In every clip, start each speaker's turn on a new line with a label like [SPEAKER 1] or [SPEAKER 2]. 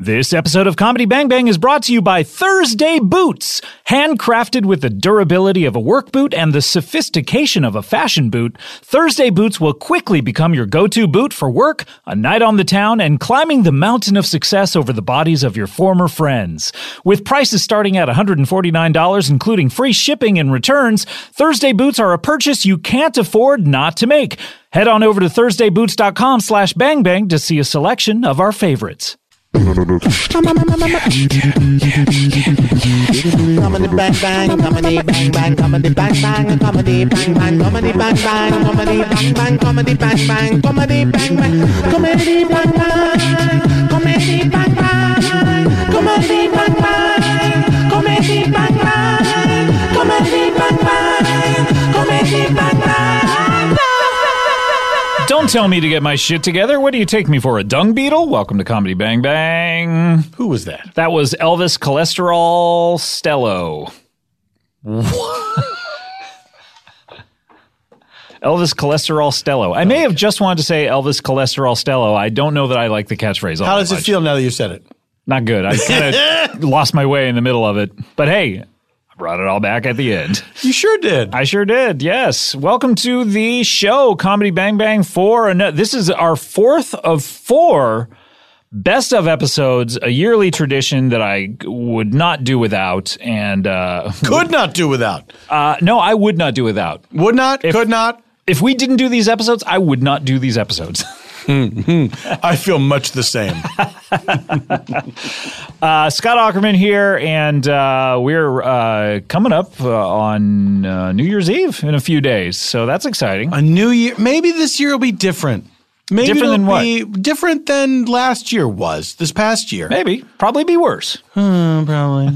[SPEAKER 1] This episode of Comedy Bang Bang is brought to you by Thursday Boots. Handcrafted with the durability of a work boot and the sophistication of a fashion boot, Thursday Boots will quickly become your go to boot for work, a night on the town, and climbing the mountain of success over the bodies of your former friends. With prices starting at $149, including free shipping and returns, Thursday Boots are a purchase you can't afford not to make. Head on over to ThursdayBoots.com slash bangbang to see a selection of our favorites.
[SPEAKER 2] Comedy bang bang, comedy bang bang, comedy bang bang, comedy bang bang, comedy bang bang, comedy bang bang, comedy bang bang, comedy bang bang, comedy bang bang, comedy bang bang, comedy bang bang, comedy bang bang, comedy bang bang, comedy bang bang.
[SPEAKER 1] Don't tell me to get my shit together. What do you take me for? A dung beetle? Welcome to Comedy Bang Bang.
[SPEAKER 3] Who was that?
[SPEAKER 1] That was Elvis Cholesterol Stello. Elvis Cholesterol Stello. I may have just wanted to say Elvis Cholesterol Stello. I don't know that I like the catchphrase. all
[SPEAKER 3] How
[SPEAKER 1] that
[SPEAKER 3] does it
[SPEAKER 1] much.
[SPEAKER 3] feel now that you said it?
[SPEAKER 1] Not good. I kind of lost my way in the middle of it. But hey, I brought it all back at the end.
[SPEAKER 3] You sure did.
[SPEAKER 1] I sure did. Yes. Welcome to the show, Comedy Bang Bang 4. And this is our fourth of four best of episodes, a yearly tradition that I would not do without. And uh,
[SPEAKER 3] could not do without.
[SPEAKER 1] uh, no, I would not do without.
[SPEAKER 3] Would not, could not.
[SPEAKER 1] If we didn't do these episodes, I would not do these episodes.
[SPEAKER 3] Hmm, I feel much the same.
[SPEAKER 1] Uh, Scott Ackerman here, and uh, we're uh, coming up uh, on uh, New Year's Eve in a few days. So that's exciting.
[SPEAKER 3] A new year. Maybe this year will be different. Maybe
[SPEAKER 1] Different
[SPEAKER 3] it'll
[SPEAKER 1] than what?
[SPEAKER 3] be different than last year was, this past year. Hmm,
[SPEAKER 1] Maybe. Probably be worse.
[SPEAKER 3] Probably.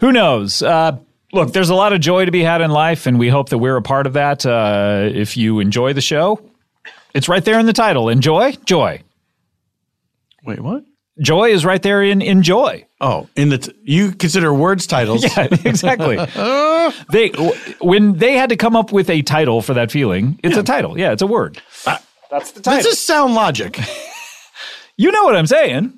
[SPEAKER 1] Who knows? Uh, look, there's a lot of joy to be had in life, and we hope that we're a part of that. Uh, if you enjoy the show, it's right there in the title. Enjoy, joy.
[SPEAKER 3] Wait, what?
[SPEAKER 1] Joy is right there in enjoy.
[SPEAKER 3] Oh, in the t- you consider words titles.
[SPEAKER 1] Yeah, exactly. they w- when they had to come up with a title for that feeling, it's a title. Yeah, it's a word. That's the title.
[SPEAKER 3] This is sound logic.
[SPEAKER 1] you know what I'm saying.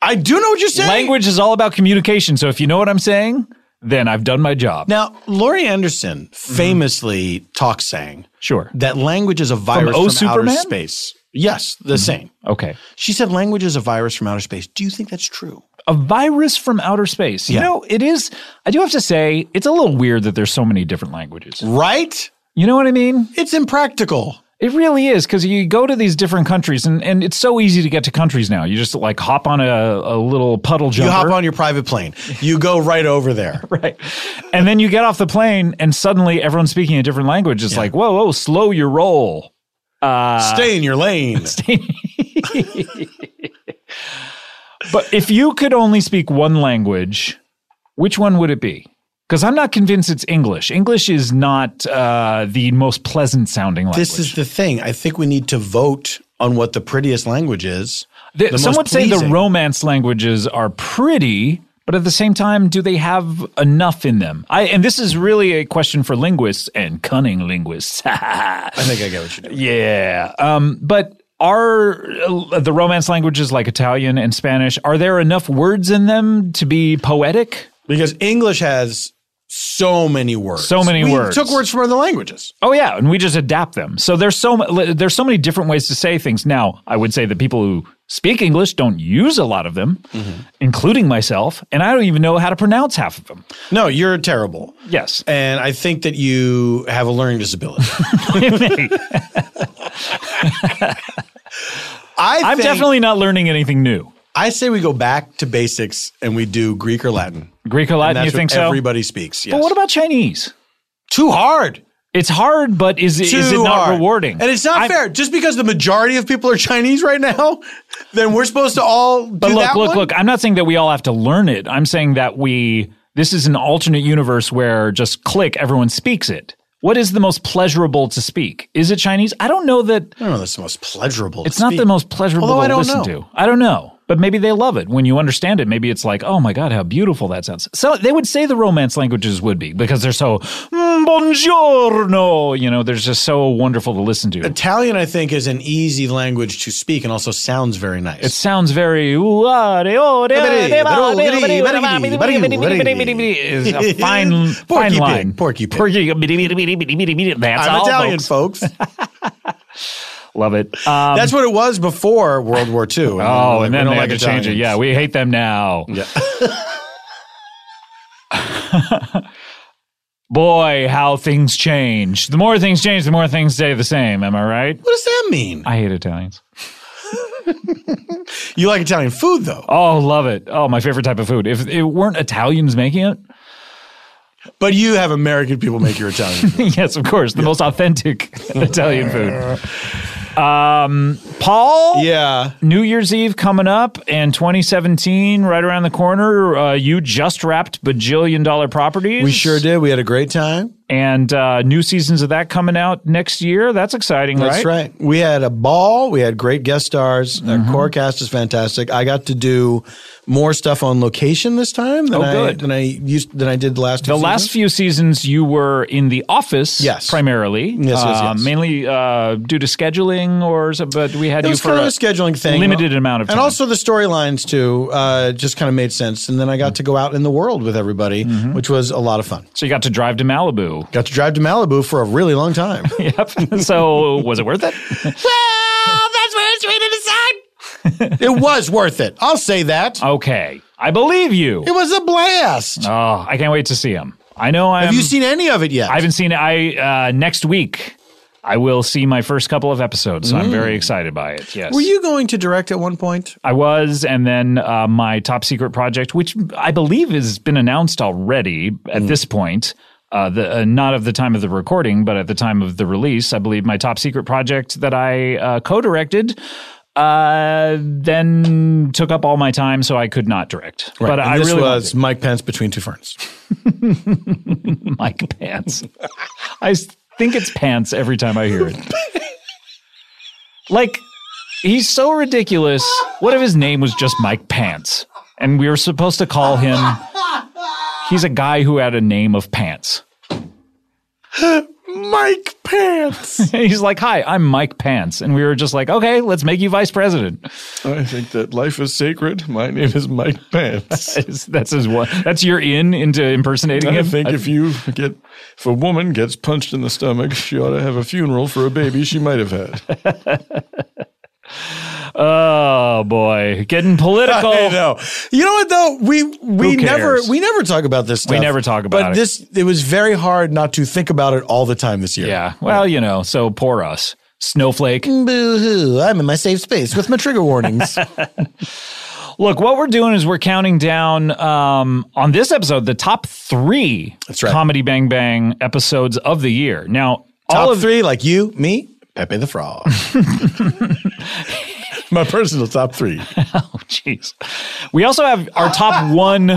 [SPEAKER 3] I do know what you're saying.
[SPEAKER 1] Language is all about communication. So if you know what I'm saying, then I've done my job.
[SPEAKER 3] Now, Laurie Anderson famously talk sang
[SPEAKER 1] Mm-hmm. sure.
[SPEAKER 3] that language is a virus
[SPEAKER 1] Oh,
[SPEAKER 3] from, outer
[SPEAKER 1] Superman? Mm-hmm.
[SPEAKER 3] space. Yes, the same.
[SPEAKER 1] Okay.
[SPEAKER 3] She said language
[SPEAKER 1] Uh,
[SPEAKER 3] is a virus from outer space. Do you think that's true?
[SPEAKER 1] a virus from outer space. You
[SPEAKER 3] Yeah.
[SPEAKER 1] know, it is. I do have to say, it's a little weird that there's so many different languages.
[SPEAKER 3] Right?
[SPEAKER 1] You know what I mean?
[SPEAKER 3] It's impractical.
[SPEAKER 1] It really is because you go to these different countries, and, and it's so easy to get to countries now. You just like hop on a, a little puddle
[SPEAKER 3] You
[SPEAKER 1] jumper,
[SPEAKER 3] hop on your private plane. You go right over there.
[SPEAKER 1] right? And then you get off the plane, and suddenly everyone's speaking a different language. It's like, whoa, whoa, slow your roll. Uh,
[SPEAKER 3] Stay in your lane.
[SPEAKER 1] But if you could only speak one language, which one would it be? Because I'm not convinced it's English. English is not uh, the most pleasant sounding language.
[SPEAKER 3] This is the thing. I think we need to vote on what the prettiest language is.
[SPEAKER 1] The,
[SPEAKER 3] the
[SPEAKER 1] some
[SPEAKER 3] most
[SPEAKER 1] would say the
[SPEAKER 3] pleasing.
[SPEAKER 1] romance languages are pretty, but at the same time, do they have enough in them? I and this is really a question for linguists and cunning linguists.
[SPEAKER 3] I think I get what you're doing.
[SPEAKER 1] yeah, um, but are uh, the romance languages like Italian and Spanish? Are there enough words in them to be poetic?
[SPEAKER 3] Because English has so many words.
[SPEAKER 1] So many
[SPEAKER 3] We
[SPEAKER 1] words.
[SPEAKER 3] took words from other languages.
[SPEAKER 1] Oh yeah, and we just adapt them. So there's so m- there's so many different ways to say things. Now, I would say that people who speak English don't use a lot of them, including myself, and I don't even know how to pronounce half of them.
[SPEAKER 3] No, you're terrible.
[SPEAKER 1] Yes.
[SPEAKER 3] And I think that you have a learning disability. I
[SPEAKER 1] I'm
[SPEAKER 3] think-
[SPEAKER 1] definitely not learning anything new.
[SPEAKER 3] I say we go back to basics and we do Greek or Latin.
[SPEAKER 1] Greek or
[SPEAKER 3] And
[SPEAKER 1] Latin,
[SPEAKER 3] that's
[SPEAKER 1] you think
[SPEAKER 3] what
[SPEAKER 1] so?
[SPEAKER 3] everybody speaks. Yes.
[SPEAKER 1] But what about Chinese?
[SPEAKER 3] too hard?
[SPEAKER 1] It's hard, but is, it- is it
[SPEAKER 3] Too
[SPEAKER 1] not
[SPEAKER 3] hard.
[SPEAKER 1] rewarding?
[SPEAKER 3] And it's not
[SPEAKER 1] I-
[SPEAKER 3] fair. Just because the majority of people are Chinese right now, then we're supposed to all do
[SPEAKER 1] But look,
[SPEAKER 3] that
[SPEAKER 1] look,
[SPEAKER 3] one?
[SPEAKER 1] look. I'm not saying that we all have to learn it. I'm saying that we. This is an alternate universe where just click, everyone speaks it. What is the most pleasurable to speak? Is it Chinese? I don't know that.
[SPEAKER 3] I don't know. That's the most pleasurable.
[SPEAKER 1] It's not the most pleasurable
[SPEAKER 3] Although I
[SPEAKER 1] to
[SPEAKER 3] don't
[SPEAKER 1] listen
[SPEAKER 3] know.
[SPEAKER 1] to. I don't know, but maybe they love it when you understand it. Maybe it's like, oh my god, how beautiful that sounds. So they would say the Romance languages would be because they're so mm, buongiorno. You know, they're just so wonderful to listen to.
[SPEAKER 3] Italian, I think, is an easy language to speak and also sounds very nice.
[SPEAKER 1] It sounds very ah, oh, ah, is a fine fine
[SPEAKER 3] Porky
[SPEAKER 1] line.
[SPEAKER 3] pig, porky pig.
[SPEAKER 1] Porky That's
[SPEAKER 3] I'm
[SPEAKER 1] all,
[SPEAKER 3] Italian,
[SPEAKER 1] folks.
[SPEAKER 3] folks.
[SPEAKER 1] Love it. Um,
[SPEAKER 3] That's what it was before World War II. And
[SPEAKER 1] oh,
[SPEAKER 3] we
[SPEAKER 1] and then
[SPEAKER 3] don't
[SPEAKER 1] they
[SPEAKER 3] like
[SPEAKER 1] had to change it.
[SPEAKER 3] Italians.
[SPEAKER 1] Yeah, we hate them now. Boy, how things change. The more things change, the more things stay the same. Am I right?
[SPEAKER 3] What does that mean?
[SPEAKER 1] I hate Italians.
[SPEAKER 3] You like Italian food, though.
[SPEAKER 1] Oh, love it. Oh, my favorite type of food. If it weren't Italians making it,
[SPEAKER 3] But you have American people make your Italian food.
[SPEAKER 1] yes, of course, the most authentic Italian food. Um, Paul,
[SPEAKER 3] yeah.
[SPEAKER 1] New Year's Eve coming up and 2017 right around the corner. Uh, you just wrapped bajillion dollar properties.
[SPEAKER 3] We sure did. We had a great time.
[SPEAKER 1] And uh, new seasons of that coming out next year. That's exciting,
[SPEAKER 3] That's right. We had a ball. We had great guest stars.
[SPEAKER 1] Mm-hmm.
[SPEAKER 3] The core cast is fantastic. I got to do more stuff on location this time than
[SPEAKER 1] Oh,
[SPEAKER 3] I
[SPEAKER 1] good.
[SPEAKER 3] than I used than I did the last. Two
[SPEAKER 1] The last
[SPEAKER 3] seasons.
[SPEAKER 1] few seasons, you were in the office,
[SPEAKER 3] Yes.
[SPEAKER 1] primarily,
[SPEAKER 3] yes,
[SPEAKER 1] Uh,
[SPEAKER 3] yes.
[SPEAKER 1] mainly uh, due to scheduling, or so, but we had
[SPEAKER 3] It
[SPEAKER 1] you
[SPEAKER 3] was
[SPEAKER 1] for
[SPEAKER 3] kind of
[SPEAKER 1] a
[SPEAKER 3] a scheduling thing,
[SPEAKER 1] limited amount of time.
[SPEAKER 3] and also the storylines too. Uh, just kind of made sense, and then I got to go out in the world with everybody, which was a lot of fun.
[SPEAKER 1] Mm-hmm. so you got to drive to Malibu.
[SPEAKER 3] Got to drive to Malibu for a really long time.
[SPEAKER 1] Yep. so was it worth it?
[SPEAKER 3] it was worth it. I'll say that.
[SPEAKER 1] Okay, I believe you.
[SPEAKER 3] It was a blast.
[SPEAKER 1] Oh, I can't wait to see him. I know I'm.
[SPEAKER 3] Have you seen any of it yet?
[SPEAKER 1] I haven't seen. I uh, next week I will see my first couple of episodes, so I'm
[SPEAKER 3] Mm.
[SPEAKER 1] very excited by it. Yes,
[SPEAKER 3] Were you going to direct at one point?
[SPEAKER 1] I was, and then uh, my top secret project, which I believe has been announced already at
[SPEAKER 3] Mm.
[SPEAKER 1] this point. Uh, the, uh, not of the time of the recording, but at the time of the release, I believe my top secret project that I uh, co-directed uh, then took up all my time, so I could not direct. But
[SPEAKER 3] And
[SPEAKER 1] I
[SPEAKER 3] this
[SPEAKER 1] really wanted
[SPEAKER 3] was Mike Pence between two ferns.
[SPEAKER 1] Mike Pants. I s- think it's Pants every time I hear it. Like, he's so ridiculous. What if his name was just Mike Pants? And we were supposed to call him. He's a guy who had a name of Pants.
[SPEAKER 3] Mike Pence.
[SPEAKER 1] He's like, Hi, I'm Mike Pants. And we were just like, Okay, let's make you vice president.
[SPEAKER 2] I think that life is sacred. My name is Mike Pants.
[SPEAKER 1] That's his one. That's your in into impersonating
[SPEAKER 2] I
[SPEAKER 1] him.
[SPEAKER 2] think if you get, if a woman gets punched in the stomach, she ought to have a funeral for a baby she might have had.
[SPEAKER 1] Oh boy, getting political.
[SPEAKER 3] I know. You know what though? We we
[SPEAKER 1] Who
[SPEAKER 3] never
[SPEAKER 1] cares?
[SPEAKER 3] we never talk about this stuff.
[SPEAKER 1] never talk
[SPEAKER 3] but
[SPEAKER 1] about it.
[SPEAKER 3] this it was very hard not to think about it all the time this year.
[SPEAKER 1] Yeah. Well, you know, so poor us. Snowflake.
[SPEAKER 3] Boo hoo. I'm in my safe space with my trigger warnings.
[SPEAKER 1] Look, what we're doing is we're counting down um, on this episode the top three
[SPEAKER 3] That's right.
[SPEAKER 1] Comedy Bang Bang episodes of the year. Now, all
[SPEAKER 3] Top
[SPEAKER 1] of
[SPEAKER 3] three, like you, me, Pepe the Frog.
[SPEAKER 2] My personal top three.
[SPEAKER 1] Oh, jeez, we also have our top one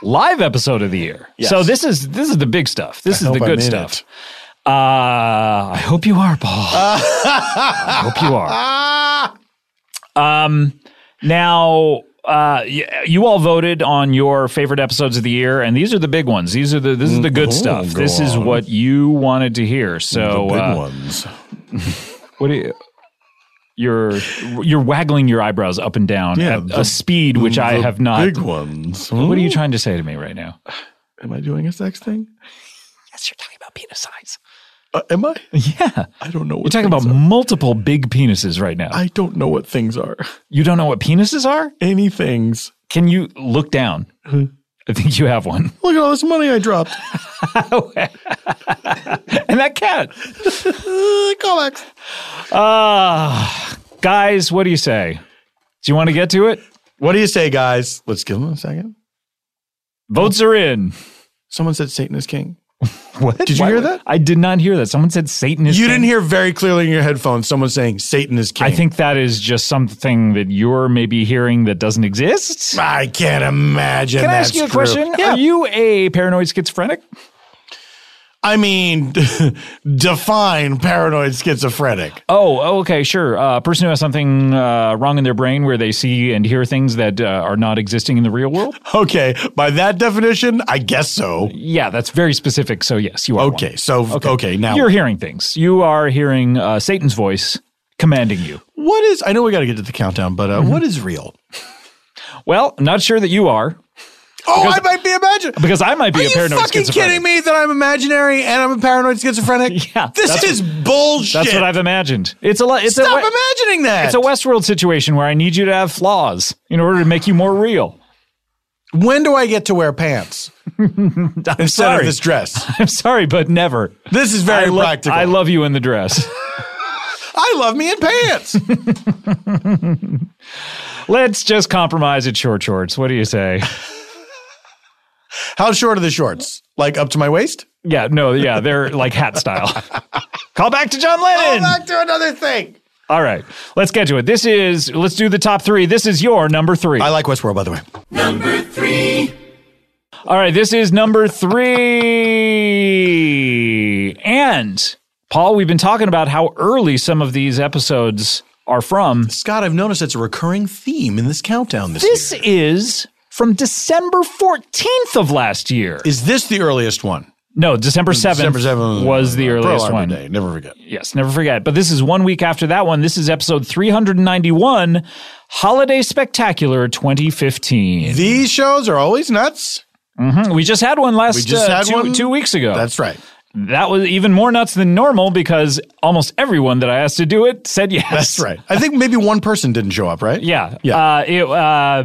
[SPEAKER 1] live episode of the year. So this is this is the big stuff. This is the
[SPEAKER 3] hope I
[SPEAKER 1] good
[SPEAKER 3] made
[SPEAKER 1] stuff. Uh, I hope you are, Paul. I hope you are. Um, Now, uh, y- you all voted on your favorite episodes of the year, and these are the big ones. These are the this is the good stuff.
[SPEAKER 2] Mm-hmm. Oh, go
[SPEAKER 1] This is
[SPEAKER 2] on.
[SPEAKER 1] what you wanted to hear. So,
[SPEAKER 2] Big
[SPEAKER 1] uh,
[SPEAKER 2] ones.
[SPEAKER 1] what do you? You're you're waggling your eyebrows up and down
[SPEAKER 2] Yeah,
[SPEAKER 1] at
[SPEAKER 2] the-
[SPEAKER 1] a speed which I
[SPEAKER 2] The
[SPEAKER 1] have not.
[SPEAKER 2] Big ones. Hmm?
[SPEAKER 1] What are you trying to say to me right now?
[SPEAKER 2] Am I doing a sex thing?
[SPEAKER 1] Yes, you're talking about penis size.
[SPEAKER 2] Uh, am I?
[SPEAKER 1] Yeah,
[SPEAKER 2] I don't know. What
[SPEAKER 1] you're talking about
[SPEAKER 2] things Are.
[SPEAKER 1] multiple big penises right now.
[SPEAKER 2] I don't know what things are.
[SPEAKER 1] you don't know what penises are?
[SPEAKER 2] Any things.
[SPEAKER 1] Can you look down? I think you have one.
[SPEAKER 2] Look at all this money I dropped.
[SPEAKER 1] and that cat.
[SPEAKER 2] Callbacks.
[SPEAKER 1] Ah, guys, what do you say? Do you want to get to it?
[SPEAKER 3] what do you say, guys?
[SPEAKER 2] Let's give them a second.
[SPEAKER 1] Votes are in.
[SPEAKER 2] Someone said Satan is king.
[SPEAKER 1] What?
[SPEAKER 4] Did you hear that?
[SPEAKER 1] I did not hear that. Someone said Satan is.
[SPEAKER 3] You
[SPEAKER 1] king.
[SPEAKER 3] didn't hear very clearly in your headphones someone saying Satan is king.
[SPEAKER 1] I think that is just something that you're maybe hearing that doesn't exist.
[SPEAKER 3] I can't imagine.
[SPEAKER 1] Can I
[SPEAKER 3] that's
[SPEAKER 1] ask you a
[SPEAKER 3] true.
[SPEAKER 1] question?
[SPEAKER 3] Yeah.
[SPEAKER 1] Are you a paranoid schizophrenic?
[SPEAKER 3] I mean, define paranoid schizophrenic.
[SPEAKER 1] Oh, oh, okay, sure. A uh, person who has something uh, wrong in their brain where they see and hear things that uh, are not existing in the real world?
[SPEAKER 3] Okay, by that definition, I guess so.
[SPEAKER 1] Yeah, that's very specific. So, yes, you are. one.
[SPEAKER 3] Okay, so okay, now
[SPEAKER 1] You're hearing things. You are hearing uh, Satan's voice commanding you. Mm-hmm.
[SPEAKER 3] what is? I know we got to get to the countdown, but uh, what is real?
[SPEAKER 1] Well, not sure that you are
[SPEAKER 3] Oh, I might be imagining.
[SPEAKER 1] because I might be
[SPEAKER 3] Are
[SPEAKER 1] a
[SPEAKER 3] you
[SPEAKER 1] paranoid
[SPEAKER 3] fucking
[SPEAKER 1] schizophrenic.
[SPEAKER 3] kidding me that I'm imaginary and I'm a paranoid schizophrenic?
[SPEAKER 1] Yeah,
[SPEAKER 3] this
[SPEAKER 1] that's
[SPEAKER 3] is bullshit.
[SPEAKER 1] That's what I've imagined. It's a lot. It's
[SPEAKER 3] Stop
[SPEAKER 1] a, we-
[SPEAKER 3] imagining that.
[SPEAKER 1] It's a Westworld situation where I need you to have flaws in order to make you more real.
[SPEAKER 3] when do I get to wear pants
[SPEAKER 1] I'm
[SPEAKER 3] instead
[SPEAKER 1] sorry.
[SPEAKER 3] of this dress?
[SPEAKER 1] I'm sorry, but never.
[SPEAKER 3] This is
[SPEAKER 1] I,
[SPEAKER 3] very
[SPEAKER 1] lo-
[SPEAKER 3] practical.
[SPEAKER 1] I love you in the dress.
[SPEAKER 3] I love me in pants.
[SPEAKER 1] Let's just compromise at short shorts. What do you say?
[SPEAKER 3] How short are the shorts? Like up to my waist?
[SPEAKER 1] Yeah, no, yeah, they're like hat style. Call back to John Lennon.
[SPEAKER 3] Back to another thing.
[SPEAKER 1] All right, let's get to it. This is, let's do the top three. This is your number three.
[SPEAKER 3] I like Westworld, by the way.
[SPEAKER 1] All right, this is number three. And Paul, we've been talking about how early some of these episodes are from.
[SPEAKER 3] Scott, I've noticed it's a recurring theme in this countdown this,
[SPEAKER 1] This
[SPEAKER 3] year.
[SPEAKER 1] is from December 14th of last year.
[SPEAKER 3] Is this the earliest one?
[SPEAKER 1] No, December 7th,
[SPEAKER 3] December 7th
[SPEAKER 1] was the
[SPEAKER 3] uh, Pearl
[SPEAKER 1] earliest
[SPEAKER 3] Harbor
[SPEAKER 1] one.
[SPEAKER 3] Day. Never forget.
[SPEAKER 1] Yes, never forget. But this is one week after that one. This is episode 391, Holiday Spectacular 2015.
[SPEAKER 3] These shows are always nuts.
[SPEAKER 1] Mm-hmm. we just had one last
[SPEAKER 3] We just
[SPEAKER 1] uh,
[SPEAKER 3] had
[SPEAKER 1] two,
[SPEAKER 3] one?
[SPEAKER 1] two weeks ago.
[SPEAKER 3] That's right.
[SPEAKER 1] that was even more nuts than normal because almost everyone that I asked to do it said yes.
[SPEAKER 3] That's right. I think maybe one person didn't show up, right?
[SPEAKER 1] Yeah.
[SPEAKER 3] Yeah.
[SPEAKER 1] Uh, it, uh,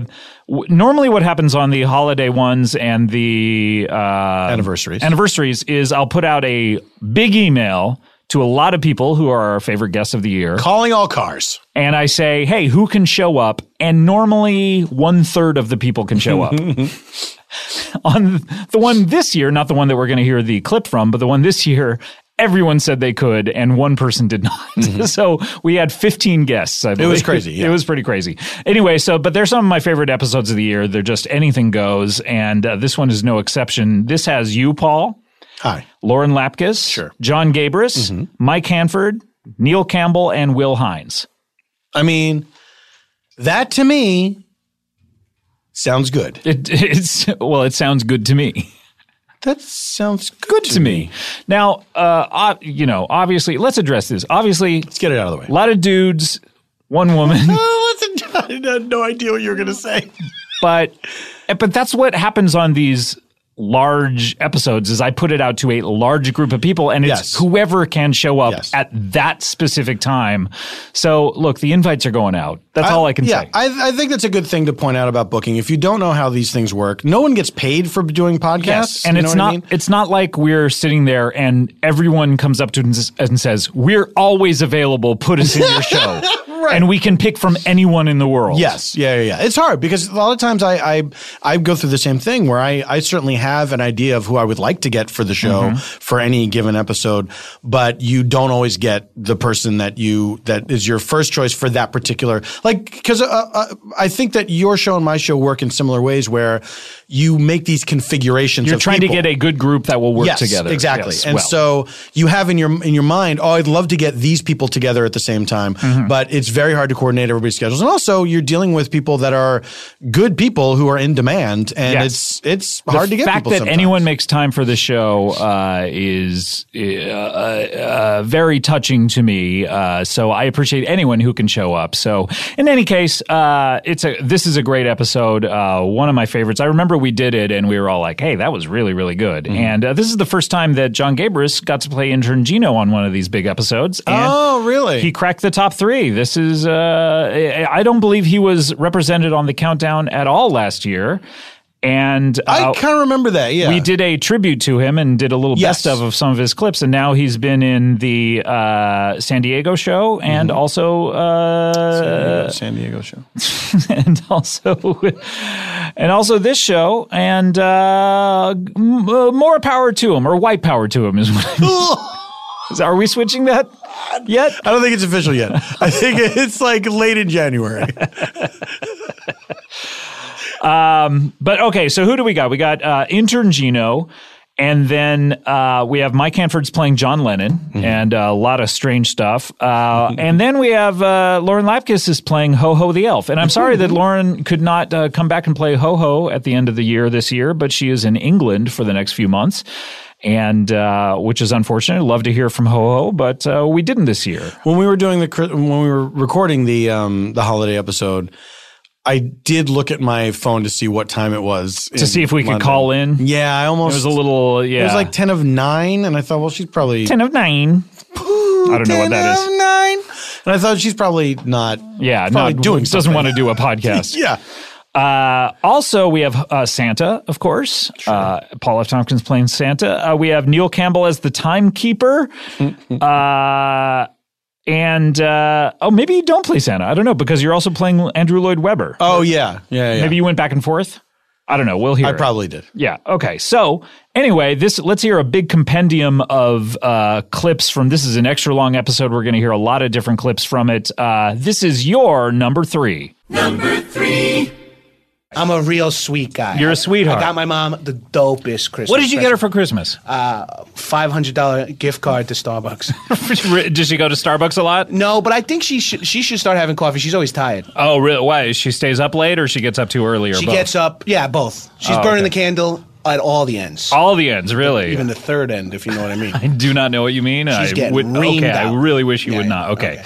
[SPEAKER 1] w- normally, what happens on the holiday ones and the uh,
[SPEAKER 3] Anniversaries.
[SPEAKER 1] anniversaries is I'll put out a big email to a lot of people who are our favorite guests of the year.
[SPEAKER 3] Calling all cars.
[SPEAKER 1] and I say, hey, who can show up? And normally one third of the people can show up. on the one this year, not the one that we're going to hear the clip from, but the one this year, everyone said they could, and one person did not. so we had 15 guests. I believe.
[SPEAKER 3] Mm-hmm. was crazy, yeah.
[SPEAKER 1] It was pretty crazy. Anyway, so, but they're some of my favorite episodes of the year. They're just anything goes. And uh, this one is no exception. This has you, Paul.
[SPEAKER 3] Hi.
[SPEAKER 1] Lauren Lapkus,
[SPEAKER 3] Sure. Mm-hmm.
[SPEAKER 1] John Gabris, Mike Hanford, Neil Campbell, and Will Hines.
[SPEAKER 3] I mean, that to me sounds good.
[SPEAKER 1] It, it's well, it sounds good to me.
[SPEAKER 3] That sounds good,
[SPEAKER 1] To me. Now, uh, ob- you know, obviously, let's address this. Obviously,
[SPEAKER 3] Let's get it out of the
[SPEAKER 1] a
[SPEAKER 3] way.
[SPEAKER 1] lot of dudes, one woman,
[SPEAKER 3] I had no idea what you were going to say.
[SPEAKER 1] but eh, but that's what happens on these large episodes is I put it out to a large group of people and it's
[SPEAKER 3] Yes.
[SPEAKER 1] whoever can show up
[SPEAKER 3] Yes.
[SPEAKER 1] at that specific time. So, look, the invites are going out. That's all I can
[SPEAKER 3] yeah,
[SPEAKER 1] say.
[SPEAKER 3] I, I think that's a good thing to point out about booking. If you don't know how these things work, no one gets paid for doing podcasts.
[SPEAKER 1] Yes, and
[SPEAKER 3] you know
[SPEAKER 1] it's
[SPEAKER 3] what I
[SPEAKER 1] not
[SPEAKER 3] mean?
[SPEAKER 1] it's not like we're sitting there and everyone comes up to us and says, "We're always available. Put us in your show." And we can pick from anyone in the world.
[SPEAKER 3] Yes, yeah, yeah, yeah. It's hard because a lot of times I, I I go through the same thing where I I certainly have an idea of who I would like to get for the show
[SPEAKER 1] Mm-hmm.
[SPEAKER 3] for any given episode, but you don't always get the person that you that is your first choice for that particular like because uh, uh, I think that your show and my show work in similar ways where you make these configurations.
[SPEAKER 1] You're
[SPEAKER 3] of
[SPEAKER 1] trying
[SPEAKER 3] people.
[SPEAKER 1] to get a good group that will work
[SPEAKER 3] yes,
[SPEAKER 1] together.
[SPEAKER 3] Exactly.
[SPEAKER 1] Yes,
[SPEAKER 3] and
[SPEAKER 1] well.
[SPEAKER 3] so you have in your in your mind, oh, I'd love to get these people together at the same time,
[SPEAKER 1] Mm-hmm.
[SPEAKER 3] but it's very hard to coordinate everybody's schedules. And also, you're dealing with people that are good people who are in demand, and
[SPEAKER 1] Yes.
[SPEAKER 3] it's it's
[SPEAKER 1] the
[SPEAKER 3] hard to get
[SPEAKER 1] fact
[SPEAKER 3] people
[SPEAKER 1] that
[SPEAKER 3] sometimes.
[SPEAKER 1] anyone makes time for the show uh, is uh, uh, very touching to me. Uh, so I appreciate anyone who can show up. So in any case, uh, it's a this is a great episode, uh, one of my favorites. I remember we did it, and we were all like, "Hey, that was really really good."
[SPEAKER 3] Mm-hmm.
[SPEAKER 1] And uh, this is the first time that John Gabris got to play intern Gino on one of these big episodes. And
[SPEAKER 3] Oh, really?
[SPEAKER 1] He cracked the top three. This is, uh, I I don't believe he was represented on the countdown at all last year. and
[SPEAKER 3] I
[SPEAKER 1] uh,
[SPEAKER 3] kind of remember that. Yeah,
[SPEAKER 1] we did a tribute to him and did a little
[SPEAKER 3] Yes.
[SPEAKER 1] best of of some of his clips, and now he's been in the uh, San Diego show and
[SPEAKER 3] Mm-hmm.
[SPEAKER 1] also uh,
[SPEAKER 5] San Diego show.
[SPEAKER 1] and also and also this show, and uh, m- uh, more power to him or white power to him is what. I mean. Are we switching that yet?
[SPEAKER 3] I don't think it's official yet. I think it's like late in January.
[SPEAKER 1] Um, But okay, so who do we got? We got uh, intern Gino, and then uh, we have Mike Hanford's playing John Lennon,
[SPEAKER 3] Mm-hmm.
[SPEAKER 1] and uh, a lot of strange stuff. Uh, and then we have uh, Lauren Lapkus is playing Ho Ho the Elf. And I'm sorry that Lauren could not uh, come back and play Ho Ho at the end of the year this year, but she is in England for the next few months. And uh, which is unfortunate. I'd love to hear from Ho Ho, but uh, we didn't this year.
[SPEAKER 3] when we were doing the Chri- when we were recording the um the holiday episode, I did look at my phone to see what time it was
[SPEAKER 1] To see if we could call in.
[SPEAKER 3] Yeah, I
[SPEAKER 1] It
[SPEAKER 3] almost
[SPEAKER 1] was a little, yeah.
[SPEAKER 3] It was like ten of nine, and I thought, well, she's probably
[SPEAKER 1] 10 of 9. I don't know what that is.
[SPEAKER 3] of nine, and I thought she's probably not.
[SPEAKER 1] Yeah,
[SPEAKER 3] probably
[SPEAKER 1] not
[SPEAKER 3] doing
[SPEAKER 1] doesn't want to do a podcast.
[SPEAKER 3] Yeah,
[SPEAKER 1] Uh, also, we have uh, Santa, of course. Uh, Paul F. Tompkins playing Santa. Uh, we have Neil Campbell as the timekeeper. uh, and uh, oh, maybe you don't play Santa. I don't know because you're also playing Andrew Lloyd Webber.
[SPEAKER 3] oh yeah, yeah, yeah.
[SPEAKER 1] Maybe you went back and forth. I don't know. We'll hear.
[SPEAKER 3] I
[SPEAKER 1] it.
[SPEAKER 3] probably did.
[SPEAKER 1] Yeah. Okay. So anyway, this let's hear a big compendium of uh, clips from. This is an extra long episode. We're going to hear a lot of different clips from it. Uh, this is your number three.
[SPEAKER 6] I'm a real sweet guy.
[SPEAKER 1] You're a sweetheart.
[SPEAKER 6] I got my mom the dopest Christmas.
[SPEAKER 1] What did you get her
[SPEAKER 6] present. Uh,
[SPEAKER 1] for Christmas?
[SPEAKER 6] Five hundred dollar gift card to Starbucks.
[SPEAKER 1] Does she go to Starbucks a lot?
[SPEAKER 6] no, but I think she should. She should start having coffee. She's always tired.
[SPEAKER 1] Oh, really? Why? She stays up late or she gets up too early or
[SPEAKER 6] she
[SPEAKER 1] both? Oh,
[SPEAKER 6] gets up. Yeah, both. She's burning the candle at all the ends,
[SPEAKER 1] All the ends, really.
[SPEAKER 6] even the third end, if you know what I mean.
[SPEAKER 1] I do not know what you mean.
[SPEAKER 6] She's
[SPEAKER 1] I
[SPEAKER 6] getting
[SPEAKER 1] would,
[SPEAKER 6] reamed
[SPEAKER 1] okay, I
[SPEAKER 6] out.
[SPEAKER 1] really wish you
[SPEAKER 6] Yeah,
[SPEAKER 1] would
[SPEAKER 6] yeah,
[SPEAKER 1] not. Okay.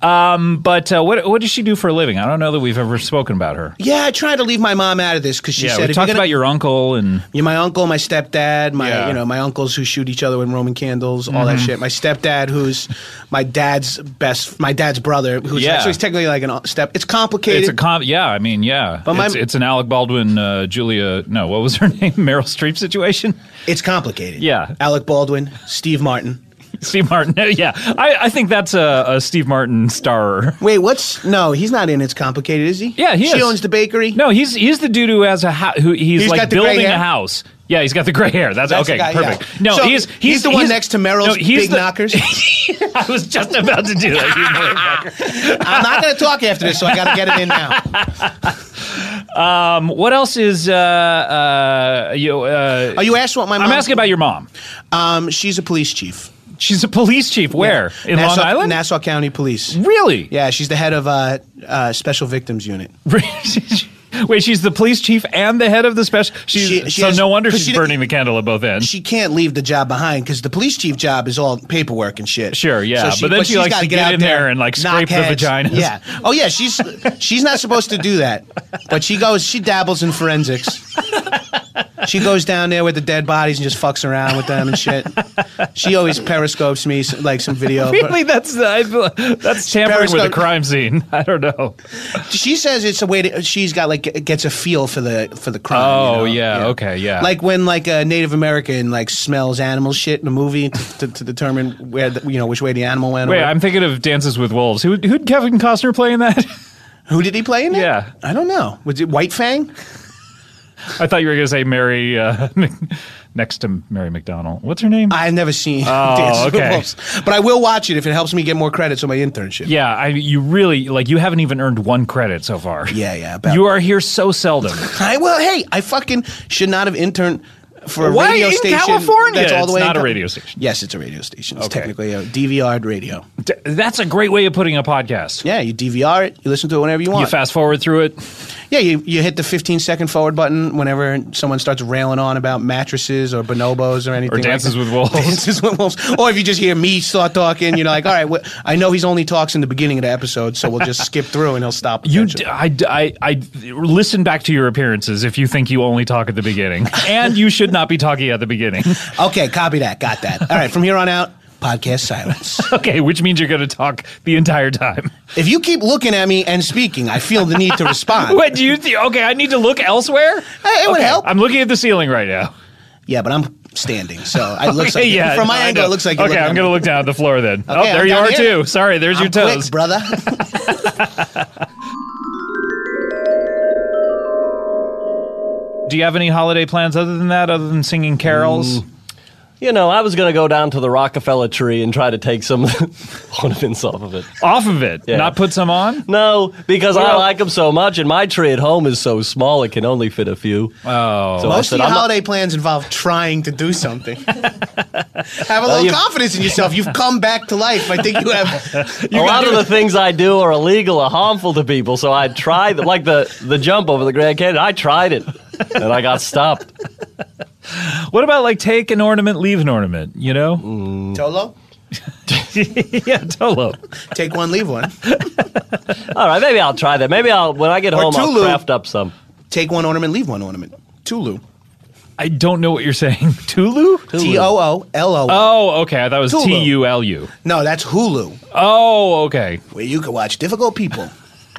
[SPEAKER 1] Um, but uh, what, what does she do for a living? I don't know that we've ever spoken about her.
[SPEAKER 6] yeah, I tried to leave my mom out of this because she
[SPEAKER 1] yeah,
[SPEAKER 6] said
[SPEAKER 1] we
[SPEAKER 6] if you're
[SPEAKER 1] talked
[SPEAKER 6] gonna,
[SPEAKER 1] about your uncle and
[SPEAKER 6] you're Mm-hmm. my uncle, my stepdad, my
[SPEAKER 1] Yeah. Mm-hmm.
[SPEAKER 6] you know my uncles who shoot each other with Roman candles, all that shit. My stepdad, who's my dad's best, my dad's brother, who's
[SPEAKER 1] Yeah.
[SPEAKER 6] actually technically like an step. It's complicated.
[SPEAKER 1] it's a com. Yeah, I mean, yeah,
[SPEAKER 6] But my-
[SPEAKER 1] it's, it's an Alec Baldwin, uh, Julia. No, what was her name? Meryl Streep situation.
[SPEAKER 6] It's complicated.
[SPEAKER 1] Yeah.
[SPEAKER 6] Alec Baldwin, Steve Martin.
[SPEAKER 1] Steve Martin. Yeah, I, I think that's a, a Steve Martin star.
[SPEAKER 6] Wait, what's no? He's not in. It's complicated, is he?
[SPEAKER 1] Yeah, he
[SPEAKER 6] she
[SPEAKER 1] is.
[SPEAKER 6] owns the bakery.
[SPEAKER 1] No, he's he's the dude who has a ho- who he's,
[SPEAKER 6] He's
[SPEAKER 1] like
[SPEAKER 6] got the gray
[SPEAKER 1] building a
[SPEAKER 6] hair?
[SPEAKER 1] house. Yeah, he's got the gray hair. That's,
[SPEAKER 6] That's the
[SPEAKER 1] okay,
[SPEAKER 6] guy, yeah.
[SPEAKER 1] perfect. No,
[SPEAKER 6] So,
[SPEAKER 1] he's, he's
[SPEAKER 6] the one next to Meryl's
[SPEAKER 1] no, he's
[SPEAKER 6] big
[SPEAKER 1] the-
[SPEAKER 6] knockers.
[SPEAKER 1] I was just about to do that. you motherfucker.
[SPEAKER 6] I'm not going to talk after this, so I got to get it in now.
[SPEAKER 1] um, what else is uh, uh, you? Uh,
[SPEAKER 6] Are you asking what my mom?
[SPEAKER 1] I'm asking about your mom.
[SPEAKER 6] Um, she's a police chief.
[SPEAKER 1] She's a police chief. Where in
[SPEAKER 6] Nassau,
[SPEAKER 1] Long Island?
[SPEAKER 6] Nassau County Police.
[SPEAKER 1] really?
[SPEAKER 6] Yeah, she's the head of uh, uh, Special Victims Unit.
[SPEAKER 1] Wait, she's the police chief and the head of the special. She's,
[SPEAKER 6] She- she
[SPEAKER 1] so
[SPEAKER 6] has-
[SPEAKER 1] no wonder
[SPEAKER 6] 'cause
[SPEAKER 1] she's
[SPEAKER 6] she didn't-
[SPEAKER 1] burning the candle at both ends.
[SPEAKER 6] She can't leave the job behind because the police chief job is all paperwork and shit.
[SPEAKER 1] Sure, yeah, but then she
[SPEAKER 6] she's
[SPEAKER 1] likes
[SPEAKER 6] gotta
[SPEAKER 1] to get
[SPEAKER 6] out
[SPEAKER 1] in there and, like,
[SPEAKER 6] knock
[SPEAKER 1] scrape the
[SPEAKER 6] heads.
[SPEAKER 1] vaginas.
[SPEAKER 6] Yeah. Oh yeah, she's she's not supposed to do that, but she goes. She dabbles in forensics. She goes down there with the dead bodies and just fucks around with them and shit. She always periscopes me s- like some video.
[SPEAKER 1] Really, that's the, I feel, that's tampering with a
[SPEAKER 6] Periscope.
[SPEAKER 1] crime scene. I don't know.
[SPEAKER 6] She says it's a way to. She's got like g- gets a feel for the for the crime.
[SPEAKER 1] Oh,
[SPEAKER 6] you know?
[SPEAKER 1] yeah, okay, yeah.
[SPEAKER 6] Like when like a Native American like smells animal shit in a movie to, to, to determine where the, you know which way the animal went. or
[SPEAKER 1] Wait,
[SPEAKER 6] whatever.
[SPEAKER 1] I'm thinking of Dances with Wolves. Who who'd Kevin Costner play in that?
[SPEAKER 6] Who did he play in it?
[SPEAKER 1] Yeah.
[SPEAKER 6] I don't know. Was it White Fang?
[SPEAKER 1] I thought you were going to say Mary uh, next to Mary McDonald. What's her name?
[SPEAKER 6] I've never seen
[SPEAKER 1] Oh,
[SPEAKER 6] Dances with
[SPEAKER 1] okay.
[SPEAKER 6] Wolves. But I will watch it if it helps me get more credits on my internship.
[SPEAKER 1] yeah, I you really like you haven't even earned one credit so far.
[SPEAKER 6] Yeah, yeah, about-
[SPEAKER 1] you are here so seldom.
[SPEAKER 6] I well, hey, I fucking should not have interned for a
[SPEAKER 1] Why
[SPEAKER 6] radio
[SPEAKER 1] in
[SPEAKER 6] station.
[SPEAKER 1] California?
[SPEAKER 6] That's all the
[SPEAKER 1] It's
[SPEAKER 6] way in
[SPEAKER 1] not a
[SPEAKER 6] Cal-
[SPEAKER 1] radio station.
[SPEAKER 6] Yes, it's a radio station. It's technically a DVR'd radio.
[SPEAKER 1] D- That's a great way of putting a podcast.
[SPEAKER 6] Yeah, you DVR it. You listen to it whenever you
[SPEAKER 1] You
[SPEAKER 6] want.
[SPEAKER 1] fast forward through it.
[SPEAKER 6] yeah, you, you hit the 15 second forward button whenever someone starts railing on about mattresses or bonobos or anything.
[SPEAKER 1] Or Dances
[SPEAKER 6] like
[SPEAKER 1] with Wolves.
[SPEAKER 6] Dances with wolves. Or if you just hear me start talking, you're like, all right, wh- I know he's only talks in the beginning of the episode, so we'll just skip through and he'll stop.
[SPEAKER 1] You,
[SPEAKER 6] eventually.
[SPEAKER 1] d- I, d- I- I- listen back to your appearances if you think you only talk at the beginning, and you should not be talking at the beginning.
[SPEAKER 6] okay, copy that. Got that. All right, from here on out, podcast silence.
[SPEAKER 1] Okay, which means you're going to talk the entire time.
[SPEAKER 6] if you keep looking at me and speaking, I feel the need to respond.
[SPEAKER 1] What do you think? Okay, I need to look elsewhere.
[SPEAKER 6] Hey, it would
[SPEAKER 1] Okay,
[SPEAKER 6] help.
[SPEAKER 1] I'm looking at the ceiling right now.
[SPEAKER 6] yeah, but I'm standing, so I looks
[SPEAKER 1] Okay,
[SPEAKER 6] like
[SPEAKER 1] yeah,
[SPEAKER 6] from my
[SPEAKER 1] I
[SPEAKER 6] angle,
[SPEAKER 1] know.
[SPEAKER 6] it looks like. you're
[SPEAKER 1] Okay,
[SPEAKER 6] looking
[SPEAKER 1] I'm
[SPEAKER 6] at
[SPEAKER 1] going to
[SPEAKER 6] me.
[SPEAKER 1] look down at the floor then. oh,
[SPEAKER 6] Okay,
[SPEAKER 1] there
[SPEAKER 6] I'm
[SPEAKER 1] you
[SPEAKER 6] down
[SPEAKER 1] are
[SPEAKER 6] here.
[SPEAKER 1] too. Sorry, there's your
[SPEAKER 6] I'm quick,
[SPEAKER 1] toes.
[SPEAKER 6] brother.
[SPEAKER 1] do you have any holiday plans other than that? Other than singing carols?
[SPEAKER 7] You know, I was going to go down to the Rockefeller tree and try to take some ornaments off of it.
[SPEAKER 1] Off of it,
[SPEAKER 7] Yeah.
[SPEAKER 1] not put some on.
[SPEAKER 7] No, because I
[SPEAKER 1] Well-
[SPEAKER 7] like them so much, and my tree at home is so small it can only fit a few.
[SPEAKER 1] Oh,
[SPEAKER 7] So I
[SPEAKER 6] Most
[SPEAKER 7] said,
[SPEAKER 6] of your
[SPEAKER 7] I'm not-
[SPEAKER 6] holiday plans involve trying to do something. have a little
[SPEAKER 7] you-
[SPEAKER 6] confidence in yourself. You've come back to life. I think you have.
[SPEAKER 1] Oh,
[SPEAKER 7] a lot of the things I do are illegal or harmful to people, so I tried them. Like the, the jump over the Grand Canyon, I tried it, and I got stopped.
[SPEAKER 1] what about like take an ornament, leave an ornament? You know,
[SPEAKER 6] Tolo,
[SPEAKER 1] yeah, Tolo.
[SPEAKER 6] take one, leave one.
[SPEAKER 7] All right, maybe I'll try that. Maybe I'll when I get
[SPEAKER 6] Or
[SPEAKER 7] home, I'll
[SPEAKER 6] Tulu.
[SPEAKER 7] craft up some.
[SPEAKER 6] Take one ornament, leave one ornament. Tulu.
[SPEAKER 1] I don't know what you're saying. Tulu?
[SPEAKER 6] T O O L O.
[SPEAKER 1] Oh, okay. I thought it was
[SPEAKER 6] Tulu.
[SPEAKER 1] T U L U.
[SPEAKER 6] No, that's Hulu,
[SPEAKER 1] Oh, okay.
[SPEAKER 6] where you can watch difficult people.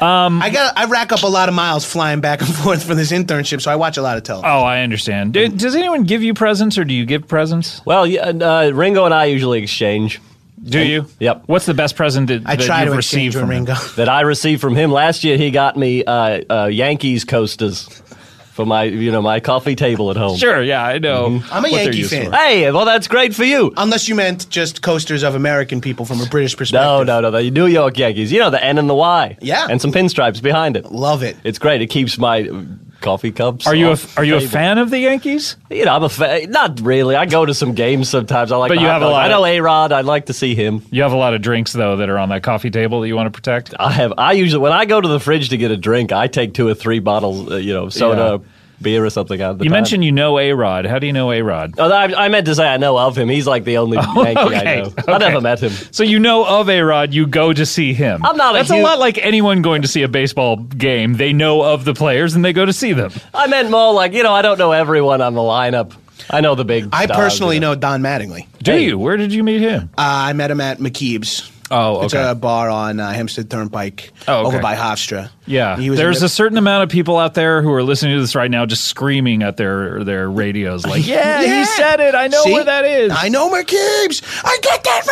[SPEAKER 1] Um,
[SPEAKER 6] I got I rack up a lot of miles flying back and forth for this internship, so I watch a lot of television.
[SPEAKER 1] Oh, I understand. Do- Does anyone give you presents, or do you give presents?
[SPEAKER 7] Well, yeah, and, uh, Ringo and I usually exchange.
[SPEAKER 1] Do you?
[SPEAKER 7] Yep.
[SPEAKER 1] What's the best present that,
[SPEAKER 6] I
[SPEAKER 1] that
[SPEAKER 6] try
[SPEAKER 1] you've
[SPEAKER 6] to
[SPEAKER 1] received
[SPEAKER 6] exchange with
[SPEAKER 1] from him?
[SPEAKER 6] Ringo.
[SPEAKER 7] that I received from him last year. He got me uh, uh, Yankees coasters for my you know my coffee table at home. Mm-hmm.
[SPEAKER 1] Sure. Yeah, I know.
[SPEAKER 6] I'm a
[SPEAKER 1] what they're
[SPEAKER 6] Yankee
[SPEAKER 1] used
[SPEAKER 6] fan.
[SPEAKER 1] for.
[SPEAKER 7] Hey, well that's great for you.
[SPEAKER 6] Unless you meant just coasters of American people from a British perspective.
[SPEAKER 7] No, no, no, the New York Yankees. You know the N and the Y.
[SPEAKER 6] Yeah.
[SPEAKER 7] and some pinstripes behind it.
[SPEAKER 6] Love it.
[SPEAKER 7] It's great. It keeps my uh, coffee cups.
[SPEAKER 1] Are you a,
[SPEAKER 7] off
[SPEAKER 1] are you a
[SPEAKER 7] the table.
[SPEAKER 1] fan of the Yankees?
[SPEAKER 7] You know, I'm a fan. Not really. I go to some games sometimes. I like.
[SPEAKER 1] But
[SPEAKER 7] the
[SPEAKER 1] you
[SPEAKER 7] hot
[SPEAKER 1] have a
[SPEAKER 7] dogs.
[SPEAKER 1] lot
[SPEAKER 7] I
[SPEAKER 1] of-
[SPEAKER 7] know A Rod. I'd like to see him.
[SPEAKER 1] You have a lot of drinks though that are on that coffee table that you want to protect.
[SPEAKER 7] I have. I usually when I go to the fridge to get a drink, I take two or three bottles. Uh, you know, soda, beer, or something out of the.
[SPEAKER 1] You
[SPEAKER 7] time.
[SPEAKER 1] mentioned you know A Rod. How do you know A Rod?
[SPEAKER 7] Oh, I, I meant to say I know of him. He's like the only Yankee I know. I
[SPEAKER 1] okay.
[SPEAKER 7] never met him.
[SPEAKER 1] So you know of A Rod, you go to see him.
[SPEAKER 7] I'm not a
[SPEAKER 1] That's a
[SPEAKER 7] huge-
[SPEAKER 1] lot like anyone going to see a baseball game. They know of the players and they go to see them.
[SPEAKER 7] I meant more like you know I don't know everyone on the lineup. I know the big.
[SPEAKER 6] I
[SPEAKER 7] stars,
[SPEAKER 6] personally
[SPEAKER 7] you
[SPEAKER 6] know Don Mattingly.
[SPEAKER 1] Do
[SPEAKER 7] Hey.
[SPEAKER 1] you? Where did you meet him?
[SPEAKER 6] Uh, I met him at McKeeb's.
[SPEAKER 1] Oh,
[SPEAKER 6] It's
[SPEAKER 1] okay.
[SPEAKER 6] a bar on uh, Hempstead Turnpike
[SPEAKER 1] Oh, okay.
[SPEAKER 6] over by Hofstra.
[SPEAKER 1] Yeah,
[SPEAKER 6] He was
[SPEAKER 1] there's
[SPEAKER 6] a
[SPEAKER 1] a certain amount of people out there who are listening to this right now, just screaming at their their radios, like, "Yeah, he said it. I know
[SPEAKER 6] See?
[SPEAKER 1] where that is."
[SPEAKER 6] I know McKeeb's. I get that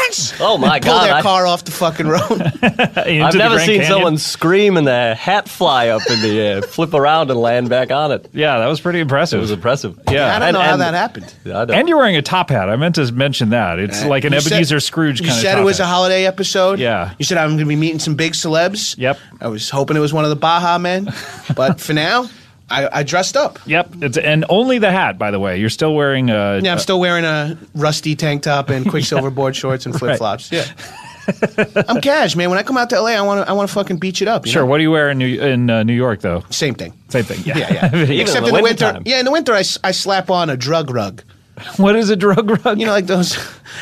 [SPEAKER 6] reference.
[SPEAKER 7] Oh my
[SPEAKER 6] Pull
[SPEAKER 7] god!
[SPEAKER 6] their
[SPEAKER 7] I,
[SPEAKER 6] car off the fucking road.
[SPEAKER 1] Into
[SPEAKER 7] I've
[SPEAKER 1] the
[SPEAKER 7] never
[SPEAKER 1] Grand
[SPEAKER 7] seen
[SPEAKER 1] Canyon.
[SPEAKER 7] someone scream and their hat fly up in the air, flip around and land back on it.
[SPEAKER 1] Yeah, that was pretty impressive.
[SPEAKER 7] It was impressive.
[SPEAKER 1] Yeah.
[SPEAKER 6] I don't
[SPEAKER 7] And-
[SPEAKER 6] know how
[SPEAKER 7] and-
[SPEAKER 6] that happened.
[SPEAKER 7] I don't-
[SPEAKER 1] and you're wearing a top hat. I meant to mention that. It's like an
[SPEAKER 6] You Uh, said-
[SPEAKER 1] Ebenezer Scrooge kind
[SPEAKER 6] You
[SPEAKER 1] of
[SPEAKER 6] said
[SPEAKER 1] top
[SPEAKER 6] it was
[SPEAKER 1] hat.
[SPEAKER 6] a holiday episode.
[SPEAKER 1] Yeah.
[SPEAKER 6] You said I'm going to be meeting some big celebs.
[SPEAKER 1] Yep.
[SPEAKER 6] I was hoping it was one of the Baja men, but for now, I, I dressed up.
[SPEAKER 1] Yep, it's and only the hat. By the way, you're still wearing uh, a.
[SPEAKER 6] Yeah, I'm still wearing a rusty tank top and quicksilver board shorts and flip flops. Yeah. I'm cash, man. When I come out to LA, I want to I want to fucking beach it up. you
[SPEAKER 1] Sure.
[SPEAKER 6] know?
[SPEAKER 1] What do you wear in New in uh, New York though?
[SPEAKER 6] Same thing.
[SPEAKER 1] Same thing. Yeah.
[SPEAKER 6] Yeah, yeah.
[SPEAKER 7] Even
[SPEAKER 6] Except
[SPEAKER 7] in
[SPEAKER 6] in
[SPEAKER 7] the
[SPEAKER 6] the winter.
[SPEAKER 7] wintertime.
[SPEAKER 6] yeah, in the winter, I, s- I slap on a drug rug.
[SPEAKER 1] What is a drug rug?
[SPEAKER 6] You know, like those.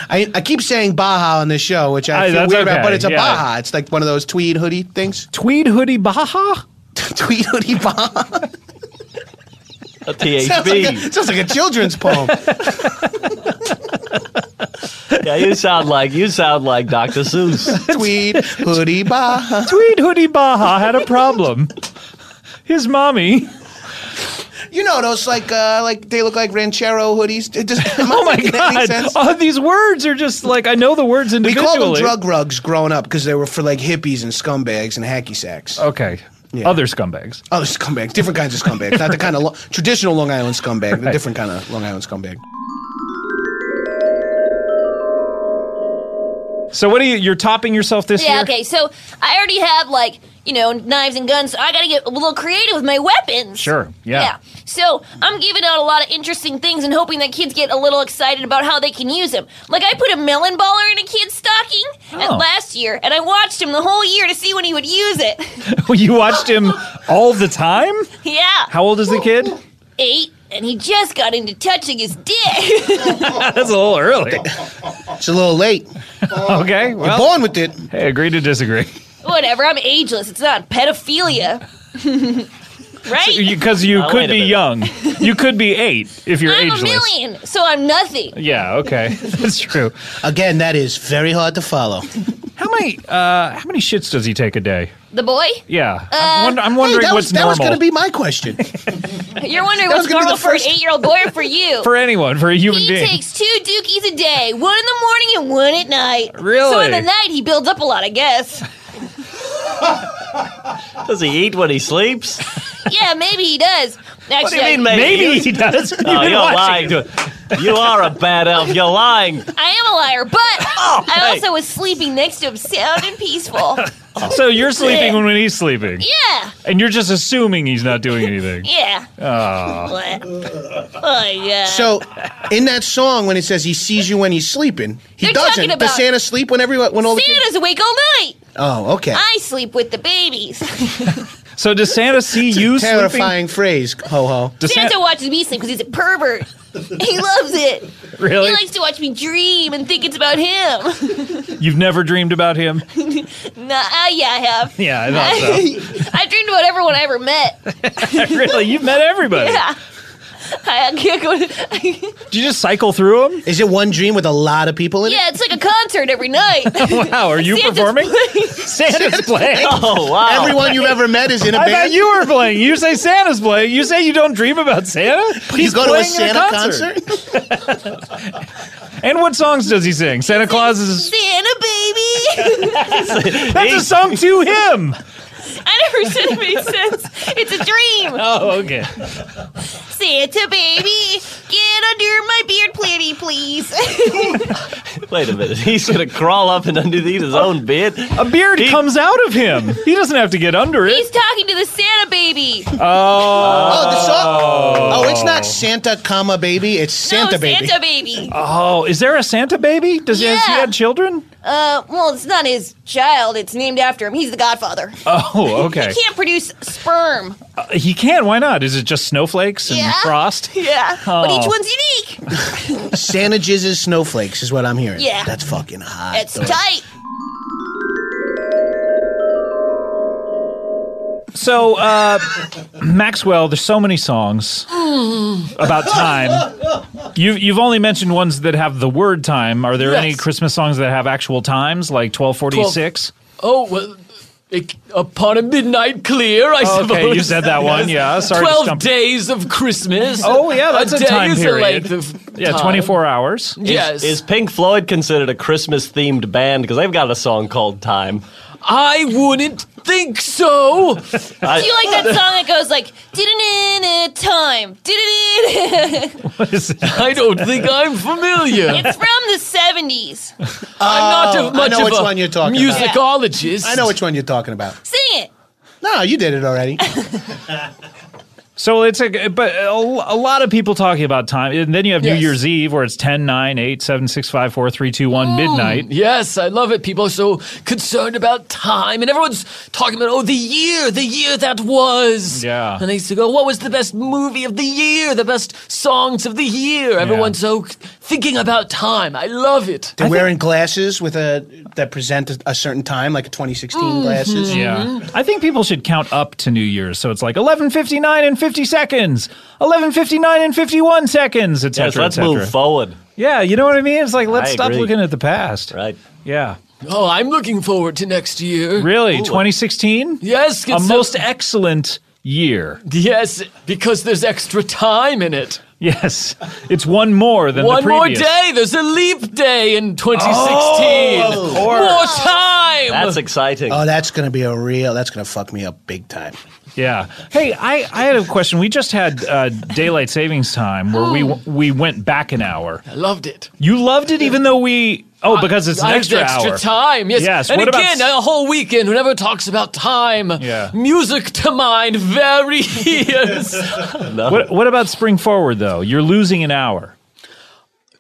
[SPEAKER 6] I, I keep saying Baja on this show, which I
[SPEAKER 1] Hey,
[SPEAKER 6] feel
[SPEAKER 1] that's
[SPEAKER 6] weird about,
[SPEAKER 1] okay,
[SPEAKER 6] but it's a
[SPEAKER 1] yeah.
[SPEAKER 6] Baja. It's like one of those tweed hoodie things.
[SPEAKER 1] tweed hoodie Baja.
[SPEAKER 6] tweed hoodie Baja.
[SPEAKER 7] a
[SPEAKER 6] sounds, like a,
[SPEAKER 7] THB.
[SPEAKER 6] sounds like a children's poem.
[SPEAKER 7] yeah, you sound like you sound like Dr. Seuss.
[SPEAKER 6] tweed hoodie Baja.
[SPEAKER 1] Tweed hoodie Baja had a problem. His mommy.
[SPEAKER 6] You know those like uh like they look like ranchero hoodies. It does, am I
[SPEAKER 1] Oh my
[SPEAKER 6] making any
[SPEAKER 1] god!
[SPEAKER 6] sense?
[SPEAKER 1] Oh, these words are just like I know the words
[SPEAKER 6] We
[SPEAKER 1] individually.
[SPEAKER 6] called them drug rugs growing up because they were for like hippies and scumbags and hacky sacks.
[SPEAKER 1] Okay.
[SPEAKER 6] Yeah.
[SPEAKER 1] Other scumbags.
[SPEAKER 6] Other scumbags, different kinds of scumbags, not the kind of lo- traditional Long Island scumbag, the different kind of Long Island scumbag.
[SPEAKER 1] So what are you? You're topping yourself this
[SPEAKER 8] Yeah,
[SPEAKER 1] year.
[SPEAKER 8] okay, so I already have, like, you know, knives and guns, so I gotta get a little creative with my weapons.
[SPEAKER 1] Sure, yeah.
[SPEAKER 8] So I'm giving out a lot of interesting things and hoping that kids get a little excited about how they can use them. Like, I put a melon baller in a kid's stocking at
[SPEAKER 1] Oh.
[SPEAKER 8] last year, and I watched him the whole year to see when he would use it.
[SPEAKER 1] you watched him all the time.
[SPEAKER 8] yeah.
[SPEAKER 1] How old is the kid?
[SPEAKER 8] Eight, and he just got into touching his dick.
[SPEAKER 1] That's a little early.
[SPEAKER 6] It's a little late.
[SPEAKER 1] Okay.
[SPEAKER 6] You're
[SPEAKER 1] Well,
[SPEAKER 6] born with it.
[SPEAKER 1] hey, agree to disagree.
[SPEAKER 8] Whatever, I'm ageless. It's not pedophilia. right?
[SPEAKER 1] Because you
[SPEAKER 7] Uh,
[SPEAKER 1] could
[SPEAKER 7] wait a
[SPEAKER 1] be
[SPEAKER 7] minute.
[SPEAKER 1] young. You could be eight if you're
[SPEAKER 8] I'm
[SPEAKER 1] ageless.
[SPEAKER 8] a million, so I'm nothing.
[SPEAKER 1] Yeah, okay. That's true.
[SPEAKER 6] Again, that is very hard to follow.
[SPEAKER 1] How many uh how many shits does he take a day?
[SPEAKER 8] The boy? Uh,
[SPEAKER 1] Yeah. I'm, wonder, I'm wondering
[SPEAKER 6] Uh, that
[SPEAKER 1] what's
[SPEAKER 6] was, that was
[SPEAKER 1] normal
[SPEAKER 6] going to be my question.
[SPEAKER 8] You're wondering
[SPEAKER 6] That was gonna
[SPEAKER 8] what's
[SPEAKER 6] be the
[SPEAKER 8] normal for an
[SPEAKER 6] first-
[SPEAKER 8] eight-year-old boy or for you?
[SPEAKER 1] for anyone, for a human
[SPEAKER 8] he
[SPEAKER 1] being.
[SPEAKER 8] takes two dookies a day, one in the morning and one at night. So
[SPEAKER 1] Really?
[SPEAKER 8] in the night he builds up a lot, I guess.
[SPEAKER 7] Does he eat when he sleeps?
[SPEAKER 8] Yeah, maybe he does. Actually,
[SPEAKER 7] What do you mean,
[SPEAKER 8] I,
[SPEAKER 7] maybe?
[SPEAKER 1] Maybe he does. You've
[SPEAKER 7] Oh,
[SPEAKER 1] been
[SPEAKER 7] you're
[SPEAKER 1] watching
[SPEAKER 7] lying.
[SPEAKER 1] it.
[SPEAKER 7] To it. You are a bad elf. You're lying.
[SPEAKER 8] I am a liar, but I
[SPEAKER 1] Oh,
[SPEAKER 7] hey.
[SPEAKER 8] also was sleeping next to him, sound and peaceful.
[SPEAKER 1] So you're sleeping when he's sleeping.
[SPEAKER 8] Yeah,
[SPEAKER 1] And you're just assuming he's not doing anything.
[SPEAKER 8] yeah. Oh, yeah.
[SPEAKER 6] So, in that song, when it says he sees you when he's sleeping, he
[SPEAKER 8] They're
[SPEAKER 6] doesn't.
[SPEAKER 8] talking
[SPEAKER 6] Does
[SPEAKER 8] about-
[SPEAKER 6] Santa sleep when everyone when all the kids?
[SPEAKER 8] Santa's awake all night.
[SPEAKER 6] Oh, okay.
[SPEAKER 8] I sleep with the babies.
[SPEAKER 1] So does Santa see you sleeping?
[SPEAKER 6] Terrifying phrase, ho ho.
[SPEAKER 1] Oh. Does
[SPEAKER 8] Santa watches me sleep because he's a pervert. He loves it.
[SPEAKER 1] really?
[SPEAKER 8] He likes to watch me dream and think it's about him.
[SPEAKER 1] You've never dreamed about him?
[SPEAKER 8] Nah, uh, yeah, I have.
[SPEAKER 1] Yeah, I thought so.
[SPEAKER 8] I dreamed about everyone I ever met.
[SPEAKER 1] really? You've met everybody.
[SPEAKER 8] Yeah. I, I can't go to.
[SPEAKER 1] Do you just cycle through them?
[SPEAKER 6] Is it one dream with a lot of people in
[SPEAKER 8] yeah, it's like a concert every night.
[SPEAKER 1] Wow, are you
[SPEAKER 8] Santa's
[SPEAKER 1] performing?
[SPEAKER 8] playing.
[SPEAKER 1] Santa's playing.
[SPEAKER 7] Oh wow!
[SPEAKER 6] it? Everyone you've ever met is in a
[SPEAKER 1] I
[SPEAKER 6] band.
[SPEAKER 1] thought you were playing. You say Santa's playing. You say you don't dream about Santa.
[SPEAKER 6] You
[SPEAKER 1] He's
[SPEAKER 6] go to a
[SPEAKER 1] playing in
[SPEAKER 6] Santa concert?
[SPEAKER 1] And what songs does he sing? Santa Claus is.
[SPEAKER 8] Santa baby.
[SPEAKER 1] That's a song to him.
[SPEAKER 8] I never said it made sense. It's a dream.
[SPEAKER 1] Oh, okay.
[SPEAKER 8] Santa baby, get under my beard, plenty, please.
[SPEAKER 7] Wait a minute. He's gonna crawl up and underneath his own bed.
[SPEAKER 1] A beard
[SPEAKER 7] He-
[SPEAKER 1] comes out of him. He doesn't have to get under it.
[SPEAKER 8] He's talking to the Santa baby.
[SPEAKER 1] Oh,
[SPEAKER 6] Oh, the song. Oh, it's not Santa, comma baby. It's Santa
[SPEAKER 8] no,
[SPEAKER 6] baby.
[SPEAKER 8] Santa baby.
[SPEAKER 1] oh! Is there a Santa baby? Does he, has he
[SPEAKER 8] Yeah.
[SPEAKER 1] had children?
[SPEAKER 8] Uh, well, it's not his child. It's named after him. He's the godfather.
[SPEAKER 1] Oh, okay.
[SPEAKER 8] He can't produce sperm.
[SPEAKER 1] uh, He can. Why not? Is it just snowflakes and
[SPEAKER 8] Yeah.
[SPEAKER 1] frost?
[SPEAKER 8] Yeah. But each
[SPEAKER 1] Oh.
[SPEAKER 8] one's unique.
[SPEAKER 6] Santa jizzes snowflakes is what I'm hearing.
[SPEAKER 8] Yeah.
[SPEAKER 6] That's fucking hot.
[SPEAKER 8] It's
[SPEAKER 6] though.
[SPEAKER 8] tight.
[SPEAKER 1] So, uh, Maxwell, there's so many songs about time. You've, you've only mentioned ones that have the word time. Are there any
[SPEAKER 9] Yes.
[SPEAKER 1] Christmas songs that have actual times, like 1246?
[SPEAKER 9] Oh, well, it, upon a midnight clear, I suppose.
[SPEAKER 1] okay, you said that one. Yeah, sorry. to
[SPEAKER 9] Twelve
[SPEAKER 1] stump-
[SPEAKER 9] days of Christmas.
[SPEAKER 1] Oh, yeah, that's a
[SPEAKER 9] day
[SPEAKER 1] time
[SPEAKER 9] is the
[SPEAKER 1] period.
[SPEAKER 9] length of
[SPEAKER 1] Yeah,
[SPEAKER 9] time.
[SPEAKER 1] 24 hours.
[SPEAKER 9] Yes,
[SPEAKER 7] Is Pink Floyd considered a Christmas themed band? Because they've got a song called Time.
[SPEAKER 9] I wouldn't think so.
[SPEAKER 8] Do you like that song that goes like, did it in time? Did it in
[SPEAKER 9] I don't think I'm familiar.
[SPEAKER 8] It's from the 70s.
[SPEAKER 9] I'm not a, much
[SPEAKER 6] Uh, know
[SPEAKER 9] of
[SPEAKER 6] which
[SPEAKER 9] a
[SPEAKER 6] one you're talking about.
[SPEAKER 9] musicologist.
[SPEAKER 6] I know which one you're talking about.
[SPEAKER 8] Sing it.
[SPEAKER 6] No, you did it already.
[SPEAKER 1] So it's a, but a, a lot of people talking about time. And then you have New
[SPEAKER 9] Yes.
[SPEAKER 1] Year's Eve where it's 10, 9, 8, 7, 6, 5, 4, 3, 2, 1,
[SPEAKER 7] Mm.
[SPEAKER 1] midnight.
[SPEAKER 9] Hmm. Yes, I love it. People are so concerned about time, and everyone's talking about, oh, the year, the year that was.
[SPEAKER 1] Yeah.
[SPEAKER 9] And they used to go, what was the best movie of the year, the best songs of the year? Everyone's so thinking about time. I love it.
[SPEAKER 6] They're wearing glasses with a that present a, a certain time, like a 2016 glasses.
[SPEAKER 7] Mm-hmm.
[SPEAKER 1] Yeah. I think people should count up to New Year's. So it's like 11:59 and 50 seconds, 11:59 and 51 seconds, etc.
[SPEAKER 7] Yes, let's
[SPEAKER 1] etc.
[SPEAKER 7] move forward.
[SPEAKER 1] Yeah, you know what I mean? It's like let's
[SPEAKER 7] I
[SPEAKER 1] stop
[SPEAKER 7] agree.
[SPEAKER 1] looking at the past.
[SPEAKER 7] Right.
[SPEAKER 1] Yeah.
[SPEAKER 9] Oh, I'm looking forward to next year.
[SPEAKER 1] Really, 2016?
[SPEAKER 9] Yes,
[SPEAKER 1] A
[SPEAKER 9] it's
[SPEAKER 1] most excellent year.
[SPEAKER 9] yes, because there's extra time in it.
[SPEAKER 1] Yes. It's one more than
[SPEAKER 9] One
[SPEAKER 1] the
[SPEAKER 9] more
[SPEAKER 1] previous.
[SPEAKER 9] day. There's a leap day in 2016.
[SPEAKER 1] Oh,
[SPEAKER 9] More time.
[SPEAKER 7] Oh, That's exciting.
[SPEAKER 6] Oh, that's gonna be a real. That's gonna fuck me up big time.
[SPEAKER 1] Yeah. Hey, I, I had a question. We just had uh, daylight savings time where we we went back an hour.
[SPEAKER 9] Hmm. I loved it.
[SPEAKER 1] You loved it even though we Oh, because it's an
[SPEAKER 9] I have
[SPEAKER 1] extra,
[SPEAKER 9] the extra
[SPEAKER 1] hour.
[SPEAKER 9] time. Yes.
[SPEAKER 1] Yes,
[SPEAKER 9] And
[SPEAKER 1] what about s-
[SPEAKER 9] again, a whole weekend. Whoever talks about time,
[SPEAKER 1] Yeah.
[SPEAKER 9] music to mind, very ears.
[SPEAKER 1] What, what about spring forward though? You're losing an hour.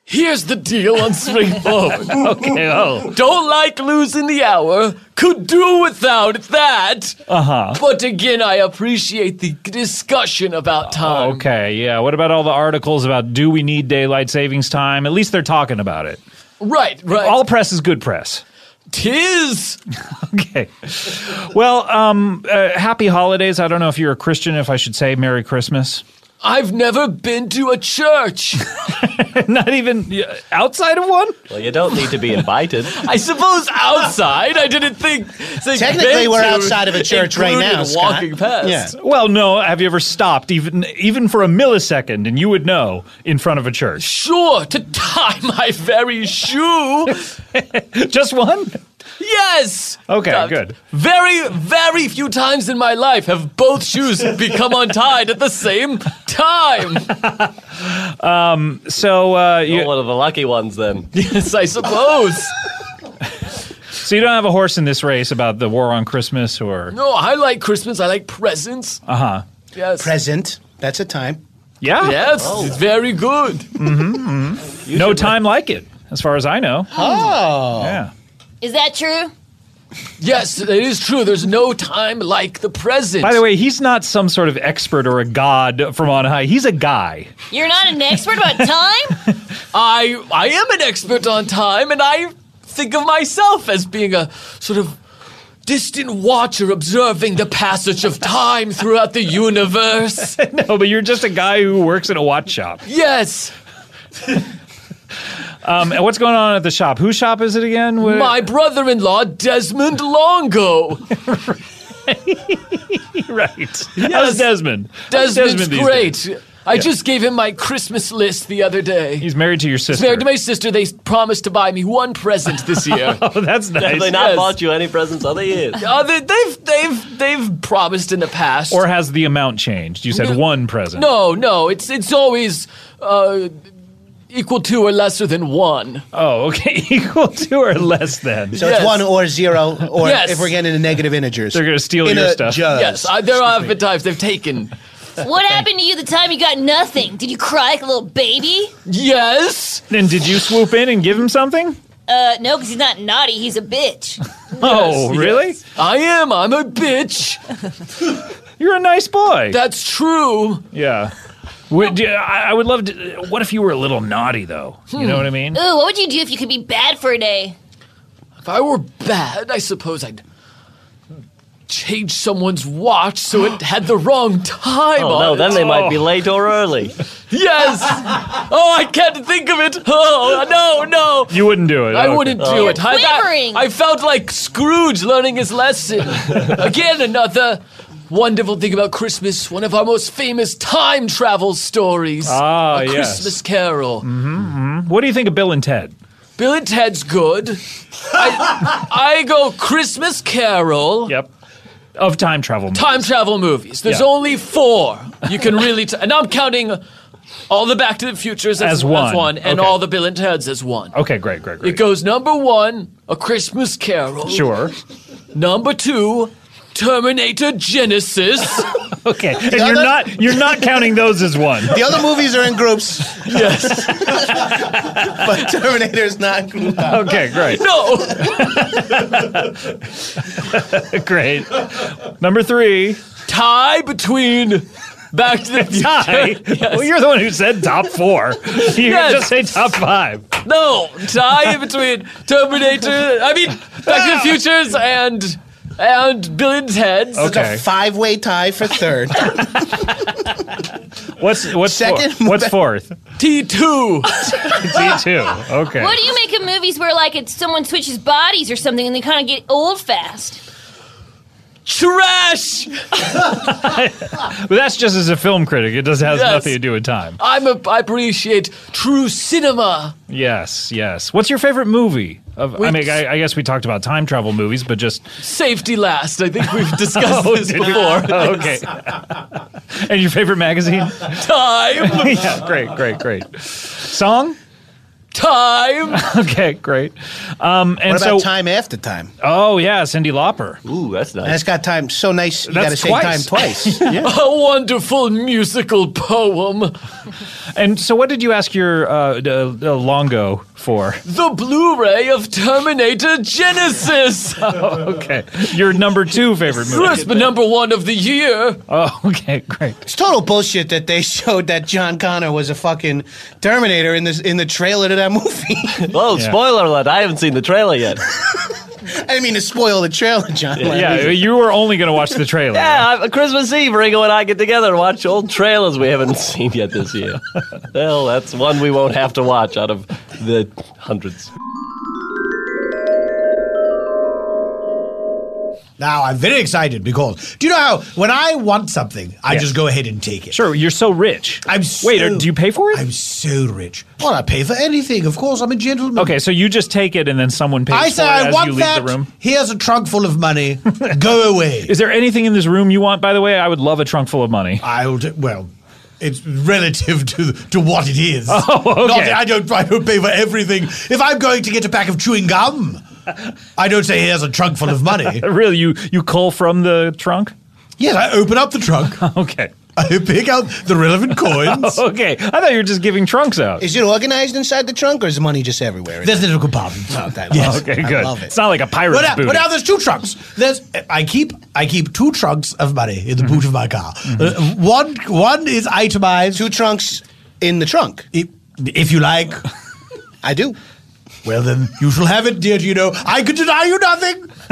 [SPEAKER 9] Here's the deal on spring forward.
[SPEAKER 1] Okay. Oh.
[SPEAKER 9] Don't like losing the hour. Could do without that. Uh
[SPEAKER 1] Uh-huh.
[SPEAKER 9] huh. But again, I appreciate the discussion about time.
[SPEAKER 1] Oh, Okay. Yeah. What about all the articles about do we need daylight savings time? At least they're talking about it.
[SPEAKER 9] Right. Right.
[SPEAKER 1] All press is good press.
[SPEAKER 9] Tis.
[SPEAKER 1] okay. Well, um, uh, happy holidays. I don't know if you're a Christian, if I should say Merry Christmas.
[SPEAKER 9] I've never been to a church.
[SPEAKER 1] Not even outside of one?
[SPEAKER 7] Well, you don't need to be invited.
[SPEAKER 9] I suppose outside. I didn't think. think
[SPEAKER 6] Technically,
[SPEAKER 9] been
[SPEAKER 6] we're
[SPEAKER 9] to
[SPEAKER 6] outside of a church right
[SPEAKER 9] included
[SPEAKER 6] now, Scott.
[SPEAKER 9] Walking past.
[SPEAKER 6] Yeah.
[SPEAKER 1] Well, no. Have you ever stopped even even for a millisecond and you would know in front of a church?
[SPEAKER 9] Sure, to tie my very shoe.
[SPEAKER 1] Just one?
[SPEAKER 9] Yes. Uh,
[SPEAKER 1] Okay, good.
[SPEAKER 9] Very, very few times in my life have both shoes become untied at the same time.
[SPEAKER 1] So uh,
[SPEAKER 7] You're
[SPEAKER 1] you
[SPEAKER 7] one of the lucky ones then.
[SPEAKER 9] Yes, I suppose.
[SPEAKER 1] so you don't have a horse in this race about the war on Christmas or uh-huh.
[SPEAKER 9] No, I like Christmas. I like presents. Uh huh. Yes.
[SPEAKER 6] Present. That's a time. Oh.
[SPEAKER 1] yeah, Mm-hmm,
[SPEAKER 9] Yes, it's very good.
[SPEAKER 1] no time like it as far as I know.
[SPEAKER 6] Oh.
[SPEAKER 1] Yeah.
[SPEAKER 8] Is that true?
[SPEAKER 9] Yes, it is true. There's no time like the present.
[SPEAKER 1] By the way, he's not some sort of expert or a god from on high. He's a guy.
[SPEAKER 8] You're not an expert about time?
[SPEAKER 9] I I am an expert on time, and I think of myself as being a sort of distant watcher observing the passage of time throughout the universe.
[SPEAKER 1] No, but you're just a guy who works in a watch shop.
[SPEAKER 9] Yes,
[SPEAKER 1] Um, and what's going on at the shop? Whose shop is it again? Where-
[SPEAKER 9] my brother-in-law Desmond Longo.
[SPEAKER 1] right. How's Desmond? How's
[SPEAKER 9] Desmond's
[SPEAKER 1] these days?
[SPEAKER 9] great. I just gave him my Christmas list the other day.
[SPEAKER 1] He's married to your sister.
[SPEAKER 9] Married to my sister, they promised to buy me one present this year.
[SPEAKER 1] oh, that's nice.
[SPEAKER 7] Have they not
[SPEAKER 9] Yes.
[SPEAKER 7] bought you any presents other years?
[SPEAKER 9] Uh, they, they've they've they've promised in the past.
[SPEAKER 1] or has the amount changed? You said
[SPEAKER 9] No.
[SPEAKER 1] one present.
[SPEAKER 9] no, no, it's it's always uh, equal to or lesser than one.
[SPEAKER 1] Oh, okay. Equal to or less than.
[SPEAKER 6] So
[SPEAKER 9] Yes.
[SPEAKER 6] it's one or zero, or
[SPEAKER 9] Yes.
[SPEAKER 6] if we're getting into negative integers.
[SPEAKER 1] They're gonna steal
[SPEAKER 6] in
[SPEAKER 1] your
[SPEAKER 6] a
[SPEAKER 1] stuff.
[SPEAKER 6] Judge.
[SPEAKER 9] Yes, I, there have been times they've taken.
[SPEAKER 8] What happened to you the time you got nothing? Did you cry like a little baby?
[SPEAKER 9] Yes,
[SPEAKER 1] Then did you swoop in and give him something?
[SPEAKER 8] Uh, no, because he's not naughty. He's a bitch.
[SPEAKER 1] oh,
[SPEAKER 9] yes.
[SPEAKER 1] really?
[SPEAKER 9] I am. uh, I'm a bitch.
[SPEAKER 1] You're a nice boy.
[SPEAKER 9] That's true.
[SPEAKER 1] yeah. Would you, I I would love to. What if you were a little naughty though? You
[SPEAKER 9] Hmm.
[SPEAKER 1] know what I mean?
[SPEAKER 8] Ooh, what would you do if you could be bad for a day?
[SPEAKER 9] If I were bad, I suppose I'd change someone's watch so it had the wrong time
[SPEAKER 7] Oh
[SPEAKER 9] on
[SPEAKER 7] no,
[SPEAKER 9] it.
[SPEAKER 7] then they might be late or early.
[SPEAKER 9] Yes. oh, I can't think of it. Oh no, no.
[SPEAKER 1] You wouldn't do it.
[SPEAKER 9] I
[SPEAKER 1] Okay.
[SPEAKER 9] wouldn't do it. I, I,
[SPEAKER 8] quivering.
[SPEAKER 9] I felt like Scrooge learning his lesson. Again, another wonderful thing about Christmas, one of our most famous time travel stories.
[SPEAKER 1] Ah,
[SPEAKER 9] A
[SPEAKER 1] yes. Mm-hmm,
[SPEAKER 9] Christmas Carol.
[SPEAKER 1] What do you think of Bill and Ted?
[SPEAKER 9] Bill and Ted's good. I, I go Christmas Carol.
[SPEAKER 1] Yep. Of time travel.
[SPEAKER 9] Time travel movies. There's
[SPEAKER 1] Yeah.
[SPEAKER 9] only four you can really, t- and I'm counting all the Back to the Futures
[SPEAKER 1] As
[SPEAKER 9] as,
[SPEAKER 1] one.
[SPEAKER 9] and
[SPEAKER 1] Okay.
[SPEAKER 9] all the Bill and Ted's as one.
[SPEAKER 1] Okay, great, great,
[SPEAKER 9] It
[SPEAKER 1] great.
[SPEAKER 9] goes number one, A Christmas Carol.
[SPEAKER 1] Sure.
[SPEAKER 9] Number two, Terminator Genesis.
[SPEAKER 1] Okay. And you're
[SPEAKER 6] other-
[SPEAKER 1] not you're not counting those as one.
[SPEAKER 6] The other movies are in groups. yes. but Terminator is not grouped up.
[SPEAKER 1] Okay, great.
[SPEAKER 9] no,
[SPEAKER 1] Great. Number three.
[SPEAKER 9] tie between Back to the
[SPEAKER 1] Tie.
[SPEAKER 9] Future.
[SPEAKER 1] Well, you're the one who said top four. You
[SPEAKER 9] Yes.
[SPEAKER 1] just say top five.
[SPEAKER 9] No, tie between Terminator. I mean,
[SPEAKER 6] Ah!
[SPEAKER 9] Back to the Futures and and Bill and Ted's.
[SPEAKER 1] Okay.
[SPEAKER 6] Five way tie for third.
[SPEAKER 1] What's what's
[SPEAKER 6] Second-
[SPEAKER 1] four- what's fourth?
[SPEAKER 9] T two.
[SPEAKER 1] D two. Okay.
[SPEAKER 8] What do you make of movies where like it's someone switches bodies or something and they kind of get old fast?
[SPEAKER 9] Trash.
[SPEAKER 1] But that's just as a film critic. It does has
[SPEAKER 9] Yes.
[SPEAKER 1] nothing to do with time.
[SPEAKER 9] I'm a. I appreciate true cinema.
[SPEAKER 1] Yes, yes. What's your favorite movie? Of, I
[SPEAKER 9] Which-
[SPEAKER 1] mean, I, I guess we talked about time travel movies, but just
[SPEAKER 9] Safety last. I think we've discussed this
[SPEAKER 1] Oh, did we?
[SPEAKER 9] before.
[SPEAKER 1] Oh, okay. and your favorite magazine?
[SPEAKER 9] Time.
[SPEAKER 1] yeah, great, great, great. Song?
[SPEAKER 9] Time.
[SPEAKER 1] Okay, great. Um, and
[SPEAKER 6] What about
[SPEAKER 1] so,
[SPEAKER 6] time after time?
[SPEAKER 1] oh yeah, Cindy Lauper.
[SPEAKER 7] Ooh, that's nice.
[SPEAKER 6] That's got time. So nice. You got to
[SPEAKER 1] That's
[SPEAKER 6] say time twice.
[SPEAKER 9] A wonderful musical poem.
[SPEAKER 1] And so, what did you ask your uh, d- uh, Longo for?
[SPEAKER 9] The Blu-ray of Terminator Genesis.
[SPEAKER 1] Okay, your number two favorite movie.
[SPEAKER 9] Crisp number one of the year.
[SPEAKER 1] Oh, okay, great.
[SPEAKER 6] It's total bullshit that they showed that John Connor was a fucking Terminator in this in the trailer to that movie.
[SPEAKER 7] Oh, spoiler alert! I haven't seen the trailer yet.
[SPEAKER 6] I didn't mean to spoil the trailer, John.
[SPEAKER 1] yeah, you were only going to watch the trailer.
[SPEAKER 7] Yeah, I- Christmas Eve, Ringo and I get together and watch old trailers we haven't seen yet this year. well, that's one we won't have to watch out of the hundreds.
[SPEAKER 10] Now I'm very excited because do you know how when I want something, I
[SPEAKER 1] Yeah.
[SPEAKER 10] just go ahead and take it.
[SPEAKER 1] Sure, you're so rich.
[SPEAKER 10] I'm so,
[SPEAKER 1] Wait, do you pay for it?
[SPEAKER 10] I'm so rich. Well, I pay for anything. Of course, I'm a gentleman.
[SPEAKER 1] Okay, so you just take it and then someone pays
[SPEAKER 10] Mm. I
[SPEAKER 1] for
[SPEAKER 10] say
[SPEAKER 1] it
[SPEAKER 10] I
[SPEAKER 1] as you
[SPEAKER 10] want
[SPEAKER 1] leave
[SPEAKER 10] that.
[SPEAKER 1] the room.
[SPEAKER 10] Here's a trunk full of money. go away.
[SPEAKER 1] Is there anything in this room you want? By the way, I would love a trunk full of money.
[SPEAKER 10] I'll do, well. It's relative to to what it is.
[SPEAKER 1] Oh, okay.
[SPEAKER 10] Not- I don't I don't pay for everything. If I'm going to get a pack of chewing gum, I don't say here's a trunk full of money.
[SPEAKER 1] really, you you cull from the trunk?
[SPEAKER 10] Yes, I open up the trunk.
[SPEAKER 1] Okay.
[SPEAKER 10] I pick out the relevant coins.
[SPEAKER 1] okay, I thought you were just giving trunks out.
[SPEAKER 6] Is it organized inside the trunk, or is the money just everywhere?
[SPEAKER 10] There's a little compartment.
[SPEAKER 6] Oh, that-
[SPEAKER 10] Yes.
[SPEAKER 1] okay,
[SPEAKER 6] I
[SPEAKER 1] good.
[SPEAKER 6] love it.
[SPEAKER 1] It's not like a pirate's
[SPEAKER 10] But now,
[SPEAKER 1] booty.
[SPEAKER 10] but now there's two trunks. There's I keep I keep two trunks of money in the
[SPEAKER 1] Mm-hmm.
[SPEAKER 10] boot of my car. Uh, one one is itemized.
[SPEAKER 6] Two trunks in the trunk.
[SPEAKER 10] i- If you like,
[SPEAKER 6] I do.
[SPEAKER 10] well then you shall have it, dear. You know I could deny you nothing.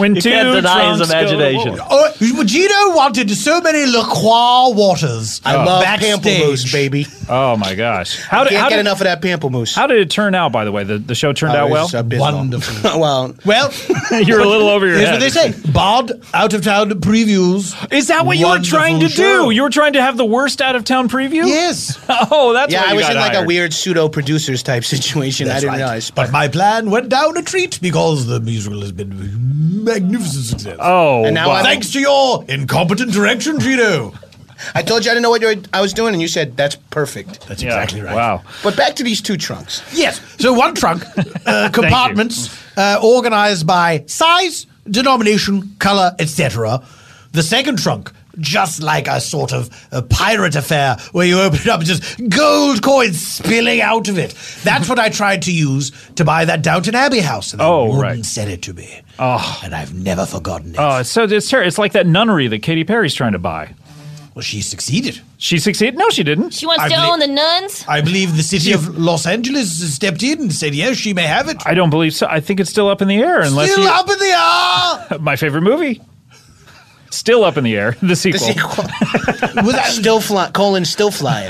[SPEAKER 1] when
[SPEAKER 7] You
[SPEAKER 1] two
[SPEAKER 7] can't deny his
[SPEAKER 1] trunks go to
[SPEAKER 7] imagination.
[SPEAKER 1] war.
[SPEAKER 10] Oh, Gino wanted so many La Croix waters.
[SPEAKER 6] I love
[SPEAKER 10] backstage.
[SPEAKER 6] pamplemousse, baby.
[SPEAKER 1] Oh my gosh! How did
[SPEAKER 6] Can't
[SPEAKER 1] how
[SPEAKER 6] get
[SPEAKER 1] did,
[SPEAKER 6] enough of that pamplemousse.
[SPEAKER 1] how did it turn out? By the way, the, the show turned out well.
[SPEAKER 10] Wonderful.
[SPEAKER 6] well,
[SPEAKER 10] Well,
[SPEAKER 1] You're a little over your
[SPEAKER 10] here's
[SPEAKER 1] head.
[SPEAKER 10] what they say: Bod out of town previews.
[SPEAKER 1] Is that what you were
[SPEAKER 10] Wonderful
[SPEAKER 1] trying to
[SPEAKER 10] show.
[SPEAKER 1] do? You were trying to have the worst out of town preview?
[SPEAKER 10] Yes.
[SPEAKER 1] Oh, that's
[SPEAKER 6] yeah,
[SPEAKER 1] why
[SPEAKER 6] I
[SPEAKER 1] you
[SPEAKER 6] was
[SPEAKER 1] got
[SPEAKER 6] in like
[SPEAKER 1] hired.
[SPEAKER 6] a weird pseudo producers type situation. I
[SPEAKER 10] That's
[SPEAKER 6] didn't
[SPEAKER 10] right.
[SPEAKER 6] realize.
[SPEAKER 10] But my plan went down a treat because the musical has been a magnificent success.
[SPEAKER 1] Oh,
[SPEAKER 6] And now
[SPEAKER 1] wow.
[SPEAKER 6] I'm-
[SPEAKER 10] Thanks to
[SPEAKER 1] Oh,
[SPEAKER 10] your incompetent direction, Gino.
[SPEAKER 6] I told you I didn't know what you were, I was doing, and you said that's perfect.
[SPEAKER 10] That's
[SPEAKER 1] Yeah,
[SPEAKER 10] exactly right.
[SPEAKER 1] Wow.
[SPEAKER 6] But back to these two trunks.
[SPEAKER 10] Yes. So one trunk, uh, compartments uh, organized by size, denomination, color, etc. The second trunk, just like a sort of a pirate affair where you open it up and just gold coins spilling out of it. That's what I tried to use to buy that Downton Abbey house. And they
[SPEAKER 1] Oh,
[SPEAKER 10] wouldn't
[SPEAKER 1] right.
[SPEAKER 10] sell it to me. And I've never forgotten it.
[SPEAKER 1] Oh, it's so it's ter- it's like that nunnery that Katy Perry's trying to buy.
[SPEAKER 10] well, she succeeded.
[SPEAKER 1] She succeeded? No, she didn't.
[SPEAKER 8] She wants
[SPEAKER 10] I
[SPEAKER 8] to
[SPEAKER 10] believe-
[SPEAKER 8] own the nuns.
[SPEAKER 10] I believe the city of Los Angeles stepped in and said, yes, she may have it.
[SPEAKER 1] I don't believe so. I think it's still up in the air. Unless
[SPEAKER 10] Still
[SPEAKER 1] you-
[SPEAKER 10] up in the air.
[SPEAKER 1] my favorite movie, still up in the air. The sequel.
[SPEAKER 6] Was that still flying? Colon still flying.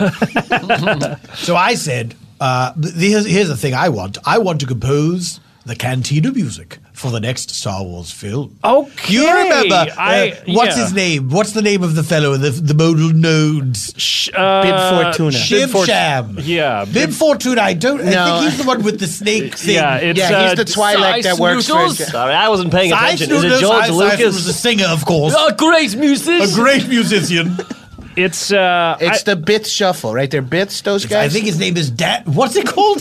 [SPEAKER 10] So I said, uh, th- here's, here's the thing I want. I want to compose the cantina music for the next Star Wars film.
[SPEAKER 1] Okay,
[SPEAKER 10] You remember, uh,
[SPEAKER 1] I-
[SPEAKER 10] what's
[SPEAKER 1] yeah.
[SPEAKER 10] his name? What's the name of the fellow in the, the modal nodes?
[SPEAKER 1] Sh- uh,
[SPEAKER 6] Bib Fortuna.
[SPEAKER 10] Shiv
[SPEAKER 1] Fort-
[SPEAKER 10] Sham.
[SPEAKER 1] Yeah,
[SPEAKER 10] Bib,
[SPEAKER 1] Bib-
[SPEAKER 10] Fortuna, I don't, I
[SPEAKER 6] No.
[SPEAKER 10] think he's the one with the snake thing.
[SPEAKER 1] yeah, it's
[SPEAKER 6] yeah, he's
[SPEAKER 1] uh,
[SPEAKER 6] the Twilight that works for.
[SPEAKER 9] Snoozles?
[SPEAKER 7] Sorry, I wasn't paying
[SPEAKER 10] Zeitz
[SPEAKER 7] attention. Is it
[SPEAKER 10] Noodles,
[SPEAKER 7] George
[SPEAKER 10] Zeitz was a
[SPEAKER 7] Lucas?
[SPEAKER 10] singer, of course.
[SPEAKER 9] A great
[SPEAKER 10] A
[SPEAKER 9] musician.
[SPEAKER 10] great musician.
[SPEAKER 1] it's uh,
[SPEAKER 6] It's
[SPEAKER 1] I-
[SPEAKER 6] the Bith Shuffle, right? They're Biths, those guys.
[SPEAKER 10] I think his name is Da What's it called?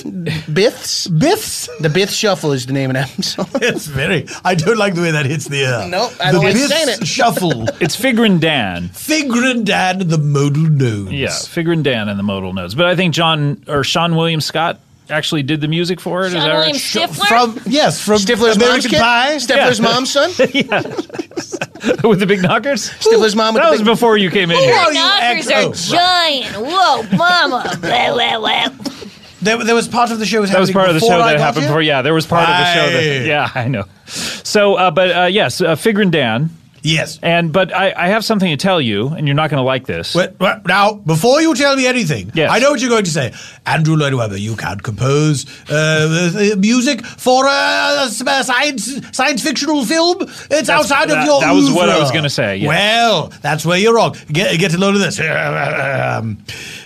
[SPEAKER 6] Biths.
[SPEAKER 10] Biffs?
[SPEAKER 6] The Bith Shuffle is the name of that song.
[SPEAKER 10] It's very. I don't like the way that hits the air.
[SPEAKER 6] Nope, I
[SPEAKER 10] the
[SPEAKER 6] don't like
[SPEAKER 10] Biff's
[SPEAKER 6] saying it.
[SPEAKER 10] Shuffle.
[SPEAKER 1] it's Figrin Dan.
[SPEAKER 10] Figrandan the modal nodes.
[SPEAKER 1] Yeah, Figrin Dan and the modal notes. But I think John or Sean William Scott actually did the music for it. Is
[SPEAKER 8] Sean
[SPEAKER 1] that
[SPEAKER 8] William
[SPEAKER 1] right?
[SPEAKER 8] Stifler.
[SPEAKER 10] From yes, from
[SPEAKER 6] Stifler's mom's
[SPEAKER 10] American
[SPEAKER 6] kid.
[SPEAKER 10] Pie.
[SPEAKER 6] Stifler's mom's son.
[SPEAKER 1] with the big knockers.
[SPEAKER 6] Stifler's mom with
[SPEAKER 1] That
[SPEAKER 6] the
[SPEAKER 1] was
[SPEAKER 6] big-
[SPEAKER 1] before you came in
[SPEAKER 8] Your
[SPEAKER 1] here.
[SPEAKER 10] are you
[SPEAKER 8] knockers
[SPEAKER 10] ex-
[SPEAKER 8] are
[SPEAKER 10] oh, right.
[SPEAKER 8] giant. Whoa, mama. Blah, blah, blah.
[SPEAKER 10] There, there was part of the show was
[SPEAKER 1] That was part of the show that happened
[SPEAKER 10] here.
[SPEAKER 1] before. Yeah, there was part of the show that.
[SPEAKER 10] Right.
[SPEAKER 1] Yeah, I know. So, uh, but uh, yes, uh, Figrin Dan.
[SPEAKER 10] Yes.
[SPEAKER 1] And but I, I have something to tell you, and you're not going to like this.
[SPEAKER 10] Wait, wait, now, before you tell me anything,
[SPEAKER 1] Yes.
[SPEAKER 10] I know what you're going to say. Andrew Lloyd Webber, you can compose uh, uh, music for uh, a, a science science fictional film. It's outside
[SPEAKER 1] that-
[SPEAKER 10] of your.
[SPEAKER 1] that was what I
[SPEAKER 10] oeuvre.
[SPEAKER 1] was gonna say, yeah.
[SPEAKER 10] Well, that's where you're wrong. Get, get a load of this. Um,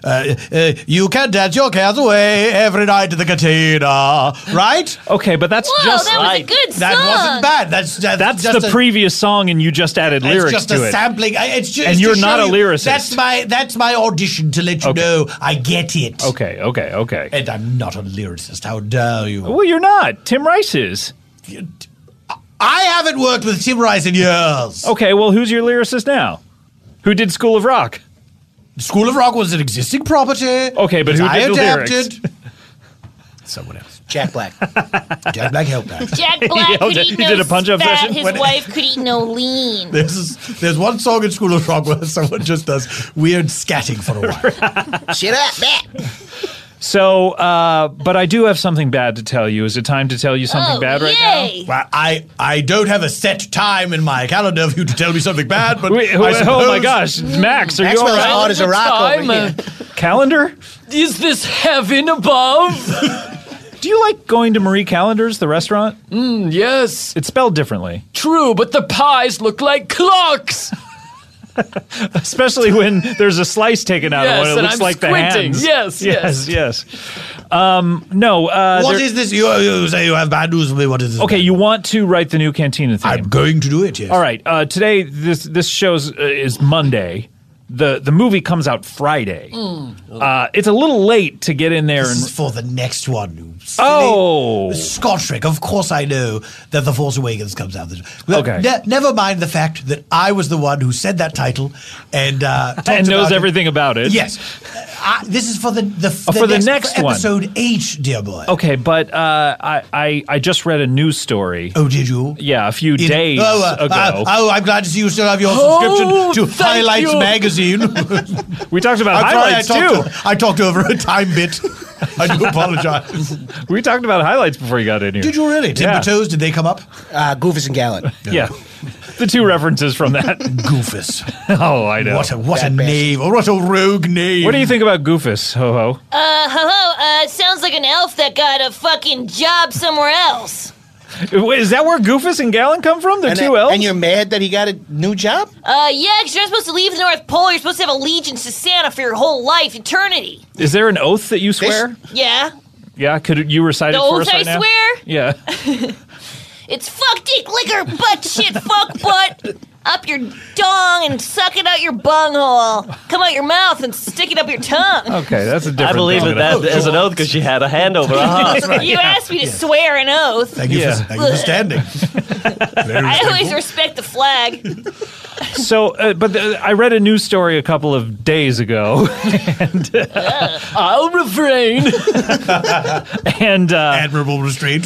[SPEAKER 10] uh, uh, you can dance your cares away every night at the Catena, right?
[SPEAKER 1] Okay, but that's
[SPEAKER 8] Whoa,
[SPEAKER 1] just
[SPEAKER 8] that was a
[SPEAKER 7] like-
[SPEAKER 8] good song.
[SPEAKER 10] That wasn't bad. That's that's,
[SPEAKER 1] that's
[SPEAKER 10] just
[SPEAKER 1] the
[SPEAKER 10] a-
[SPEAKER 1] previous song, and you just added lyrics
[SPEAKER 10] it's just
[SPEAKER 1] to
[SPEAKER 10] a
[SPEAKER 1] it.
[SPEAKER 10] sampling. I- It's just,
[SPEAKER 1] And you're not a lyricist.
[SPEAKER 10] That's my that's my audition to let you
[SPEAKER 1] Okay.
[SPEAKER 10] know I get it.
[SPEAKER 1] okay, okay, okay.
[SPEAKER 10] And I'm not a lyricist. How dare you?
[SPEAKER 1] well, you're not. Tim Rice is.
[SPEAKER 10] I haven't worked with Tim Rice in years.
[SPEAKER 1] Okay, well, who's your lyricist now? Who did School of Rock?
[SPEAKER 10] School of Rock was an existing property.
[SPEAKER 1] Okay, but who
[SPEAKER 10] I
[SPEAKER 1] did the
[SPEAKER 10] adapted. Someone else.
[SPEAKER 6] Jack Black.
[SPEAKER 10] Jack Black helped that.
[SPEAKER 8] Jack
[SPEAKER 1] yelled
[SPEAKER 8] Black could
[SPEAKER 1] at-
[SPEAKER 8] eat
[SPEAKER 1] he
[SPEAKER 8] no
[SPEAKER 1] did a punch-up
[SPEAKER 8] fat.
[SPEAKER 1] session.
[SPEAKER 8] His
[SPEAKER 10] When-
[SPEAKER 8] wife could eat no lean.
[SPEAKER 10] There's, this- there's one song in School of Rock where someone just does weird scatting for a while.
[SPEAKER 6] Shut up, Matt.
[SPEAKER 1] So, uh, but I do have something bad to tell you. Is it time to tell you something bad right now?
[SPEAKER 10] Well, I, I don't have a set time in my calendar for you to tell me something bad, but
[SPEAKER 1] Wait,
[SPEAKER 10] I
[SPEAKER 1] oh, oh my
[SPEAKER 10] suppose-
[SPEAKER 1] gosh, Max, are you all right? Calendar?
[SPEAKER 9] Is this heaven above?
[SPEAKER 1] Do you like going to Marie Callender's, the restaurant?
[SPEAKER 9] Mm, yes.
[SPEAKER 1] It's spelled differently.
[SPEAKER 9] True, but the pies look like clocks.
[SPEAKER 1] Especially when there's a slice taken out of
[SPEAKER 9] Yes,
[SPEAKER 1] one, it
[SPEAKER 9] and
[SPEAKER 1] looks
[SPEAKER 9] I'm
[SPEAKER 1] like the
[SPEAKER 9] squinting.
[SPEAKER 1] hands.
[SPEAKER 9] Yes,
[SPEAKER 1] yes, yes. Um, no. Uh,
[SPEAKER 10] What
[SPEAKER 1] there-
[SPEAKER 10] is this? You, you say you have bad news for me. What is this?
[SPEAKER 1] Okay, you want to write the new Cantina theme? I'm
[SPEAKER 10] going to do it. Yes.
[SPEAKER 1] All right. Uh, today, this this shows uh, is Monday. the The movie comes out Friday.
[SPEAKER 9] Mm.
[SPEAKER 1] Uh, it's a little late to get in there
[SPEAKER 10] This
[SPEAKER 1] and.
[SPEAKER 10] is for the next one. you silly-
[SPEAKER 1] Oh.
[SPEAKER 10] Scottrick. Of course, I know that The Force Awakens comes out. This
[SPEAKER 1] Okay.
[SPEAKER 10] ne- never mind the fact that I was the one who said that title and uh, talked
[SPEAKER 1] and knows
[SPEAKER 10] about it.
[SPEAKER 1] everything about it.
[SPEAKER 10] Yes, Uh, I, this is for the the,
[SPEAKER 1] Oh, for the next
[SPEAKER 10] for
[SPEAKER 1] one.
[SPEAKER 10] episode eight, dear boy.
[SPEAKER 1] Okay, but uh, I, I I just read a news story.
[SPEAKER 10] Oh, did you?
[SPEAKER 1] Yeah, a few
[SPEAKER 10] In-
[SPEAKER 1] days
[SPEAKER 10] oh, uh,
[SPEAKER 1] ago.
[SPEAKER 10] uh, oh, I'm glad to see you still have your
[SPEAKER 9] Oh,
[SPEAKER 10] subscription to
[SPEAKER 9] thank
[SPEAKER 10] Highlights
[SPEAKER 9] you.
[SPEAKER 10] Magazine.
[SPEAKER 1] we talked about highlights
[SPEAKER 10] I
[SPEAKER 1] too.
[SPEAKER 10] talked o- I talked over a time bit. I do apologize.
[SPEAKER 1] we talked about highlights before you got in here.
[SPEAKER 10] Did you really?
[SPEAKER 1] Yeah.
[SPEAKER 10] Timber Toes, did they come up?
[SPEAKER 6] Uh, Goofus and Gallant.
[SPEAKER 1] Yeah. The two references from that.
[SPEAKER 10] Goofus.
[SPEAKER 1] oh, I know.
[SPEAKER 10] What a what
[SPEAKER 6] Bad
[SPEAKER 10] a
[SPEAKER 6] bastard.
[SPEAKER 10] knave! What a rogue knave!
[SPEAKER 1] What do you think about Goofus, ho ho?
[SPEAKER 8] Uh, hello. Uh, sounds like an elf that got a fucking job somewhere else.
[SPEAKER 1] Is that where Goofus and Gallon come from? They're
[SPEAKER 6] And,
[SPEAKER 1] two
[SPEAKER 6] uh,
[SPEAKER 1] elves?
[SPEAKER 6] and you're mad that he got a new job?
[SPEAKER 8] Uh, yeah, because you're not supposed to leave the North Pole. You're supposed to have allegiance to Santa for your whole life, eternity.
[SPEAKER 1] Is there an oath that you swear?
[SPEAKER 8] Yeah.
[SPEAKER 1] yeah, could you recite
[SPEAKER 8] The
[SPEAKER 1] it for
[SPEAKER 8] oath
[SPEAKER 1] us right
[SPEAKER 8] I
[SPEAKER 1] now?
[SPEAKER 8] swear?
[SPEAKER 1] Yeah.
[SPEAKER 8] It's fuck dick liquor butt shit fuck butt up your dong and suck it out your bunghole. Come out your mouth and stick it up your tongue.
[SPEAKER 1] Okay, that's a different
[SPEAKER 7] I believe
[SPEAKER 1] thing Oh,
[SPEAKER 7] it that as an oath because she had a hand over her
[SPEAKER 1] Uh-huh,
[SPEAKER 7] heart.
[SPEAKER 8] You asked me to swear an oath.
[SPEAKER 10] Thank you,
[SPEAKER 1] Yeah.
[SPEAKER 10] for, thank you for standing. Very
[SPEAKER 8] I always
[SPEAKER 10] respectful.
[SPEAKER 8] respect the flag.
[SPEAKER 1] So, uh, but the, I read a news story a couple of days ago,
[SPEAKER 9] I'll refrain.
[SPEAKER 1] and uh,
[SPEAKER 10] Admirable restraint.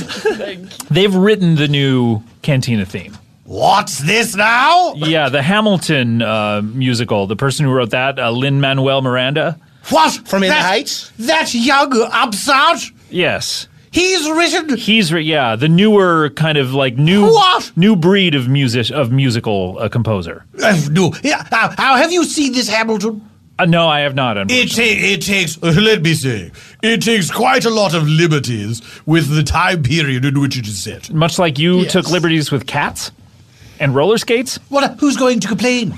[SPEAKER 1] they've written the new Cantina theme.
[SPEAKER 10] What's this now?
[SPEAKER 1] Yeah, the Hamilton uh, musical. The person who wrote that, uh, Lin Manuel Miranda.
[SPEAKER 10] What
[SPEAKER 6] From In the
[SPEAKER 10] That-
[SPEAKER 6] Heights?
[SPEAKER 10] That young upstart.
[SPEAKER 1] Yes,
[SPEAKER 10] He's written.
[SPEAKER 1] he's re- yeah the newer kind of like new
[SPEAKER 10] What?
[SPEAKER 1] new breed of music of musical uh, composer.
[SPEAKER 10] Uh, no, yeah. How, how have you seen this Hamilton?
[SPEAKER 1] Uh, no, I have not.
[SPEAKER 10] It, ta- it takes, uh, let me say, it takes quite a lot of liberties with the time period in which it is set.
[SPEAKER 1] much like you
[SPEAKER 9] Yes.
[SPEAKER 1] took liberties with cats and roller skates.
[SPEAKER 10] What? uh, Who's going to complain?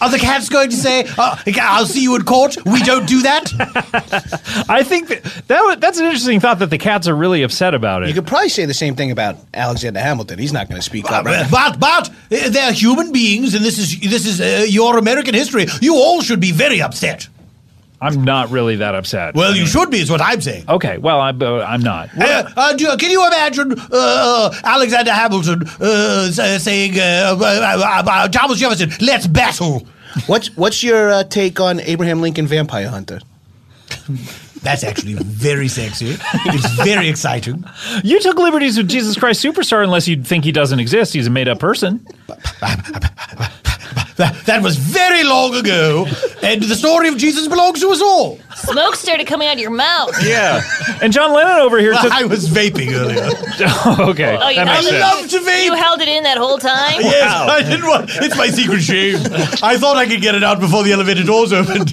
[SPEAKER 10] Are the cats going to say, "Uh, I'll see you in court? We don't do that?
[SPEAKER 1] I think that, that wa- that's an interesting thought that the cats are really upset about
[SPEAKER 6] You
[SPEAKER 1] it.
[SPEAKER 6] could probably say the same thing about Alexander Hamilton. He's not going to speak up. Right?
[SPEAKER 10] but, but, uh, they're human beings, and this is, this is uh, your American history. You all should be very upset.
[SPEAKER 1] I'm not really that upset.
[SPEAKER 10] Well, you should be, is what I'm saying.
[SPEAKER 1] okay, well I, uh, I'm not.
[SPEAKER 10] Uh, uh, do- can you imagine uh, uh, Alexander Hamilton uh, sa- saying, uh, uh, uh, uh, Thomas Jefferson, let's battle?
[SPEAKER 6] What's what's your uh, take on Abraham Lincoln Vampire Hunter?
[SPEAKER 10] That's actually very sexy. It's very exciting.
[SPEAKER 1] You took liberties with Jesus Christ Superstar, unless you think he doesn't exist. He's a made up person.
[SPEAKER 10] That, that was very long ago, and the story of Jesus belongs to us all.
[SPEAKER 8] Smoke started coming out of your mouth.
[SPEAKER 1] Yeah, and John Lennon over here took.
[SPEAKER 10] I was vaping earlier.
[SPEAKER 1] okay,
[SPEAKER 8] Oh, you
[SPEAKER 1] that
[SPEAKER 8] held
[SPEAKER 1] makes
[SPEAKER 8] it
[SPEAKER 1] sense.
[SPEAKER 10] love
[SPEAKER 8] in.
[SPEAKER 10] to vape.
[SPEAKER 8] You held it in that whole time.
[SPEAKER 10] Yes, I didn't want. It's my secret shame. I thought I could get it out before the elevator doors opened.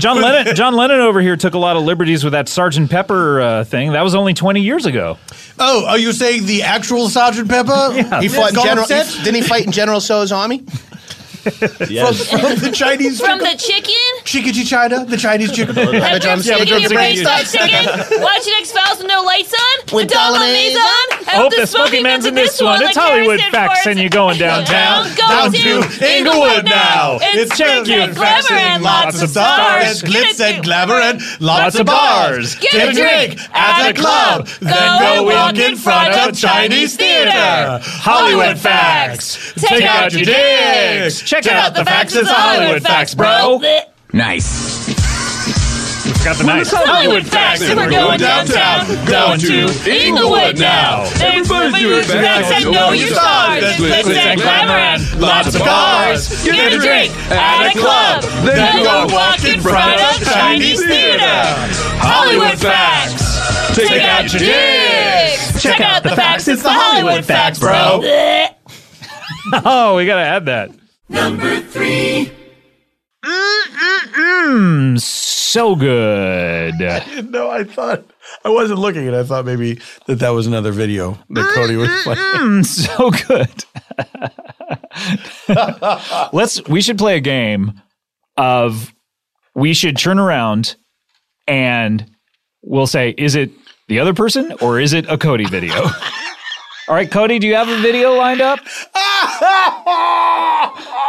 [SPEAKER 1] John Lennon. John Lennon over here took a lot of liberties with that Sergeant Pepper uh, thing. That was only 20 years ago.
[SPEAKER 10] Oh, are you saying the actual Sergeant Pepper? Yeah.
[SPEAKER 6] He fought in
[SPEAKER 10] got
[SPEAKER 6] General.
[SPEAKER 10] upset
[SPEAKER 6] he- didn't he fight in General So's army?
[SPEAKER 7] Yes.
[SPEAKER 10] from the Chinese
[SPEAKER 8] From the chicken?
[SPEAKER 10] chicken China, the Chinese chicken.
[SPEAKER 8] Have
[SPEAKER 6] Drum
[SPEAKER 8] drumstick
[SPEAKER 6] stick.
[SPEAKER 8] in your
[SPEAKER 6] Yeah,
[SPEAKER 8] brain
[SPEAKER 6] but
[SPEAKER 8] starts chicken? Watch your next files with no lights on? With Dolomites on? I
[SPEAKER 1] hope the Smoky Man's in this one. It's Hollywood Facts, and you're going downtown.
[SPEAKER 8] Down, go to Inglewood now. It's
[SPEAKER 1] Chicken
[SPEAKER 8] chicken, glamour, and lots of stars. Get a drink.
[SPEAKER 1] Lots of bars.
[SPEAKER 8] Get a drink at the club. Then go walk in front of Chinese theater. Hollywood Facts. Take out your dicks. Check out the facts. It's Hollywood Facts, bro.
[SPEAKER 11] Nice.
[SPEAKER 2] got the
[SPEAKER 1] We're
[SPEAKER 2] knife.
[SPEAKER 1] the Hollywood
[SPEAKER 2] Hollywood facts.
[SPEAKER 1] facts. We're going downtown.
[SPEAKER 2] Down
[SPEAKER 1] Going
[SPEAKER 2] to
[SPEAKER 1] to
[SPEAKER 2] Inglewood
[SPEAKER 1] Inglewood
[SPEAKER 2] now.
[SPEAKER 1] now. Everybody do it, Max.
[SPEAKER 2] Max.
[SPEAKER 1] I know you stars. It's glitz and glamour and lots of cars. Get a drink at a club. Then go walk in front of Chinese theater. Hollywood facts. Take out your dicks. Check out the facts. It's the Hollywood facts, bro.
[SPEAKER 2] Oh, we gotta add that.
[SPEAKER 1] Three. Mmm, so good.
[SPEAKER 3] no, I thought I wasn't looking, and I thought maybe that that was another video that Cody was playing.
[SPEAKER 1] Mm, so good. Let's. We should play a game of. We should turn around, and we'll say, "Is it the other person or is it a Cody video?" All right, Cody, do you have a video lined up?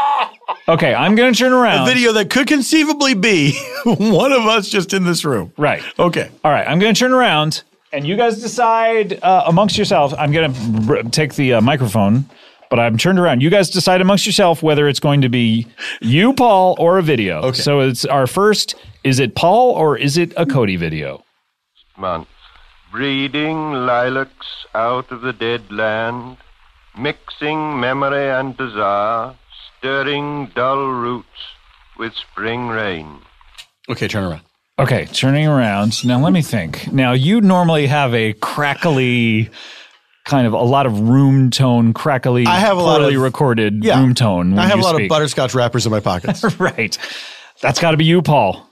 [SPEAKER 1] Okay, I'm going to turn around.
[SPEAKER 3] A video that could conceivably be one of us just in this room.
[SPEAKER 1] Right.
[SPEAKER 3] Okay.
[SPEAKER 1] All right, I'm going to turn around, and you guys decide uh, amongst yourselves. I'm going to br- take the uh, microphone, but I'm turned around. You guys decide amongst yourself whether it's going to be you, Paul, or a video. Okay. So it's our first. Is it Paul or is it a Cody video?
[SPEAKER 12] month. Breeding lilacs out of the dead land, mixing memory and desire, stirring dull roots with spring rain.
[SPEAKER 13] Okay, turn around.
[SPEAKER 1] Okay, turning around. Now let me think. Now you normally have a crackly kind of a lot of room tone crackly
[SPEAKER 3] I have a lot
[SPEAKER 1] poorly
[SPEAKER 3] of-
[SPEAKER 1] recorded room tone. when
[SPEAKER 3] I have
[SPEAKER 1] you
[SPEAKER 3] a lot
[SPEAKER 1] speak.
[SPEAKER 3] of butterscotch wrappers in my pockets.
[SPEAKER 1] right. That's got to be you, Paul.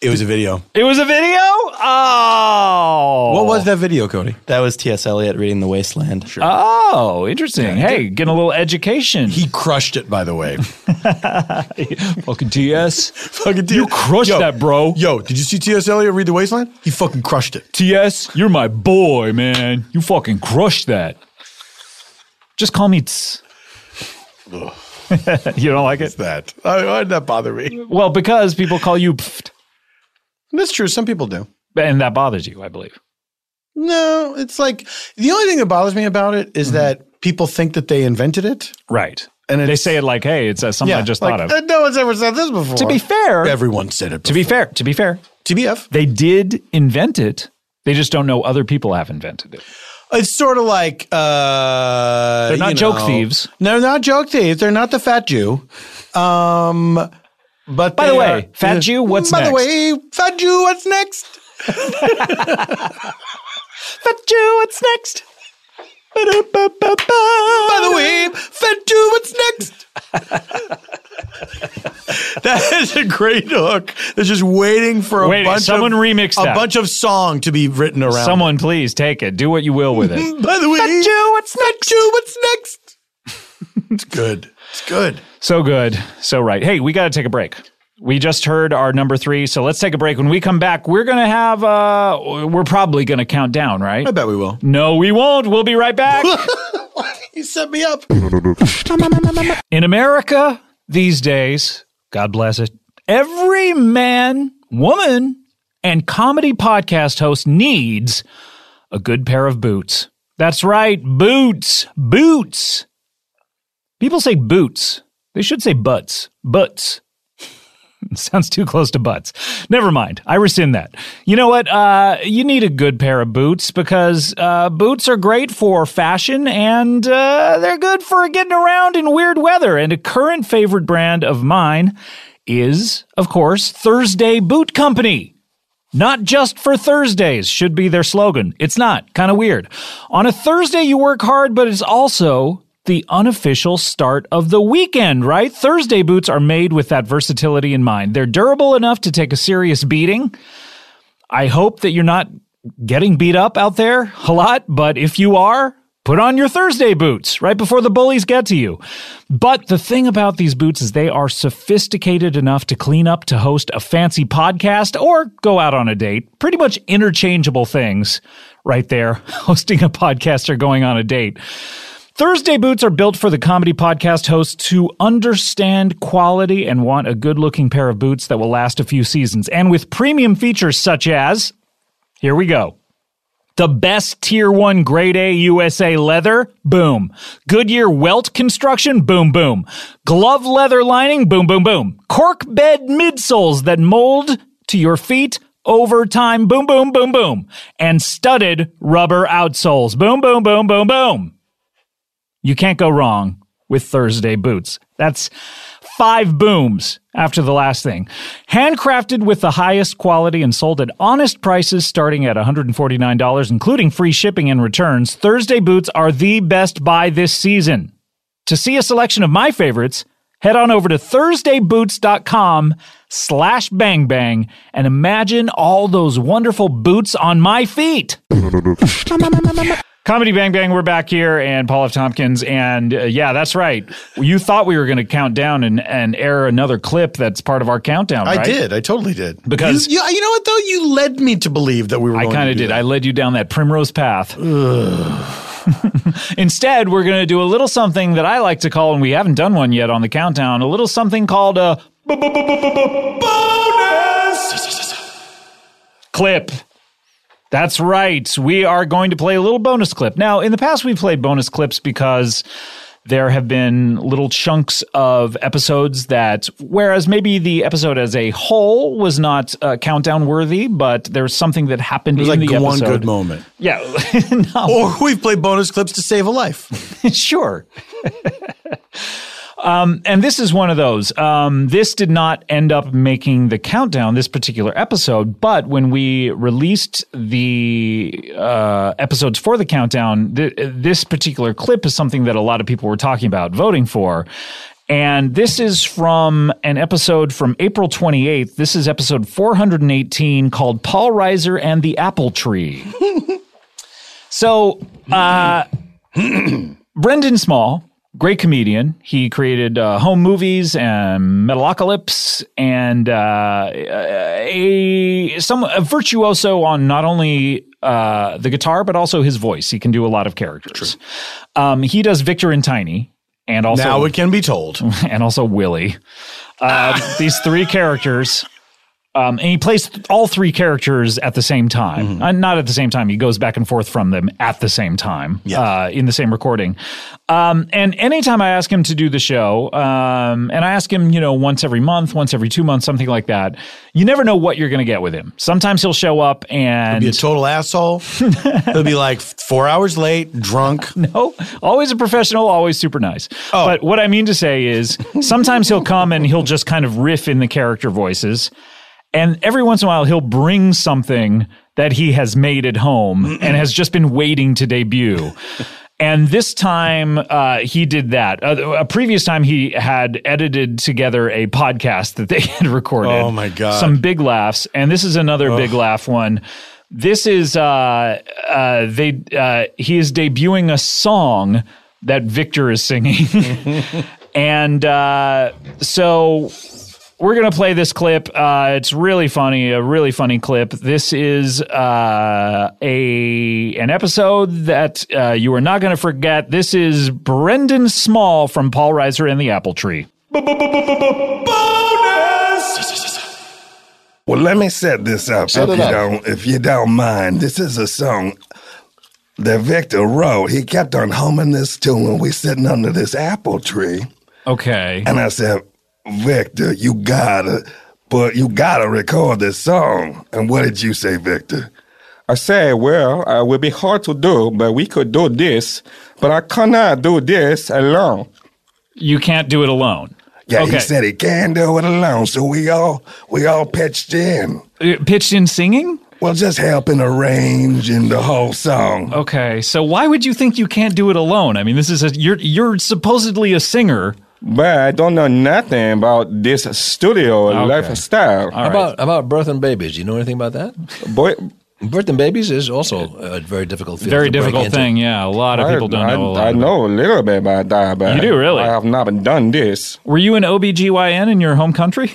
[SPEAKER 3] It was a video.
[SPEAKER 1] It was a video? Oh.
[SPEAKER 14] What was that video, Cody? That was T.S. Eliot reading The Wasteland. Sure.
[SPEAKER 1] Oh, interesting. hey, getting a little education. He
[SPEAKER 3] crushed it, by the way.
[SPEAKER 1] fucking TS.
[SPEAKER 3] fucking TS.
[SPEAKER 1] You crushed that, bro.
[SPEAKER 3] Yo, did you see T.S. Eliot read The Wasteland? He fucking crushed it.
[SPEAKER 1] TS, you're my boy, man. You fucking crushed that. Just call me Tss. you don't like it?
[SPEAKER 3] that. I, why'd that bother me?
[SPEAKER 1] Well, because people call you pfft.
[SPEAKER 3] That's true. Some people do.
[SPEAKER 1] And that bothers you, I believe.
[SPEAKER 3] No, it's like the only thing that bothers me about it
[SPEAKER 1] Mm-hmm.
[SPEAKER 3] is that people think that they invented it.
[SPEAKER 1] Right. And they say it like, hey, it's uh, something I just
[SPEAKER 3] like,
[SPEAKER 1] thought of.
[SPEAKER 3] "Uh, no one's ever said this before.
[SPEAKER 1] To be fair,
[SPEAKER 3] everyone said it.
[SPEAKER 1] To be fair, to be fair,
[SPEAKER 3] TBF,
[SPEAKER 1] they did invent it. They just don't know other people have invented it.
[SPEAKER 3] It's sort of like uh,
[SPEAKER 1] They're not
[SPEAKER 3] you
[SPEAKER 1] joke
[SPEAKER 3] know.
[SPEAKER 1] thieves.
[SPEAKER 3] No, they're not joke thieves. They're not the fat Jew. Um, but
[SPEAKER 1] By the
[SPEAKER 3] they
[SPEAKER 1] way,
[SPEAKER 3] are-
[SPEAKER 1] fat Jew, what's
[SPEAKER 3] by
[SPEAKER 1] next?
[SPEAKER 3] the way, fat Jew, what's next?
[SPEAKER 1] fat Jew, what's next?
[SPEAKER 3] By the way, fat Jew, what's next? that is a great hook. It's just waiting for a
[SPEAKER 1] Wait,
[SPEAKER 3] bunch.
[SPEAKER 1] someone
[SPEAKER 3] of,
[SPEAKER 1] remixed
[SPEAKER 3] a
[SPEAKER 1] that.
[SPEAKER 3] bunch of song to be written around.
[SPEAKER 1] Someone, please take it. Do what you will with it.
[SPEAKER 3] By the way, fat
[SPEAKER 1] Jew, what's
[SPEAKER 3] next? Jew, what's next? it's good. It's good.
[SPEAKER 1] So good. So right. Hey, we got to take a break. We just heard our number three, so let's take a break. When we come back, we're going to have, uh, we're probably going to count down, right? I
[SPEAKER 3] bet we will.
[SPEAKER 1] No, we won't. We'll be right back.
[SPEAKER 3] You set me up.
[SPEAKER 1] In America these days, God bless it, every man, woman, and comedy podcast host needs a good pair of boots. That's right, boots, boots. People say boots. They should say butts, butts. Sounds too close to butts. Never mind. I rescind that. You know what? Uh, you need a good pair of boots because uh, boots are great for fashion and uh, they're good for getting around in weird weather. And a current favorite brand of mine is, of course, Thursday Boot Company. Not just for Thursdays should be their slogan. It's not. Kind of weird. On a Thursday, you work hard, but it's also the unofficial start of the weekend, right? Thursday boots are made with that versatility in mind. They're durable enough to take a serious beating. I hope that you're not getting beat up out there a lot, but if you are, put on your Thursday boots right before the bullies get to you. But the thing about these boots is they are sophisticated enough to clean up to host a fancy podcast or go out on a date. Pretty much interchangeable things right there, hosting a podcast or going on a date. Thursday boots are built for the comedy podcast hosts who understand quality and want a good looking pair of boots that will last a few seasons. And with premium features such as here we go. The best tier one grade A USA leather, boom. Goodyear welt construction, boom, boom. Glove leather lining, boom, boom, boom. Cork bed midsoles that mold to your feet, overtime, boom, boom, boom, boom, and studded rubber outsoles. Boom, boom, boom, boom, boom. You can't go wrong with Thursday boots. That's five booms after the last thing. Handcrafted with the highest quality and sold at honest prices starting at $149, including free shipping and returns, Thursday boots are the best buy this season. To see a selection of my favorites, head on over to thursdayboots.com slash bangbang and imagine all those wonderful boots on my feet. Comedy Bang Bang, we're back here, and Paul F. Tompkins, and uh, yeah, that's right. You thought we were going to count down and, and air another clip that's part of our countdown.
[SPEAKER 4] I
[SPEAKER 1] right?
[SPEAKER 4] did. I totally did.
[SPEAKER 1] Because-
[SPEAKER 4] you, you, you know what though, you led me to believe that we were.
[SPEAKER 1] I
[SPEAKER 4] going
[SPEAKER 1] kind
[SPEAKER 4] to
[SPEAKER 1] of
[SPEAKER 4] do
[SPEAKER 1] did. I led you down that primrose path. Instead, we're going to do a little something that I like to call, and we haven't done one yet on the countdown, a little something called uh, a clip. That's right. We are going to play a little bonus clip. Now, in the past, we played bonus clips because there have been little chunks of episodes that, whereas maybe the episode as a whole was not uh, countdown worthy, but there's something that happened
[SPEAKER 4] It was
[SPEAKER 1] in
[SPEAKER 4] like
[SPEAKER 1] the
[SPEAKER 4] one
[SPEAKER 1] episode.
[SPEAKER 4] good moment.
[SPEAKER 1] Yeah. no.
[SPEAKER 4] Or we've played bonus clips to save a life.
[SPEAKER 1] sure. Um, and this is one of those. Um, this did not end up making the countdown, this particular episode, but when we released the uh, episodes for the countdown, th- this particular clip is something that a lot of people were talking about voting for. And this is from an episode from April 28th. This is episode 418 called Paul Reiser and the Apple Tree. So, uh, Brendan Small, great comedian. He created uh, Home Movies and Metalocalypse, and uh, a some a virtuoso on not only uh, the guitar but also his voice. He can do a lot of characters. Um, he does Victor and Tiny, and also
[SPEAKER 4] Now it can be told,
[SPEAKER 1] and also Willie. Uh, these three characters. Um, and he plays th- all three characters at the same time.
[SPEAKER 4] Mm-hmm.
[SPEAKER 1] Uh, not at the same time. He goes back and forth from them at the same time uh, in the same recording. Um, and anytime I ask him to do the show, um, and I ask him, you know, once every month, once every two months, something like that, you never know what you're going to get with him. Sometimes he'll show up and
[SPEAKER 4] be a total asshole. He'll be like four hours late, drunk.
[SPEAKER 1] no,
[SPEAKER 4] Oh.
[SPEAKER 1] always a professional, always super nice. But what I mean to say is sometimes he'll come and he'll just kind of riff in the character voices. And every once in a while, he'll bring something that he has made at home and has just been waiting to debut. And this time uh, he did that. Uh, a previous time he had edited together a podcast that they had recorded.
[SPEAKER 4] Oh, my God.
[SPEAKER 1] Some big laughs, and this is another big laugh one. This is uh, uh, they uh, he is debuting a song that Victor is singing, and uh, so we're gonna play this clip. Uh, it's really funny, a really funny clip. This is uh, a an episode that uh, you are not gonna forget. This is Brendan Small from Paul Reiser and the Apple Tree.
[SPEAKER 15] Well, let me set this up
[SPEAKER 1] Set
[SPEAKER 15] if
[SPEAKER 1] it
[SPEAKER 15] you
[SPEAKER 1] up.
[SPEAKER 15] don't if you don't mind. This is a song that Victor wrote. He kept on humming this tune when we sitting under this apple tree.
[SPEAKER 1] Okay.
[SPEAKER 15] And I said, Victor, you gotta but you gotta record this song. And what did you say, Victor?
[SPEAKER 16] I say, well, uh, will be hard to do, but we could do this. But I cannot do this alone.
[SPEAKER 1] You can't do it alone.
[SPEAKER 15] Yeah, he said he can do it alone. So we all we all pitched in.
[SPEAKER 1] Pitched in singing?
[SPEAKER 15] Well, just helping arrange and the whole song.
[SPEAKER 1] Okay, so why would you think you can't do it alone? I mean, this is a you're you're supposedly a singer.
[SPEAKER 16] But I don't know nothing about this studio lifestyle.
[SPEAKER 17] How about how about birth and babies? Do you know anything about that?
[SPEAKER 16] Boy,
[SPEAKER 17] birth and babies is also a very difficult field.
[SPEAKER 16] Very
[SPEAKER 17] to break
[SPEAKER 16] difficult
[SPEAKER 17] into.
[SPEAKER 16] thing,
[SPEAKER 1] yeah. A lot
[SPEAKER 16] I- I, I know a little bit about that, but
[SPEAKER 1] You do, really?
[SPEAKER 16] I have not done this.
[SPEAKER 1] Were you an OBGYN in your home country?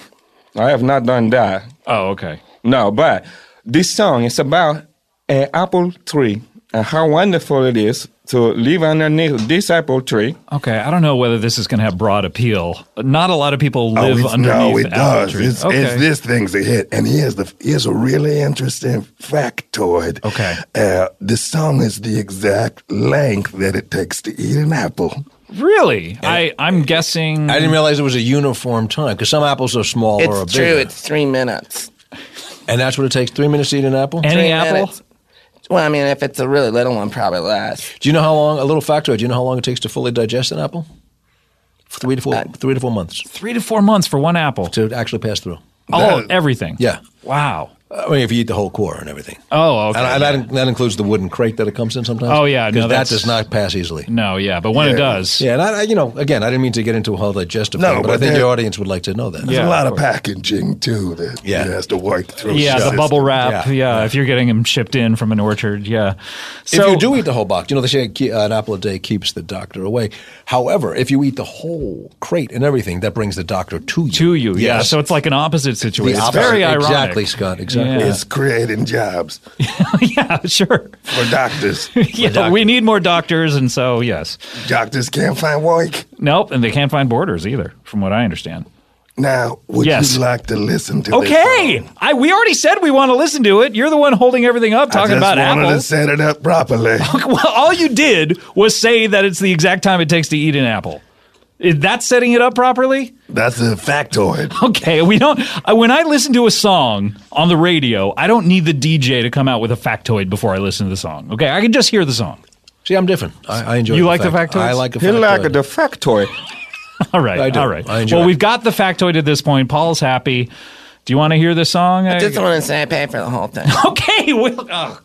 [SPEAKER 16] I have not done that.
[SPEAKER 1] Oh, okay.
[SPEAKER 16] No, but this song is about an apple tree and how wonderful it is to live underneath this apple tree.
[SPEAKER 1] Okay, I don't know whether this is going to have broad appeal. Not a lot of people
[SPEAKER 15] Oh,
[SPEAKER 1] live
[SPEAKER 15] it's-
[SPEAKER 1] underneath
[SPEAKER 15] No, it
[SPEAKER 1] apple
[SPEAKER 15] does.
[SPEAKER 1] trees.
[SPEAKER 15] It's, it's this thing's a hit, and here's the here's a really interesting factoid. Okay, uh, the song is the exact length that it takes to eat an apple.
[SPEAKER 1] Really? I I'm guessing.
[SPEAKER 17] I didn't realize it was a uniform time because some apples are smaller. or bigger.
[SPEAKER 18] It's true. It's three minutes. And that's what it takes three minutes to eat an apple?
[SPEAKER 2] Three minutes. Well, I mean, if it's a really little one, probably less.
[SPEAKER 18] Do you know how long, a little factoid, do you know how long it takes to fully digest an apple? Three to four,
[SPEAKER 2] Uh,
[SPEAKER 18] three to four months.
[SPEAKER 1] Three to four months for one apple.
[SPEAKER 18] To actually pass through.
[SPEAKER 1] Oh, everything.
[SPEAKER 18] Yeah.
[SPEAKER 1] Wow.
[SPEAKER 18] I mean, if you eat the whole core and everything.
[SPEAKER 1] Oh,
[SPEAKER 18] okay. And, and that, that includes the wooden crate that it comes in sometimes.
[SPEAKER 1] Oh, yeah, no,
[SPEAKER 18] Because that
[SPEAKER 1] that's-
[SPEAKER 18] does not pass easily.
[SPEAKER 1] No, yeah, but when it does.
[SPEAKER 18] Yeah, and I, I- you know, again, I didn't mean to get into a whole digestive
[SPEAKER 15] No,
[SPEAKER 18] thing, but, I
[SPEAKER 15] but
[SPEAKER 18] think
[SPEAKER 15] there-
[SPEAKER 18] your audience would like to know that.
[SPEAKER 15] There's a lot of packaging too that
[SPEAKER 18] Yeah.
[SPEAKER 15] yeah. has to work through.
[SPEAKER 1] yeah, the
[SPEAKER 15] shit.
[SPEAKER 1] bubble wrap. Yeah, if you're getting them shipped in from an orchard. Yeah. So
[SPEAKER 18] if you do eat the whole box, you know, they say ke- an apple a day keeps the doctor away. However, if you eat the whole crate and everything, that brings the doctor to you. To
[SPEAKER 1] you, yeah. So it's like an opposite situation.
[SPEAKER 18] The
[SPEAKER 1] It's very ironic.
[SPEAKER 18] Exactly, Scott. Exactly.
[SPEAKER 1] Yeah.
[SPEAKER 15] It's creating jobs.
[SPEAKER 1] yeah, sure.
[SPEAKER 15] For doctors.
[SPEAKER 1] yeah, we need more doctors, and so yes,
[SPEAKER 15] doctors can't find work.
[SPEAKER 1] Nope, and they can't find borders either, from what I understand.
[SPEAKER 15] Now, would
[SPEAKER 1] Yes.
[SPEAKER 15] you like to listen to this?
[SPEAKER 1] Okay, I we already said we want to listen to it. You're the one holding everything up, talking
[SPEAKER 15] I just
[SPEAKER 1] about
[SPEAKER 15] wanted
[SPEAKER 1] Apple.
[SPEAKER 15] to set it up properly.
[SPEAKER 1] well, all you did was say that it's the exact time it takes to eat an apple. Is that setting it up properly?
[SPEAKER 15] That's a factoid.
[SPEAKER 1] Okay, we don't. I, when I listen to a song on the radio, I don't need the DJ to come out with a factoid before I listen to the song. Okay, I can just hear the song.
[SPEAKER 18] See, I'm different. I, I enjoy.
[SPEAKER 1] You
[SPEAKER 18] the
[SPEAKER 1] like the
[SPEAKER 18] fact-
[SPEAKER 1] factoids?
[SPEAKER 18] I like a
[SPEAKER 1] He like
[SPEAKER 18] factoid.
[SPEAKER 1] the
[SPEAKER 16] factoid.
[SPEAKER 1] All right,
[SPEAKER 18] I do.
[SPEAKER 1] all right.
[SPEAKER 18] I enjoy
[SPEAKER 1] well,
[SPEAKER 18] it.
[SPEAKER 1] we've got the factoid at this point. Paul's happy. Do you want to hear the song?
[SPEAKER 2] I just want to say I paid for the whole thing.
[SPEAKER 1] okay, well, oh,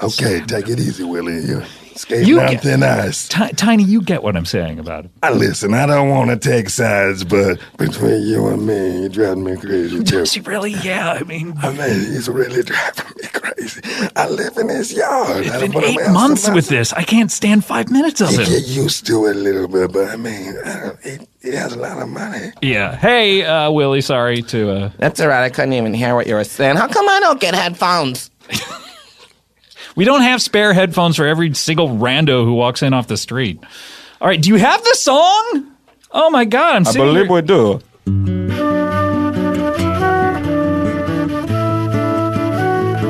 [SPEAKER 15] Okay, take it easy, Willie. You're skating
[SPEAKER 1] You
[SPEAKER 15] on
[SPEAKER 1] get-
[SPEAKER 15] thin ice.
[SPEAKER 1] Ti- Tiny, you get what I'm saying about it.
[SPEAKER 15] I listen. I don't want to take sides, but between you and me, you're driving me crazy. Too.
[SPEAKER 1] Does he really? Yeah, I mean,
[SPEAKER 15] I mean, he's really driving me crazy. I live in his yard.
[SPEAKER 1] It's
[SPEAKER 15] I
[SPEAKER 1] been
[SPEAKER 15] don't wanna
[SPEAKER 1] eight
[SPEAKER 15] mess
[SPEAKER 1] months
[SPEAKER 15] him up.
[SPEAKER 1] with this. I can't stand five minutes of
[SPEAKER 15] You
[SPEAKER 1] it.
[SPEAKER 15] get used to it a little bit, but I mean, I don't, he, he has a lot of money.
[SPEAKER 1] Yeah. Hey, uh, Willie. Sorry to. Uh...
[SPEAKER 2] That's all right. I couldn't even hear what you were saying. How come I don't get headphones?
[SPEAKER 1] We don't have spare headphones for every single rando who walks in off the street. All right. Do you have the song? Oh my God! I'm.
[SPEAKER 16] I
[SPEAKER 1] sitting
[SPEAKER 16] believe
[SPEAKER 1] here-
[SPEAKER 16] we do.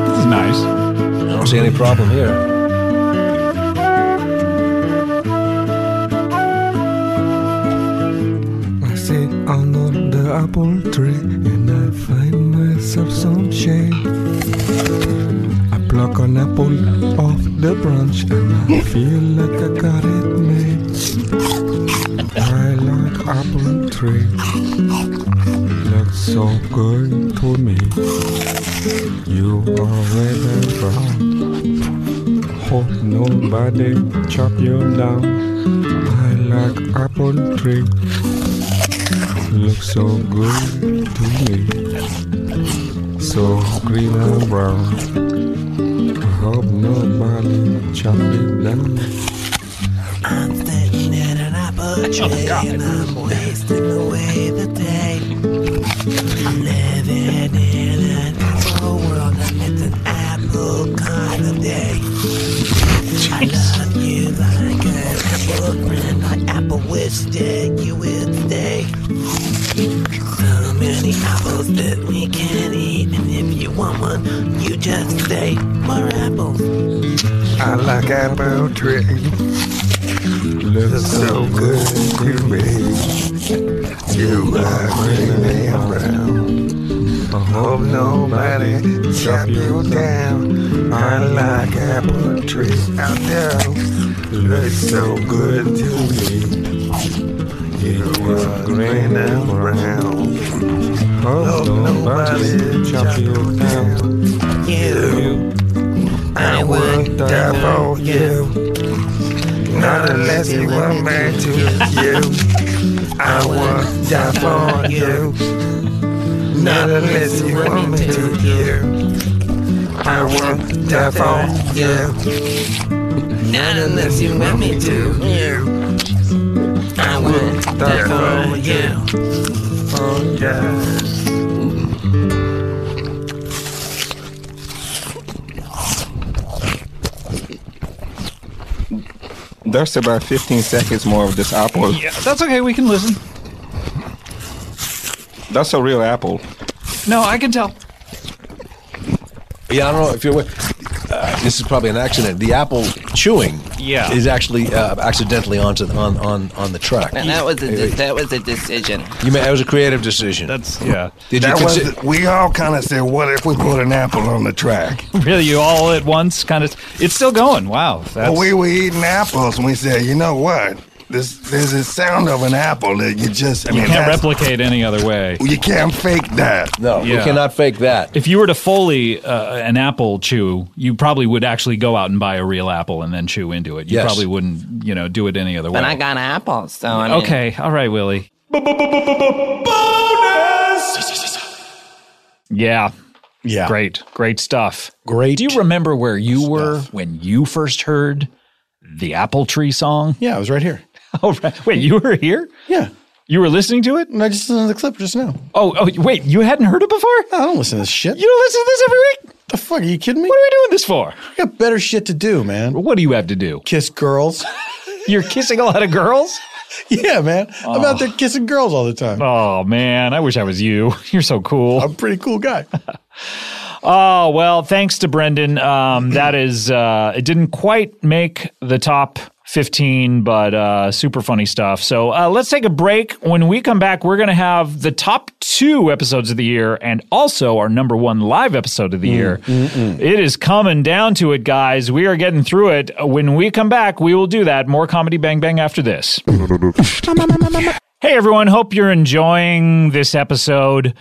[SPEAKER 1] This is nice.
[SPEAKER 18] I don't see any problem here.
[SPEAKER 19] I sit under the apple tree and I find myself some shade. I pluck an apple off the branch and I feel like I got it made. I like apple tree. Looks so good to me. You are waving around. Hope nobody chop you down. I like apple tree. Looks so good to me. So green and brown. I hope nobody chop me down.
[SPEAKER 9] I'm sitting in an apple tree and I'm wasting away the day. I'm living in an apple world and it's an apple kind of day. I love you like an apple friend, like apple wish that you would stay. So many apples that we can eat, and if you want one, you just say more apples.
[SPEAKER 15] I like apple tree. Looks so good to me. You are really around. I hope nobody chop you down. I like apple tree out there. Looks so good to me. You are green and brown. Hope nobody chop you down. You, I would double you. Not unless you want me to. You, I would die for you. Not unless you want me to. You, I would die for you. Not unless you want me to. You, I would die for you. Oh yeah.
[SPEAKER 16] There's about 15 seconds more of this apple.
[SPEAKER 1] Yeah, that's okay. We can listen.
[SPEAKER 16] That's a real apple.
[SPEAKER 1] No, I can tell.
[SPEAKER 18] Yeah, I don't know if you're. Uh,
[SPEAKER 17] this is probably an accident. The apple chewing
[SPEAKER 18] Yeah.
[SPEAKER 17] is actually uh, accidentally onto the, on, on on the track.
[SPEAKER 18] And that was a de-
[SPEAKER 17] It-
[SPEAKER 18] that was a decision.
[SPEAKER 17] it- you may, it was a creative decision. That's
[SPEAKER 1] yeah.
[SPEAKER 17] Did you
[SPEAKER 15] that was,
[SPEAKER 17] consi-
[SPEAKER 15] we all kind of said, what if we put an apple on the track?
[SPEAKER 1] Really, you all at once kind of. It's still going. Wow. That's,
[SPEAKER 15] Well, we were eating apples, and we said, you know what? This, there's a sound of an apple that you just, I
[SPEAKER 1] you
[SPEAKER 15] mean,
[SPEAKER 1] can't
[SPEAKER 15] that's-
[SPEAKER 1] replicate any other way.
[SPEAKER 15] you can't fake that.
[SPEAKER 17] No,
[SPEAKER 1] Yeah.
[SPEAKER 17] fake that.
[SPEAKER 1] If you were to Foley uh, an apple chew, you probably would actually go out and buy a real apple and then chew into it. You
[SPEAKER 18] Yes.
[SPEAKER 1] probably wouldn't, you know, do it any other
[SPEAKER 18] But
[SPEAKER 1] way.
[SPEAKER 18] I got apples, so I mean,
[SPEAKER 1] okay, all right, Willie. Yeah. Yeah. Great. Great stuff. Great. Do you remember where you were when you first heard the apple tree song? Yeah, I was right here. Oh, right. Wait, you were here? Yeah. You were listening to it?
[SPEAKER 3] And I just listened to the clip just now.
[SPEAKER 1] Oh, oh, wait, you hadn't heard it before?
[SPEAKER 3] I don't listen to this shit.
[SPEAKER 1] You don't listen to this every week?
[SPEAKER 3] The fuck are you kidding me?
[SPEAKER 1] What are we doing this for?
[SPEAKER 3] I got better shit to do, man.
[SPEAKER 1] What do you have to do?
[SPEAKER 3] Kiss girls.
[SPEAKER 1] You're kissing a lot of girls?
[SPEAKER 3] Yeah, man. I'm out there kissing girls all the time.
[SPEAKER 1] Oh man, I wish I was you. You're so cool. I'm
[SPEAKER 3] a pretty cool guy.
[SPEAKER 1] oh well, thanks to Brendan. Um, that is, uh, it didn't quite make the top. 15, but uh, super funny stuff. So uh, let's take a break. When we come back, we're going to have the top two episodes of the year and also our number one live episode of the year.
[SPEAKER 2] Mm.
[SPEAKER 1] It is coming down to it, guys. We are getting through it. When we come back, we will do that. More comedy bang bang after this. Hey everyone, hope you're enjoying this episode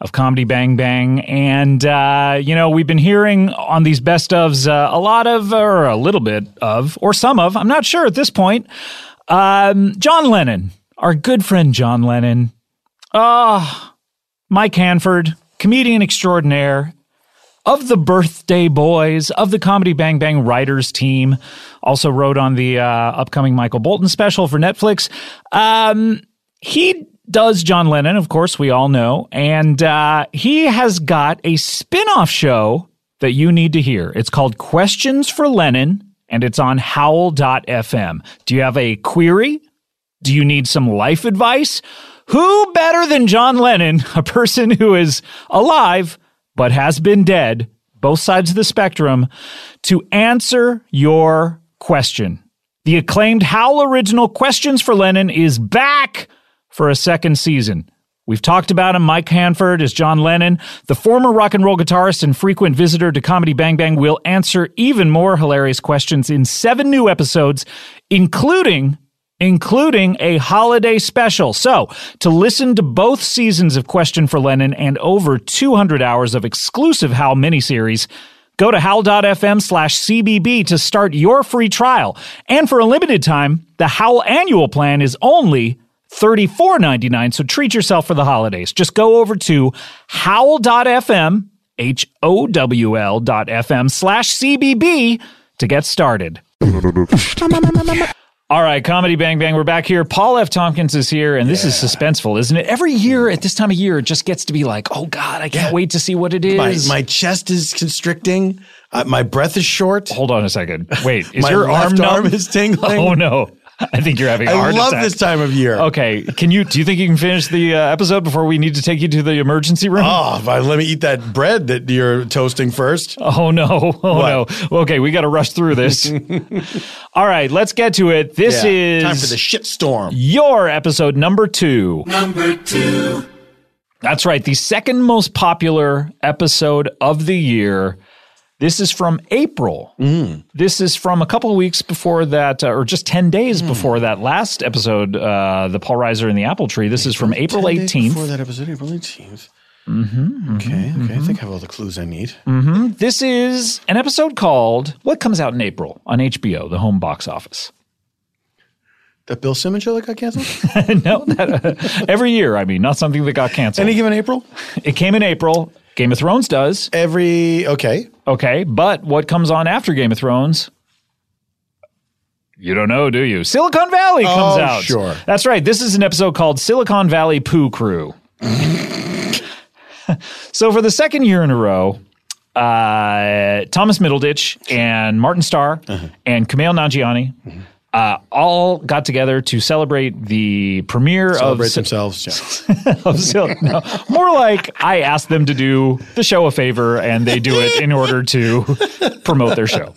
[SPEAKER 1] of Comedy Bang Bang. And, uh, you know, we've been hearing on these best ofs uh, a lot of, or a little bit of, or some of, I'm not sure at this point, um, John Lennon, our good friend John Lennon. Ah, Mike Hanford, comedian extraordinaire, of the birthday boys of the comedy bang bang writers team also wrote on the uh, upcoming michael bolton special for netflix um, he does john lennon of course we all know and uh, he has got a spin-off show that you need to hear it's called questions for lennon and it's on howl.fm do you have a query do you need some life advice? Who better than John Lennon, a person who is alive but has been dead, both sides of the spectrum, to answer your question? The acclaimed Howl Original Questions for Lennon is back for a second season. We've talked about him. Mike Hanford is John Lennon. The former rock and roll guitarist and frequent visitor to Comedy Bang Bang will answer even more hilarious questions in seven new episodes, including including a holiday special. So, to listen to both seasons of Question for Lennon and over 200 hours of exclusive Howl miniseries, go to howl.fm slash CBB to start your free trial. And for a limited time, the Howl annual plan is only $34.99, so treat yourself for the holidays. Just go over to howl.fm, H-O-W-L dot F-M slash CBB to get started. All right, Comedy Bang Bang, we're back here. Paul F. Tompkins is here, and this is suspenseful, isn't it? Every year at this time of year, it just gets to be like, oh God, I can't wait to see what it
[SPEAKER 3] My,
[SPEAKER 1] is.
[SPEAKER 3] my chest is constricting. Uh, my breath is short.
[SPEAKER 1] Hold on a second. Wait, is
[SPEAKER 3] my
[SPEAKER 1] your arm
[SPEAKER 3] left arm
[SPEAKER 1] numb?
[SPEAKER 3] is tingling.
[SPEAKER 1] Oh no. I think you're having a
[SPEAKER 3] I
[SPEAKER 1] heart
[SPEAKER 3] love
[SPEAKER 1] attack.
[SPEAKER 3] this time of year.
[SPEAKER 1] Okay, can you? Do you think you can finish the uh, episode before we need to take you to the emergency room?
[SPEAKER 3] Oh, if I let me eat that bread that you're toasting first.
[SPEAKER 1] Oh no! Oh no! Okay, we got to rush through this. All right, let's get to it. This
[SPEAKER 3] Yeah,
[SPEAKER 1] is
[SPEAKER 3] time for the shitstorm.
[SPEAKER 1] Your episode number two.
[SPEAKER 20] Number two.
[SPEAKER 1] That's right. The second most popular episode of the year. This is from April. This is from a couple of weeks before that, uh, or just 10 days before that last episode, uh, The Paul Reiser and the Apple Tree. This is from April 18th.
[SPEAKER 3] Before that episode, April 18th.
[SPEAKER 1] Mm-hmm,
[SPEAKER 3] Okay, okay. I think I have all the clues I need.
[SPEAKER 1] hmm This is an episode called What Comes Out in April on HBO, the home box office.
[SPEAKER 3] That Bill Simmons show that got canceled?
[SPEAKER 1] no, that, uh, every year, I mean, not something that got canceled.
[SPEAKER 3] Any given April?
[SPEAKER 1] It came in April. Game of Thrones does.
[SPEAKER 3] Every, okay.
[SPEAKER 1] Okay, but what comes on after Game of Thrones? You don't know, do you? Silicon Valley comes
[SPEAKER 3] Oh,
[SPEAKER 1] out.
[SPEAKER 3] sure.
[SPEAKER 1] That's right. This is an episode called Silicon Valley Poo Crew. so, for the second year in a row,
[SPEAKER 4] Uh-huh. Mm-hmm.
[SPEAKER 1] uh, Thomas Middleditch and Martin Starr and Kumail Nanjiani uh, all got together to celebrate the premiere
[SPEAKER 4] Celebrate
[SPEAKER 1] of
[SPEAKER 4] themselves.
[SPEAKER 1] of Sil- no, more like I asked them to do the show a favor, and they do it in order to promote their show.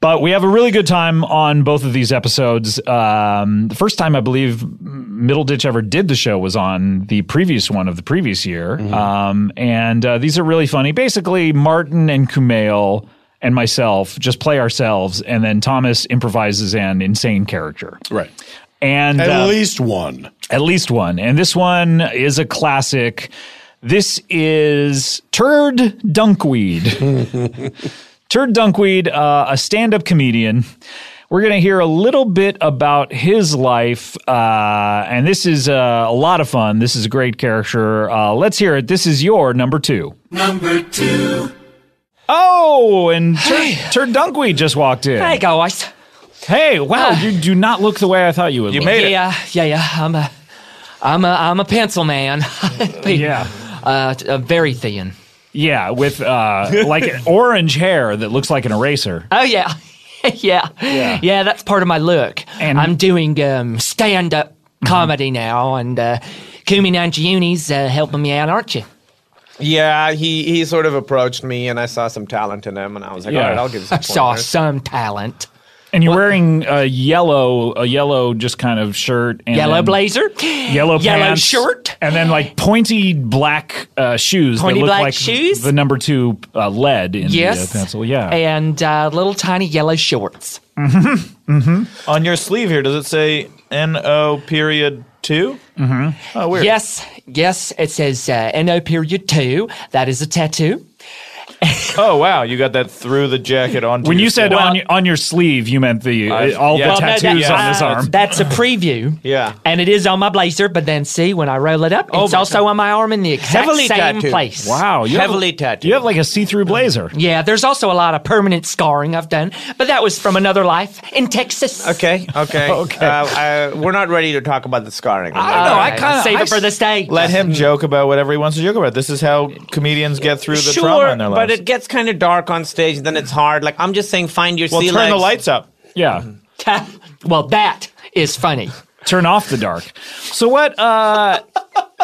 [SPEAKER 1] But we have a really good time on both of these episodes. Um, the first time I believe Middleditch ever did the show was on the previous one of the previous year. Um, and uh, these are really funny. Basically, Martin and Kumail and myself just play ourselves, and then Thomas improvises an insane character. Right. And
[SPEAKER 4] At
[SPEAKER 1] least one. At least one. And this one is a classic. This is Turd Dunkweed. Turd Dunkweed, uh, a stand up comedian. We're going to hear a little bit about his life. Uh, and this is uh, a lot of fun. This is a great character. Uh, let's hear it. This is your number two.
[SPEAKER 20] Number two.
[SPEAKER 1] Oh, and Tur- Turd Dunkweed just walked in.
[SPEAKER 21] Hey, guys.
[SPEAKER 1] Hey, wow,
[SPEAKER 21] Uh,
[SPEAKER 1] you do not look the way I thought you would look.
[SPEAKER 21] yeah, Yeah, yeah, I'm a, I'm a, I'm a pencil man. yeah. Uh, t- uh, very thin.
[SPEAKER 1] Yeah, with uh, like orange hair that looks like an eraser.
[SPEAKER 21] Oh yeah. yeah. Yeah. that's part of my look. And I'm doing um, stand up comedy now and uh Kumi Nanjiuni's uh, helping me out, aren't you?
[SPEAKER 22] Yeah, he he sort of approached me, and I saw some talent in him, and I was like, all right, I'll give him some
[SPEAKER 21] I saw
[SPEAKER 22] pointers."
[SPEAKER 21] some talent.
[SPEAKER 1] And you're wearing a yellow, a yellow just kind of shirt, and
[SPEAKER 21] Yellow
[SPEAKER 1] then
[SPEAKER 21] blazer.
[SPEAKER 1] yellow
[SPEAKER 21] Yellow
[SPEAKER 1] pants,
[SPEAKER 21] shirt.
[SPEAKER 1] and then like pointy black uh, shoes.
[SPEAKER 21] Pointy
[SPEAKER 1] that look
[SPEAKER 21] black
[SPEAKER 1] like
[SPEAKER 21] shoes?
[SPEAKER 1] The number two uh, lead in
[SPEAKER 21] Yes.
[SPEAKER 1] the uh, pencil. Yeah.
[SPEAKER 21] And uh, little tiny yellow shorts.
[SPEAKER 23] Mm-hmm. On your sleeve here, does it say N O period two?
[SPEAKER 21] Mm-hmm.
[SPEAKER 23] Oh, weird.
[SPEAKER 21] Yes, yes, it says uh, NO period two. That is a tattoo.
[SPEAKER 23] oh wow, you got that through the jacket on.
[SPEAKER 1] when you said on your, on your sleeve, you meant the
[SPEAKER 23] I've-
[SPEAKER 1] uh, all
[SPEAKER 23] yeah.
[SPEAKER 1] the
[SPEAKER 23] Well,
[SPEAKER 21] that-
[SPEAKER 1] tattoos
[SPEAKER 21] that-
[SPEAKER 1] on this
[SPEAKER 21] uh,
[SPEAKER 1] arm.
[SPEAKER 21] That's a preview.
[SPEAKER 22] yeah.
[SPEAKER 21] And it is on my blazer, but then see when I roll it up,
[SPEAKER 22] Oh,
[SPEAKER 21] it's
[SPEAKER 22] my
[SPEAKER 21] also on my arm in the exact
[SPEAKER 22] Heavily
[SPEAKER 21] same
[SPEAKER 22] tattooed.
[SPEAKER 21] place.
[SPEAKER 22] Wow, you have- Heavily tattooed.
[SPEAKER 1] You have like a see-through blazer.
[SPEAKER 21] Yeah, there's also a lot of permanent scarring I've done, but that was from another life in Texas.
[SPEAKER 22] Okay, okay,
[SPEAKER 21] Okay.
[SPEAKER 22] Uh, I, we're not ready to talk about the scarring.
[SPEAKER 21] I don't know, I Alright, kinda- save it I for this day.
[SPEAKER 23] Let him joke about whatever he wants to joke about. This is how comedians get through the
[SPEAKER 22] sure,
[SPEAKER 23] trauma in their lives.
[SPEAKER 22] but it gets kind of dark on stage. Then it's hard. Like I'm just saying, find your
[SPEAKER 23] well,
[SPEAKER 22] sea
[SPEAKER 23] turn the lights
[SPEAKER 22] legs.
[SPEAKER 23] up.
[SPEAKER 1] Yeah.
[SPEAKER 21] well, that is funny.
[SPEAKER 1] Turn off the dark. So what? Uh,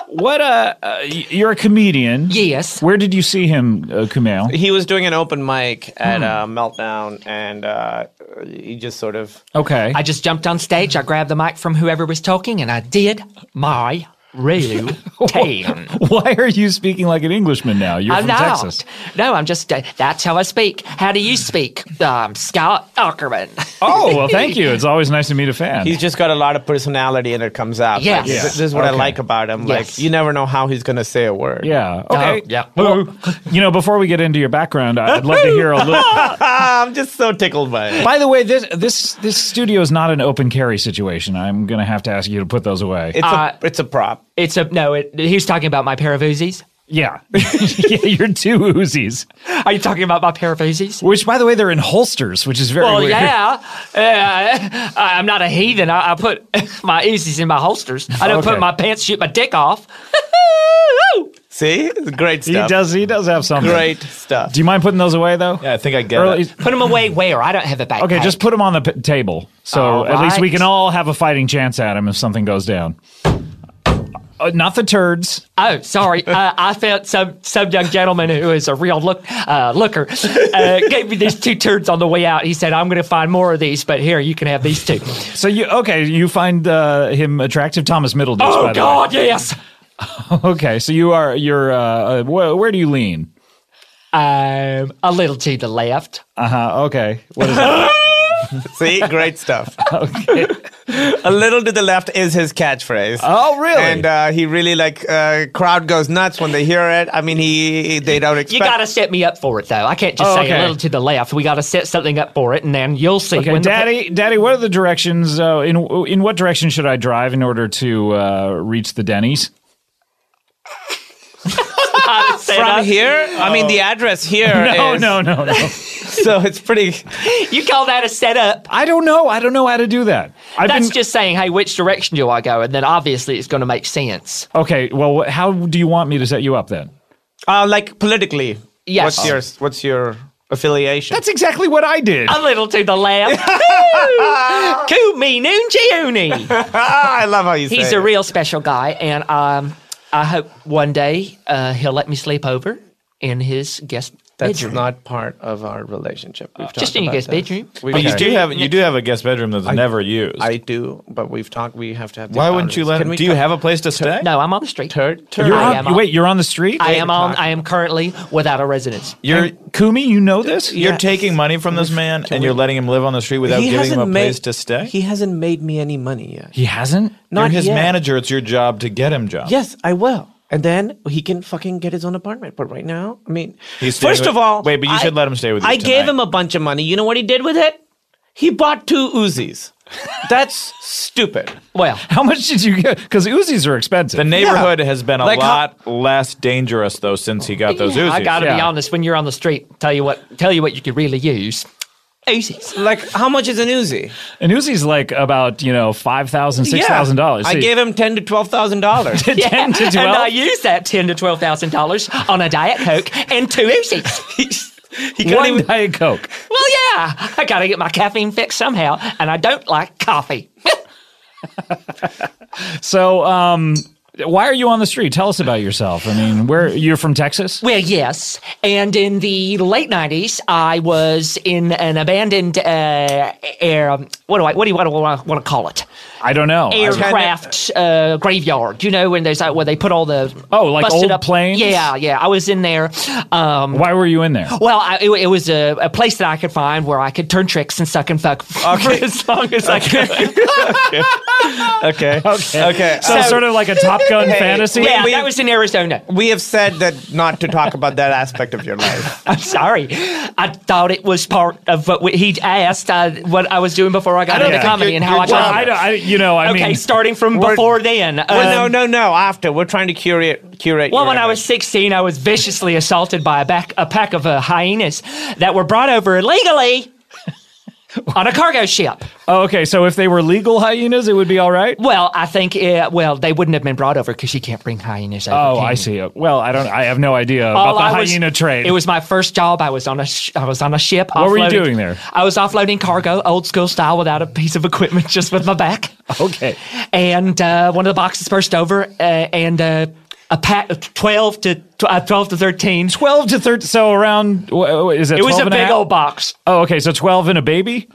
[SPEAKER 1] what? Uh, uh, y- you're a comedian.
[SPEAKER 21] Yes.
[SPEAKER 1] Where did you see him, uh, Kumail?
[SPEAKER 22] He was doing an open mic
[SPEAKER 1] Hmm.
[SPEAKER 22] at uh, Meltdown, and uh, he just sort of
[SPEAKER 1] Okay.
[SPEAKER 21] I just jumped on stage, I grabbed the mic from whoever was talking, and I did my real tan.
[SPEAKER 1] Why are you speaking like an Englishman now? You're
[SPEAKER 21] I'm
[SPEAKER 1] from
[SPEAKER 21] not.
[SPEAKER 1] Texas.
[SPEAKER 21] No, I'm just, uh, that's how I speak. How do you speak? Um, Scott Ackerman.
[SPEAKER 1] Oh, well, thank you. It's always nice to meet a fan.
[SPEAKER 22] He's just got a lot of personality, and it comes out.
[SPEAKER 1] Yes.
[SPEAKER 22] Like, th-
[SPEAKER 1] Yeah.
[SPEAKER 22] This is what I
[SPEAKER 1] Okay.
[SPEAKER 22] like about him. Like
[SPEAKER 1] Yes.
[SPEAKER 22] you never know how he's going to say a word.
[SPEAKER 1] Yeah.
[SPEAKER 22] Oh,
[SPEAKER 1] Okay.
[SPEAKER 22] yeah.
[SPEAKER 1] Well, you know, before we get into your background, I'd love to hear a little.
[SPEAKER 22] I'm just so tickled by it.
[SPEAKER 1] By the way, this this this studio is not an open carry situation. I'm going to have to ask you to put those away.
[SPEAKER 21] It's a- Uh,
[SPEAKER 22] it's a prop.
[SPEAKER 21] It's a, no, it, he was talking about my pair of Uzis.
[SPEAKER 1] Yeah. yeah, you're two Uzis.
[SPEAKER 21] Are you talking about my pair of Uzis?
[SPEAKER 1] Which, by the way, they're in holsters, which is very
[SPEAKER 21] well,
[SPEAKER 1] weird.
[SPEAKER 21] yeah. Uh, I'm not a heathen. I, I put my Uzis in my holsters. I don't
[SPEAKER 1] Okay.
[SPEAKER 21] put my pants, shoot my dick off.
[SPEAKER 22] See, It's great
[SPEAKER 1] He
[SPEAKER 21] stuff.
[SPEAKER 1] does. He does have something.
[SPEAKER 21] Great
[SPEAKER 22] stuff.
[SPEAKER 1] Do you mind putting those away though? Yeah,
[SPEAKER 23] I think I
[SPEAKER 1] get it.
[SPEAKER 21] Put them away where? I don't have a backpack.
[SPEAKER 1] Okay, just put them on the p- table. So
[SPEAKER 21] All
[SPEAKER 1] at least we
[SPEAKER 21] right.
[SPEAKER 1] can all have a fighting chance at him if something goes down. Uh, not the turds.
[SPEAKER 21] Oh, sorry. uh, I found some some young gentleman who is a real look uh, looker uh, gave me these two turds on the way out. He said, "I'm going to find more of these, but here you can have these two."
[SPEAKER 1] So you okay? You find uh, him attractive, Thomas Middleditch.
[SPEAKER 21] Oh,
[SPEAKER 1] by the
[SPEAKER 21] God,
[SPEAKER 1] way.
[SPEAKER 21] yes.
[SPEAKER 1] okay, so you are you're uh, uh, where, where do you lean?
[SPEAKER 21] Um, a little to the left.
[SPEAKER 1] Uh huh. Okay. What is that?
[SPEAKER 22] See, great stuff.
[SPEAKER 1] okay.
[SPEAKER 22] A little to the left is his catchphrase.
[SPEAKER 1] Oh, really?
[SPEAKER 22] And uh, he really like uh, crowd goes nuts when they hear it. I mean, he they don't expect.
[SPEAKER 21] You got to set me up for it, though. I can't just
[SPEAKER 22] Oh,
[SPEAKER 21] say
[SPEAKER 22] okay.
[SPEAKER 21] a little to the left. We got to set something up for it, and then you'll see.
[SPEAKER 1] Okay,
[SPEAKER 21] when the-
[SPEAKER 1] Daddy, Daddy, what are the directions? Uh, in in what direction should I drive in order to uh, reach the Denny's?
[SPEAKER 22] from here. I mean, the address here.
[SPEAKER 1] No,
[SPEAKER 22] is-
[SPEAKER 1] no, no, no.
[SPEAKER 22] so it's pretty.
[SPEAKER 21] you call that a setup?
[SPEAKER 1] I don't know. I don't know how to do that. I've
[SPEAKER 21] That's
[SPEAKER 1] been-
[SPEAKER 21] just saying, hey, which direction do I go? And then obviously it's going to make sense.
[SPEAKER 1] Okay. Well, wh- how do you want me to set you up then?
[SPEAKER 22] Uh, like politically.
[SPEAKER 21] Yes.
[SPEAKER 22] What's your What's your
[SPEAKER 23] affiliation.
[SPEAKER 1] That's exactly what I did.
[SPEAKER 21] A little to the left. Kumi Nunjiuni.
[SPEAKER 23] I love how you say
[SPEAKER 21] He's
[SPEAKER 23] it.
[SPEAKER 21] a real special guy, and um, I hope one day uh, he'll let me sleep over in his guest
[SPEAKER 22] That's
[SPEAKER 21] bedroom.
[SPEAKER 22] not part of our relationship. We've
[SPEAKER 21] Just
[SPEAKER 22] talked
[SPEAKER 21] in your
[SPEAKER 22] about
[SPEAKER 21] guest
[SPEAKER 22] this.
[SPEAKER 21] bedroom.
[SPEAKER 22] We've
[SPEAKER 23] But you
[SPEAKER 22] talked-
[SPEAKER 23] do have you do have a guest bedroom that's never used.
[SPEAKER 22] I do, but we've talked. We have to have.
[SPEAKER 23] Why wouldn't you let? him?
[SPEAKER 22] Can we
[SPEAKER 23] Do you
[SPEAKER 22] talk-
[SPEAKER 23] have a place to stay?
[SPEAKER 21] No, I'm on the street.
[SPEAKER 22] Turd,
[SPEAKER 21] turd.
[SPEAKER 1] You're
[SPEAKER 21] I
[SPEAKER 1] on-
[SPEAKER 21] am
[SPEAKER 1] you- wait, you're on the street?
[SPEAKER 21] I am on. I am currently without a residence.
[SPEAKER 23] You're
[SPEAKER 1] Kumi. You know this.
[SPEAKER 23] You're taking money from this man, and you're letting him live on the street without
[SPEAKER 22] He
[SPEAKER 23] giving him a
[SPEAKER 22] hasn't made-
[SPEAKER 23] place to stay.
[SPEAKER 22] He hasn't made me any money yet.
[SPEAKER 1] He hasn't.
[SPEAKER 23] You're
[SPEAKER 22] Not
[SPEAKER 23] his
[SPEAKER 22] yet.
[SPEAKER 23] manager. It's your job to get him jobs.
[SPEAKER 22] Yes, I will. And then he can fucking get his own apartment. But right now, I mean,
[SPEAKER 23] He's staying
[SPEAKER 22] first
[SPEAKER 23] with-
[SPEAKER 22] of all,
[SPEAKER 23] wait, but you
[SPEAKER 22] I-
[SPEAKER 23] should let him stay with you
[SPEAKER 22] I gave
[SPEAKER 23] tonight.
[SPEAKER 22] him a bunch of money. You know what he did with it? He bought two Uzis. That's stupid.
[SPEAKER 21] Well,
[SPEAKER 1] how much did you get? Because Uzis are expensive.
[SPEAKER 23] The neighborhood has been a
[SPEAKER 21] Like how-
[SPEAKER 23] lot less dangerous though since he got those Uzis.
[SPEAKER 21] I gotta be honest. When you're on the street, tell you what, tell you what you could really use. Uzis.
[SPEAKER 22] Like how much is an Uzi?
[SPEAKER 1] An Uzi's like about you know five thousand, six thousand dollars.
[SPEAKER 22] I gave him ten to twelve thousand dollars.
[SPEAKER 1] To 10 to
[SPEAKER 21] and
[SPEAKER 1] 12?
[SPEAKER 21] I used that ten to twelve thousand dollars on a diet coke and two Uzis.
[SPEAKER 1] one diet coke.
[SPEAKER 21] well, yeah, I gotta get my caffeine fix somehow, and I don't like coffee.
[SPEAKER 1] So, um, why are you on the street? Tell us about yourself. I mean, where you're from Texas?
[SPEAKER 21] Well, yes. And in the late '90s, I was in an abandoned uh, air. What do I? What do you want to want to call it?
[SPEAKER 1] I don't know.
[SPEAKER 21] Aircraft uh, graveyard. You know when there's that where they put all the
[SPEAKER 1] Oh, like
[SPEAKER 21] busted
[SPEAKER 1] old
[SPEAKER 21] up
[SPEAKER 1] planes?
[SPEAKER 21] Yeah, yeah. I was in there. Um,
[SPEAKER 1] Why were you in there?
[SPEAKER 21] Well, I, it, it was a, a place that I could find where I could turn tricks and suck and fuck for as long as I could.
[SPEAKER 22] okay.
[SPEAKER 23] Okay.
[SPEAKER 22] Okay.
[SPEAKER 21] So sort of
[SPEAKER 1] like a Top Gun fantasy?
[SPEAKER 21] Yeah,
[SPEAKER 22] we-
[SPEAKER 21] that was in Arizona.
[SPEAKER 22] We have said that not to talk about that aspect of your life.
[SPEAKER 21] I'm sorry. I thought it was part of what we- he'd asked uh, what I was doing before I got
[SPEAKER 1] I don't
[SPEAKER 21] into
[SPEAKER 1] think
[SPEAKER 21] comedy
[SPEAKER 1] you're-
[SPEAKER 21] and how I
[SPEAKER 1] you're- well, I don't- I- you know, I
[SPEAKER 21] okay,
[SPEAKER 1] mean-
[SPEAKER 21] starting from
[SPEAKER 22] We're-
[SPEAKER 21] before then.
[SPEAKER 22] well,
[SPEAKER 21] um,
[SPEAKER 22] no, no, no. After we're trying to curate, curate.
[SPEAKER 21] Well,
[SPEAKER 22] your
[SPEAKER 21] when I
[SPEAKER 22] image.
[SPEAKER 21] was 16, I was viciously assaulted by a, back, a pack of uh, hyenas that were brought over illegally on a cargo ship.
[SPEAKER 1] Oh, okay, so if they were legal hyenas, it would be all right.
[SPEAKER 21] Well, I think, uh, well, they wouldn't have been brought over because you can't bring hyenas over.
[SPEAKER 1] Oh,
[SPEAKER 21] can
[SPEAKER 1] I
[SPEAKER 21] you?
[SPEAKER 1] see. Well, I don't. I have no idea Oh, about
[SPEAKER 21] All
[SPEAKER 1] the
[SPEAKER 21] I was-
[SPEAKER 1] hyena trade.
[SPEAKER 21] It was my first job. I was on a sh- I was on a ship.
[SPEAKER 1] What were you
[SPEAKER 21] offloading-
[SPEAKER 1] doing there?
[SPEAKER 21] I was offloading cargo, old school style, without a piece of equipment, just with my back.
[SPEAKER 1] Okay.
[SPEAKER 21] And uh, one of the boxes burst over, uh, and uh, a pack twelve to tw- uh, twelve to thirteen.
[SPEAKER 1] twelve to thirteen. So around wh- is it?
[SPEAKER 21] It was
[SPEAKER 1] 12
[SPEAKER 21] a
[SPEAKER 1] and
[SPEAKER 21] big
[SPEAKER 1] half?
[SPEAKER 21] old box.
[SPEAKER 1] Oh, okay. So twelve and a baby.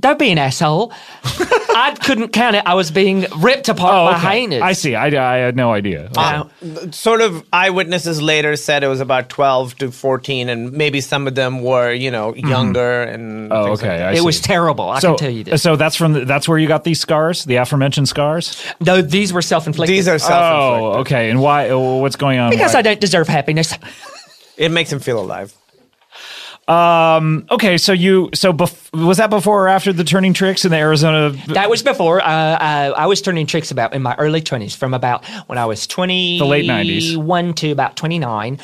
[SPEAKER 21] Don't be an asshole. I couldn't count it. I was being ripped apart
[SPEAKER 1] Oh,
[SPEAKER 21] by
[SPEAKER 1] okay.
[SPEAKER 21] hyenas.
[SPEAKER 1] I see. I, I had no idea.
[SPEAKER 22] Uh, sort of eyewitnesses later said it was about 12 to 14 and maybe some of them were you know younger
[SPEAKER 1] Mm-hmm.
[SPEAKER 22] and
[SPEAKER 1] Oh,
[SPEAKER 22] things like
[SPEAKER 1] okay.
[SPEAKER 22] that.
[SPEAKER 1] I
[SPEAKER 21] It
[SPEAKER 1] see.
[SPEAKER 21] was terrible, I
[SPEAKER 1] so,
[SPEAKER 21] can tell you this.
[SPEAKER 1] So that's from the, that's where you got these scars, the aforementioned scars.
[SPEAKER 21] No, these were self-inflicted.
[SPEAKER 22] These are self-inflicted.
[SPEAKER 1] Oh, okay. And why? oh, What's going on?
[SPEAKER 21] because
[SPEAKER 1] Why-
[SPEAKER 21] I don't deserve happiness.
[SPEAKER 22] it makes them feel alive
[SPEAKER 1] Um. Okay. So you. So bef- was that before or after the turning tricks in the Arizona?
[SPEAKER 21] That was before uh, uh, I was turning tricks about in my early 20s, from about when I was 20,
[SPEAKER 1] The late 90s.
[SPEAKER 21] 1 to about 29.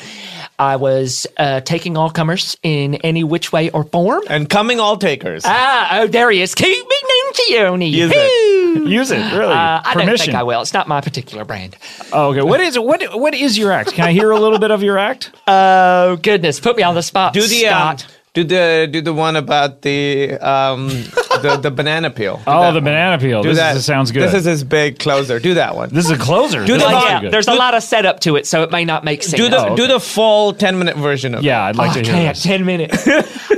[SPEAKER 21] I was uh, taking all comers in any which way or form.
[SPEAKER 22] and coming all takers
[SPEAKER 21] Ah, oh, there he is. Keep me Nunchioni.
[SPEAKER 22] Use
[SPEAKER 1] it. Use it, really.
[SPEAKER 21] Uh, I don't
[SPEAKER 1] Permission.
[SPEAKER 21] think I will. It's not my particular brand.
[SPEAKER 1] Oh, okay. What is what? What is your act? Can I hear a little bit of your act?
[SPEAKER 21] Oh, goodness. Put me on the spot.
[SPEAKER 22] do the um,
[SPEAKER 21] Uh, Scott.
[SPEAKER 22] do the do the one about the um the, the banana peel Do
[SPEAKER 1] Oh,
[SPEAKER 22] that
[SPEAKER 1] the
[SPEAKER 22] one.
[SPEAKER 1] banana peel.
[SPEAKER 22] Do
[SPEAKER 1] This
[SPEAKER 22] that-
[SPEAKER 1] is, sounds good.
[SPEAKER 22] this is his big closer do that one
[SPEAKER 1] This is a closer.
[SPEAKER 22] Do
[SPEAKER 1] This
[SPEAKER 22] the
[SPEAKER 1] is
[SPEAKER 22] line.
[SPEAKER 1] pretty
[SPEAKER 21] yeah,
[SPEAKER 1] good. Oh,
[SPEAKER 21] there's a lot of setup to it, so it may not make sense.
[SPEAKER 22] do
[SPEAKER 21] Oh,
[SPEAKER 22] the do the full 10 minute version of
[SPEAKER 1] Yeah, I'd like to
[SPEAKER 21] Okay,
[SPEAKER 1] hear. This.
[SPEAKER 21] 10 minutes.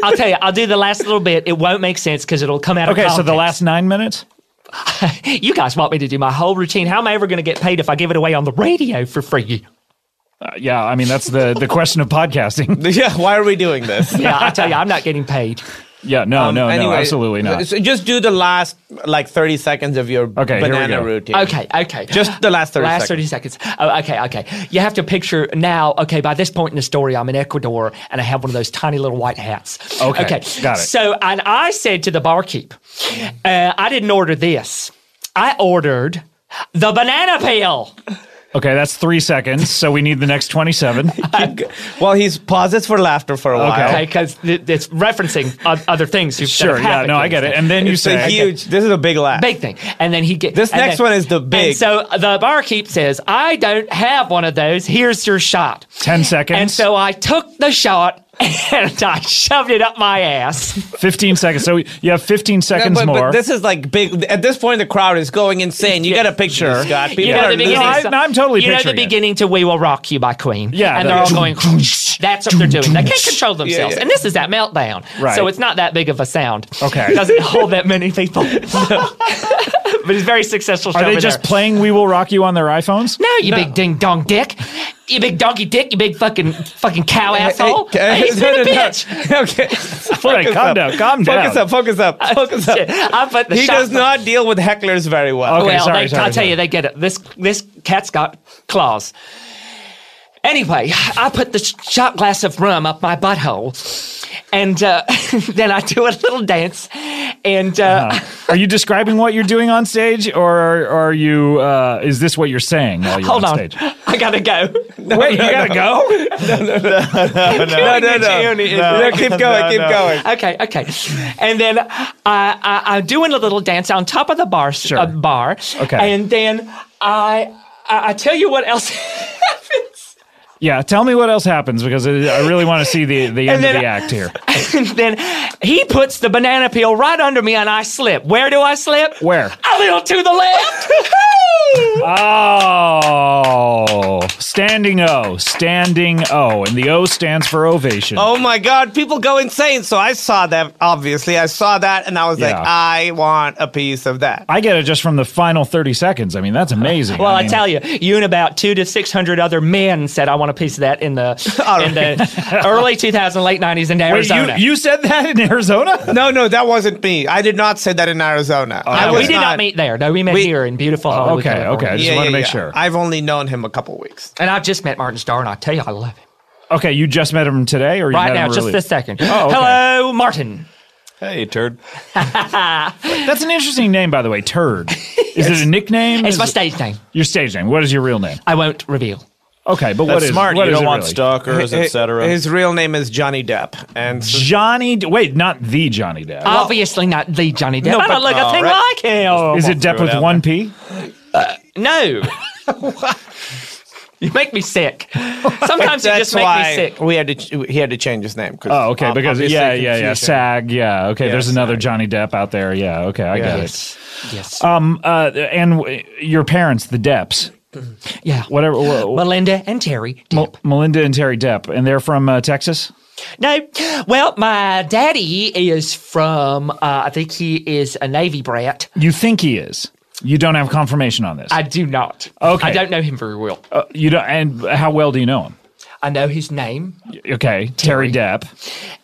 [SPEAKER 21] I'll tell you, I'll do the last little bit. It won't make sense because it'll come out
[SPEAKER 1] Okay,
[SPEAKER 21] of
[SPEAKER 1] so the
[SPEAKER 21] context.
[SPEAKER 1] last nine minutes.
[SPEAKER 21] You guys want me to do my whole routine. How am I ever going to get paid if I give it away on the radio for free?
[SPEAKER 1] Uh, yeah, I mean that's the the question of podcasting.
[SPEAKER 22] it yeah why are we doing this Um,
[SPEAKER 21] Yeah, I tell you, I'm not getting paid.
[SPEAKER 1] Yeah, no, no, no,
[SPEAKER 22] Anyway,
[SPEAKER 1] absolutely not.
[SPEAKER 22] so just do the last like 30 seconds of your
[SPEAKER 1] here we
[SPEAKER 22] banana
[SPEAKER 1] go.
[SPEAKER 22] routine.
[SPEAKER 21] Okay, okay.
[SPEAKER 22] Just the last 30
[SPEAKER 21] Last
[SPEAKER 22] seconds.
[SPEAKER 21] 30 seconds. Oh, okay, okay. You have to picture now, okay, by this point in the story, I'm in Ecuador and I have one of those tiny little white hats.
[SPEAKER 1] Okay, got it.
[SPEAKER 21] So, and I said to the barkeep, uh, I didn't order this. I ordered the banana peel.
[SPEAKER 1] Okay, that's three seconds. So we need the next twenty-seven.
[SPEAKER 22] Well, he's pauses for laughter for a while.
[SPEAKER 21] Okay, because it's referencing o- other things. who've- that
[SPEAKER 1] Sure,
[SPEAKER 21] have
[SPEAKER 1] yeah,
[SPEAKER 21] happened
[SPEAKER 1] no,
[SPEAKER 21] to
[SPEAKER 1] I
[SPEAKER 21] us.
[SPEAKER 1] get it. And then you
[SPEAKER 22] It's
[SPEAKER 1] say,
[SPEAKER 22] a huge, this is a big laugh.
[SPEAKER 21] big thing. And then he get
[SPEAKER 22] This
[SPEAKER 21] and
[SPEAKER 22] next
[SPEAKER 21] then-
[SPEAKER 22] one is the big.
[SPEAKER 21] And so the barkeep says, "I don't have one of those. Here's your shot."
[SPEAKER 1] ten seconds.
[SPEAKER 21] And so I took the shot and I shoved it up my ass.
[SPEAKER 1] 15 seconds. So you have 15 seconds
[SPEAKER 22] but, but
[SPEAKER 1] more.
[SPEAKER 22] this is like big. At this point, the crowd is going insane. You got to picture this, Scott. People
[SPEAKER 21] you know
[SPEAKER 22] are
[SPEAKER 21] the beginning.
[SPEAKER 22] losing-
[SPEAKER 21] song- You know the beginning to "We Will Rock You" by Queen.
[SPEAKER 22] Yeah,
[SPEAKER 21] and
[SPEAKER 22] the-
[SPEAKER 21] they're all going. That's what they're doing. They can't control
[SPEAKER 22] Yeah,
[SPEAKER 21] themselves,
[SPEAKER 22] yeah.
[SPEAKER 21] and this is that meltdown.
[SPEAKER 22] Right.
[SPEAKER 21] So it's not that big of a sound.
[SPEAKER 1] Okay.
[SPEAKER 21] it doesn't hold that many people. So- but it's a very successful. Show
[SPEAKER 1] Are they
[SPEAKER 21] over
[SPEAKER 1] just
[SPEAKER 21] there.
[SPEAKER 1] playing We Will Rock You on their iPhones?
[SPEAKER 21] No, you big ding dong dick. You big donkey dick, you big fucking fucking cow asshole.
[SPEAKER 22] hey,
[SPEAKER 21] Hey,
[SPEAKER 22] no,
[SPEAKER 21] spin
[SPEAKER 22] no,
[SPEAKER 21] a
[SPEAKER 22] no.
[SPEAKER 21] bitch.
[SPEAKER 22] Okay.
[SPEAKER 21] Wait,
[SPEAKER 22] Focus
[SPEAKER 21] calm
[SPEAKER 22] up.
[SPEAKER 21] down, calm
[SPEAKER 22] Focus
[SPEAKER 21] down.
[SPEAKER 22] up, focus up, focus up.
[SPEAKER 21] Shit, I put the
[SPEAKER 22] he
[SPEAKER 21] shot-
[SPEAKER 22] does not deal with hecklers very well.
[SPEAKER 21] well, they, I'll tell you, they get it. This this cat's got claws. Anyway, I put the sh- shot glass of rum up my butthole, and uh, then I do a little dance, and uh,
[SPEAKER 22] Uh-huh.
[SPEAKER 1] Are you describing what you're doing on stage, or are you? Uh, is this what you're saying while you're
[SPEAKER 21] hold
[SPEAKER 1] on,
[SPEAKER 21] on,
[SPEAKER 1] stage?
[SPEAKER 21] I gotta go.
[SPEAKER 1] Wait, you gotta go?
[SPEAKER 21] no, no,
[SPEAKER 22] no, no, no, no, no, keep going, keep going.
[SPEAKER 21] Okay, okay. And then I, I, I'm doing a little dance on top of the bar, sure. uh, bar.
[SPEAKER 1] Okay.
[SPEAKER 21] And then I, I, I tell you what else happens.
[SPEAKER 1] Yeah, tell me what else happens because I I really want to see the the end
[SPEAKER 21] And
[SPEAKER 1] of
[SPEAKER 21] then-
[SPEAKER 1] the act here.
[SPEAKER 21] and then he puts the banana peel right under me, and I slip. Where do I slip?
[SPEAKER 1] Where?
[SPEAKER 21] A little to the left.
[SPEAKER 1] Oh, standing O, standing O, and the O stands for ovation.
[SPEAKER 22] Oh my God, people go insane. So I saw that, obviously. I saw that and I was like,
[SPEAKER 1] Yeah.
[SPEAKER 22] I want a piece of that.
[SPEAKER 1] I get it just from the final thirty seconds. I mean, that's amazing.
[SPEAKER 21] Well, I,
[SPEAKER 1] mean-
[SPEAKER 21] tell you, you and about two to six hundred other men said, "I want a piece of that." In the in the early two thousand, late nineties in Arizona.
[SPEAKER 1] said that in Arizona? Oh,
[SPEAKER 22] no, no, that wasn't me. I did not say that in Arizona. Uh, I
[SPEAKER 21] No,
[SPEAKER 22] was
[SPEAKER 21] we did not, meet there. No, we met here in beautiful Hollywood. California.
[SPEAKER 22] Yeah, yeah, yeah. I've only known him a couple weeks.
[SPEAKER 21] And I've just met Martin Starr, and I tell you, I love him
[SPEAKER 1] Okay, you just met him today, or you
[SPEAKER 21] right
[SPEAKER 1] met
[SPEAKER 21] now,
[SPEAKER 1] him
[SPEAKER 21] just
[SPEAKER 1] earlier?
[SPEAKER 21] this second.
[SPEAKER 1] Oh, okay.
[SPEAKER 21] Hello, Martin.
[SPEAKER 1] Hey, turd. That's an interesting name, by the way. Turd. Is it a nickname?
[SPEAKER 21] It's
[SPEAKER 1] Is
[SPEAKER 21] my
[SPEAKER 1] it-
[SPEAKER 21] stage name.
[SPEAKER 1] Your stage name. What is your real name?
[SPEAKER 21] I won't reveal.
[SPEAKER 1] Okay, but what
[SPEAKER 22] That's
[SPEAKER 1] is
[SPEAKER 22] smart.
[SPEAKER 1] What
[SPEAKER 22] You
[SPEAKER 1] is
[SPEAKER 22] don't
[SPEAKER 1] it
[SPEAKER 22] want
[SPEAKER 1] really?
[SPEAKER 22] stalkers, Hey, et cetera. his real name is Johnny Depp, and Uh,
[SPEAKER 1] Johnny. D- Wait, not the Johnny Depp.
[SPEAKER 21] Obviously not the Johnny Depp.
[SPEAKER 1] No,
[SPEAKER 21] I
[SPEAKER 1] but-
[SPEAKER 21] don't look a
[SPEAKER 1] all
[SPEAKER 21] thing
[SPEAKER 1] right.
[SPEAKER 21] like him.
[SPEAKER 1] is it Depp with one P?
[SPEAKER 21] Uh, No. you make me sick. Sometimes you
[SPEAKER 22] That's
[SPEAKER 21] just make me
[SPEAKER 22] why
[SPEAKER 21] sick.
[SPEAKER 22] We had to. ch- He had to change his name. 'cause
[SPEAKER 1] Oh, okay.
[SPEAKER 22] ob-
[SPEAKER 1] Because
[SPEAKER 22] obviously
[SPEAKER 1] yeah, yeah, yeah.
[SPEAKER 22] confusion.
[SPEAKER 1] SAG. Yeah. Okay.
[SPEAKER 22] Yeah,
[SPEAKER 1] there's another Johnny Depp out there. Yeah. Okay. I get
[SPEAKER 21] Yes.
[SPEAKER 1] it.
[SPEAKER 21] Yes.
[SPEAKER 1] Um. Uh. And w- your parents, the Depps.
[SPEAKER 21] Yeah.
[SPEAKER 1] Whatever. wha-
[SPEAKER 21] Melinda and Terry.
[SPEAKER 1] Mel- Melinda and Terry Depp, and they're from uh, Texas.
[SPEAKER 21] No. Well, my daddy is from, uh, I think he is a Navy brat.
[SPEAKER 1] You think he is? You don't have confirmation on this.
[SPEAKER 21] I do not.
[SPEAKER 1] Okay.
[SPEAKER 21] I don't know him very well.
[SPEAKER 1] Uh, you don't. And how well do you know him?
[SPEAKER 21] I know his name,
[SPEAKER 1] Okay, Terry, Depp.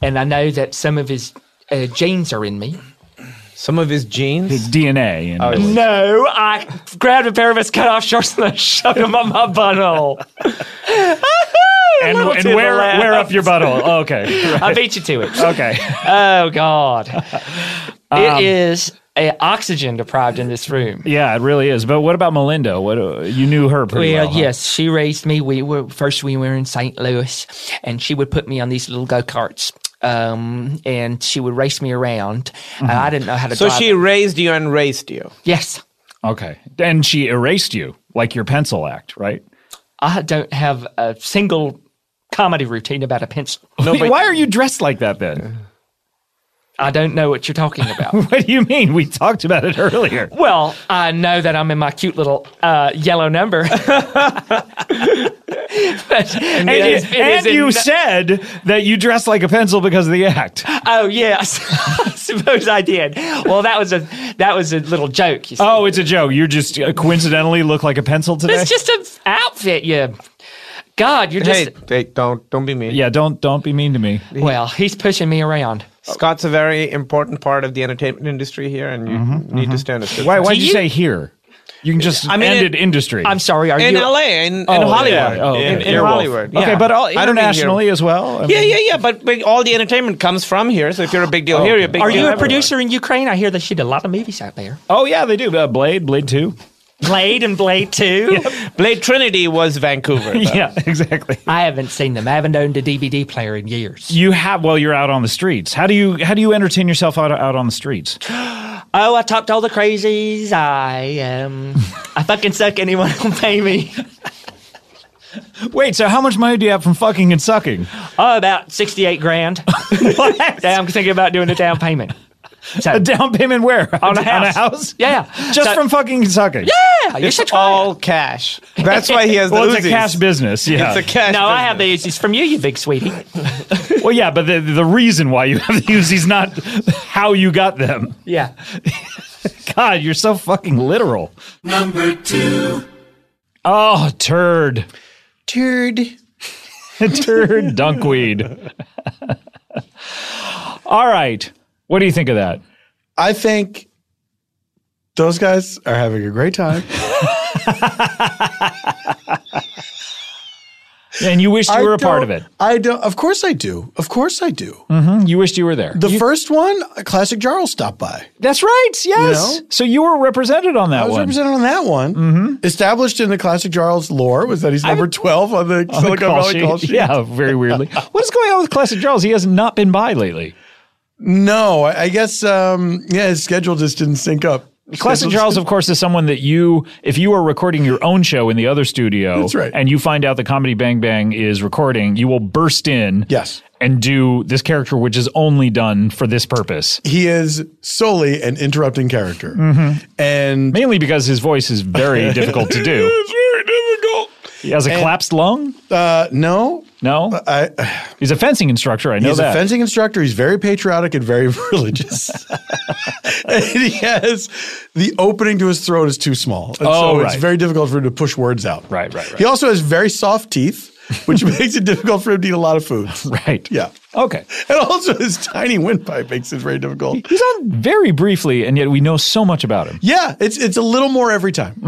[SPEAKER 21] and I know that some of his uh, genes are in me.
[SPEAKER 22] Some of his genes? Oh,
[SPEAKER 1] His DNA. And
[SPEAKER 21] No, I grabbed a pair of his cut-off shorts and I shoved them up my butthole.
[SPEAKER 1] and,
[SPEAKER 21] Little
[SPEAKER 1] and
[SPEAKER 21] to the
[SPEAKER 1] wear,
[SPEAKER 21] left.
[SPEAKER 1] wear up your butthole. Oh, Okay.
[SPEAKER 21] I beat you to it.
[SPEAKER 1] Okay.
[SPEAKER 21] Oh God,
[SPEAKER 1] Um,
[SPEAKER 21] it is uh, oxygen deprived in this room.
[SPEAKER 1] Yeah, it really is. But what about Melinda? What uh, you knew her pretty well?
[SPEAKER 21] Well,
[SPEAKER 1] huh?
[SPEAKER 21] yes, she raised me. We were first we were in St. Louis, and she would put me on these little go karts, um, and she would race me around. And I didn't know how to.
[SPEAKER 22] Mm-hmm. So
[SPEAKER 21] drive.
[SPEAKER 22] she raised you and raised you.
[SPEAKER 21] Yes.
[SPEAKER 1] Okay. And she erased you like your pencil act, right?
[SPEAKER 21] I don't have a single comedy routine about a pencil.
[SPEAKER 1] Why are you dressed like that then?
[SPEAKER 21] I don't know what you're talking about.
[SPEAKER 1] what do you mean? We talked about it earlier.
[SPEAKER 21] Well, I know that I'm in my cute little uh, yellow number. But
[SPEAKER 1] And,
[SPEAKER 21] it
[SPEAKER 1] you-
[SPEAKER 21] is- it
[SPEAKER 1] and
[SPEAKER 21] is in
[SPEAKER 1] you
[SPEAKER 21] no-
[SPEAKER 1] said that you dress like a pencil because of the act.
[SPEAKER 21] Oh yes, I suppose I did. Well, that was a that was a little joke. You see.
[SPEAKER 1] Oh, it's a joke. You're just uh, coincidentally look like a pencil today.
[SPEAKER 21] It's just an outfit, you. God, you're just.
[SPEAKER 22] Hey, don't don't be mean.
[SPEAKER 1] Yeah, don't don't be mean to me.
[SPEAKER 21] Well, he's pushing me around.
[SPEAKER 22] Scott's a very important part of the entertainment industry here, and you need to stand us.
[SPEAKER 1] Mm-hmm, Why why'd you, say here? You can just
[SPEAKER 22] I mean,
[SPEAKER 1] end
[SPEAKER 22] it-
[SPEAKER 1] it, industry.
[SPEAKER 22] I'm sorry, are In you- LA, in- in Hollywood. In- in
[SPEAKER 1] Earwolf.
[SPEAKER 22] Hollywood,
[SPEAKER 1] Okay,
[SPEAKER 22] yeah.
[SPEAKER 1] but all,
[SPEAKER 22] I don't think
[SPEAKER 1] internationally
[SPEAKER 22] you're-
[SPEAKER 1] as well. I
[SPEAKER 22] yeah,
[SPEAKER 1] mean-
[SPEAKER 22] yeah, yeah. But, but all the entertainment comes from here. So if you're a big deal
[SPEAKER 1] Oh,
[SPEAKER 22] here,
[SPEAKER 1] okay.
[SPEAKER 22] you're a big
[SPEAKER 21] Are
[SPEAKER 22] deal
[SPEAKER 21] you a
[SPEAKER 22] everywhere.
[SPEAKER 21] producer in Ukraine? I hear they shoot a lot of movies out there.
[SPEAKER 1] Oh yeah, they do. Uh, Blade, Blade Two.
[SPEAKER 21] Blade and Blade Two.
[SPEAKER 22] Blade Trinity was Vancouver. though.
[SPEAKER 1] exactly.
[SPEAKER 21] I haven't seen them. I haven't owned a DVD player in years.
[SPEAKER 1] You have well, you're out on the streets. How do you how do you entertain yourself out out on the streets?
[SPEAKER 21] Oh, I topped all the crazies. I um, I fucking suck anyone who'll pay me.
[SPEAKER 1] Wait, so how much money do you have from fucking and sucking?
[SPEAKER 24] Oh, about 68 grand. I'm thinking about doing a down payment. So,
[SPEAKER 1] a down payment where?
[SPEAKER 24] on a house. Yeah.
[SPEAKER 1] Just
[SPEAKER 24] So-
[SPEAKER 1] from fucking Kentucky.
[SPEAKER 24] Yeah, you
[SPEAKER 1] It's
[SPEAKER 24] should try all cash.
[SPEAKER 1] That's why he has the Well, it's a Uzis. cash business, yeah.
[SPEAKER 24] it's a cash. No, I have the Uzis from you, you big sweetie.
[SPEAKER 1] well, yeah, but the, the reason why you have the Uzis not how you got them.
[SPEAKER 24] Yeah.
[SPEAKER 1] God, you're so fucking literal.
[SPEAKER 12] Number two.
[SPEAKER 1] Oh, turd.
[SPEAKER 12] Turd.
[SPEAKER 1] turd dunkweed. All right. What do you think of that?
[SPEAKER 3] I think those guys are having a great time.
[SPEAKER 1] And you wished you
[SPEAKER 3] I
[SPEAKER 1] were a part of
[SPEAKER 3] don't-
[SPEAKER 1] it.
[SPEAKER 3] I don't. Of course I do. Of course I do.
[SPEAKER 1] Mm-hmm. You wished you were there.
[SPEAKER 3] The first one, Classic Jarl stopped by.
[SPEAKER 1] That's right. Yes.
[SPEAKER 3] No.
[SPEAKER 1] So you were represented on that
[SPEAKER 3] I was
[SPEAKER 1] one. Mm-hmm.
[SPEAKER 3] represented on that one. Established in the Classic Jarl's lore was that he's number 12 on the
[SPEAKER 1] On the
[SPEAKER 3] Silicon
[SPEAKER 1] call
[SPEAKER 3] Valley call sheet.
[SPEAKER 1] Yeah, very weirdly. what is going on with Classic Charles? He has not been by lately.
[SPEAKER 3] No, I, I guess, um, yeah, his schedule just didn't sync up.
[SPEAKER 1] Classic Charles, of course, is someone that you, if you are recording your own show in the other studio,
[SPEAKER 3] That's right.
[SPEAKER 1] and you find out the Comedy Bang Bang is recording, you will burst in, yes, and do this character, which is only done for this purpose.
[SPEAKER 3] He is solely an interrupting character.
[SPEAKER 1] Mm-hmm.
[SPEAKER 3] And
[SPEAKER 1] mainly because his voice is very difficult to do. He has a
[SPEAKER 3] And-
[SPEAKER 1] collapsed lung.
[SPEAKER 3] Uh, no,
[SPEAKER 1] no. he's a fencing instructor. I know
[SPEAKER 3] he's
[SPEAKER 1] that.
[SPEAKER 3] a fencing instructor. He's very patriotic and very religious. and he has the opening to his throat is too small. And
[SPEAKER 1] Oh,
[SPEAKER 3] so
[SPEAKER 1] right.
[SPEAKER 3] it's very difficult for him to push words out.
[SPEAKER 1] Right, right, right.
[SPEAKER 3] He also has very soft teeth, which makes it difficult for him to eat a lot of food.
[SPEAKER 1] Right.
[SPEAKER 3] Yeah.
[SPEAKER 1] Okay.
[SPEAKER 3] And also his tiny windpipe makes it very difficult.
[SPEAKER 1] He's on very briefly, and yet we know so much about him. Mm-hmm,
[SPEAKER 3] Yeah, it's it's a little more every time.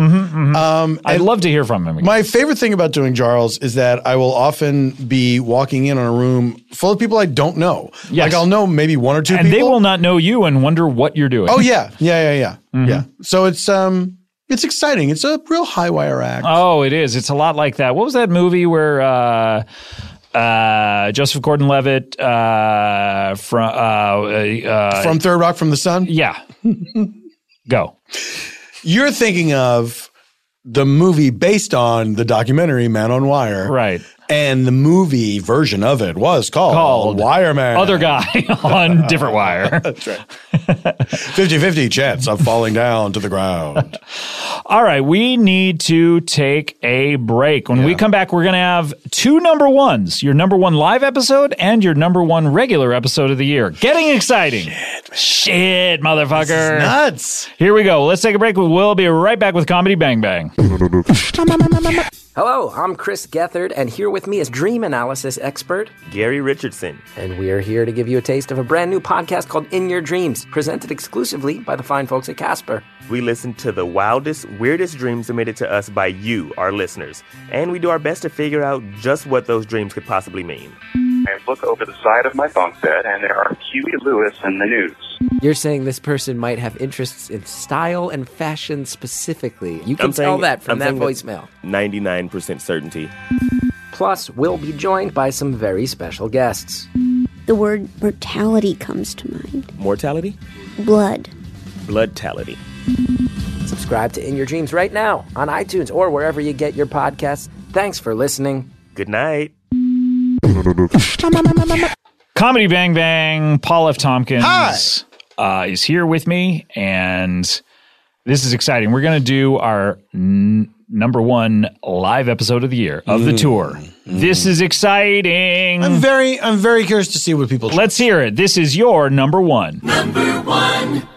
[SPEAKER 3] Um,
[SPEAKER 1] I'd love to hear from him.
[SPEAKER 3] My favorite thing about doing Jarls is that I will often be walking in on a room full of people I don't know.
[SPEAKER 1] Yes.
[SPEAKER 3] Like I'll know maybe one or two
[SPEAKER 1] and
[SPEAKER 3] people.
[SPEAKER 1] they will not know you and wonder what you're doing. Mm-hmm.
[SPEAKER 3] Oh yeah, yeah, yeah, yeah, yeah. So it's um, it's exciting. It's a real high wire act.
[SPEAKER 1] Oh, it is. It's a lot like that. What was that movie where uh, uh, Joseph Gordon-Levitt uh, from uh, uh,
[SPEAKER 3] from Third Rock from the Sun.
[SPEAKER 1] Yeah. Go.
[SPEAKER 3] You're thinking of the movie based on the documentary Man on Wire,
[SPEAKER 1] right?
[SPEAKER 3] And the movie version of it was called,
[SPEAKER 1] Called
[SPEAKER 3] Wire Man.
[SPEAKER 1] other guy on different wire?
[SPEAKER 3] That's right. 50-50 chance of falling down to the ground.
[SPEAKER 1] All right, we need to take a break. When we come back, we're going to have two number ones your number one live episode and your number one regular episode of the year. Getting exciting. Shit, motherfucker.
[SPEAKER 3] nuts.
[SPEAKER 1] Here we go. Let's take a break. We'll be right back with Comedy Bang Bang.
[SPEAKER 21] Hello, I'm Chris Gethard, and here with me is dream analysis expert Gary Richardson. And we are here to give you a taste of a brand new podcast called In Your Dreams, presented exclusively by the fine folks at Casper.
[SPEAKER 2] We listen to the wildest, weirdest dreams submitted to us by you, our listeners, and we do our best to figure out just what those dreams could possibly mean.
[SPEAKER 11] I look over the side of my bunk bed, and there are Huey Lewis in the news.
[SPEAKER 21] You're saying this person might have interests in style and fashion specifically. You can
[SPEAKER 2] I'm
[SPEAKER 21] tell
[SPEAKER 2] saying-
[SPEAKER 21] that from
[SPEAKER 2] I'm
[SPEAKER 21] that
[SPEAKER 2] saying
[SPEAKER 21] voicemail.
[SPEAKER 2] 99% certainty.
[SPEAKER 21] Plus, we'll be joined by some very special guests.
[SPEAKER 8] The word mortality comes to mind.
[SPEAKER 2] Mortality?
[SPEAKER 8] Blood.
[SPEAKER 2] Bloodtality.
[SPEAKER 21] Subscribe to In Your Dreams right now on iTunes or wherever you get your podcasts. Thanks for listening.
[SPEAKER 2] Good night.
[SPEAKER 1] Comedy Bang Bang, Paul F. Tompkins
[SPEAKER 21] Hi.
[SPEAKER 1] Uh, is here with me, and this is exciting. We're going to do our n- number one live episode of the year of the
[SPEAKER 3] Mm.
[SPEAKER 1] tour. This is exciting.
[SPEAKER 3] I'm very, I'm very curious to see what people.
[SPEAKER 1] Let's hear it. This is your number one. Number one.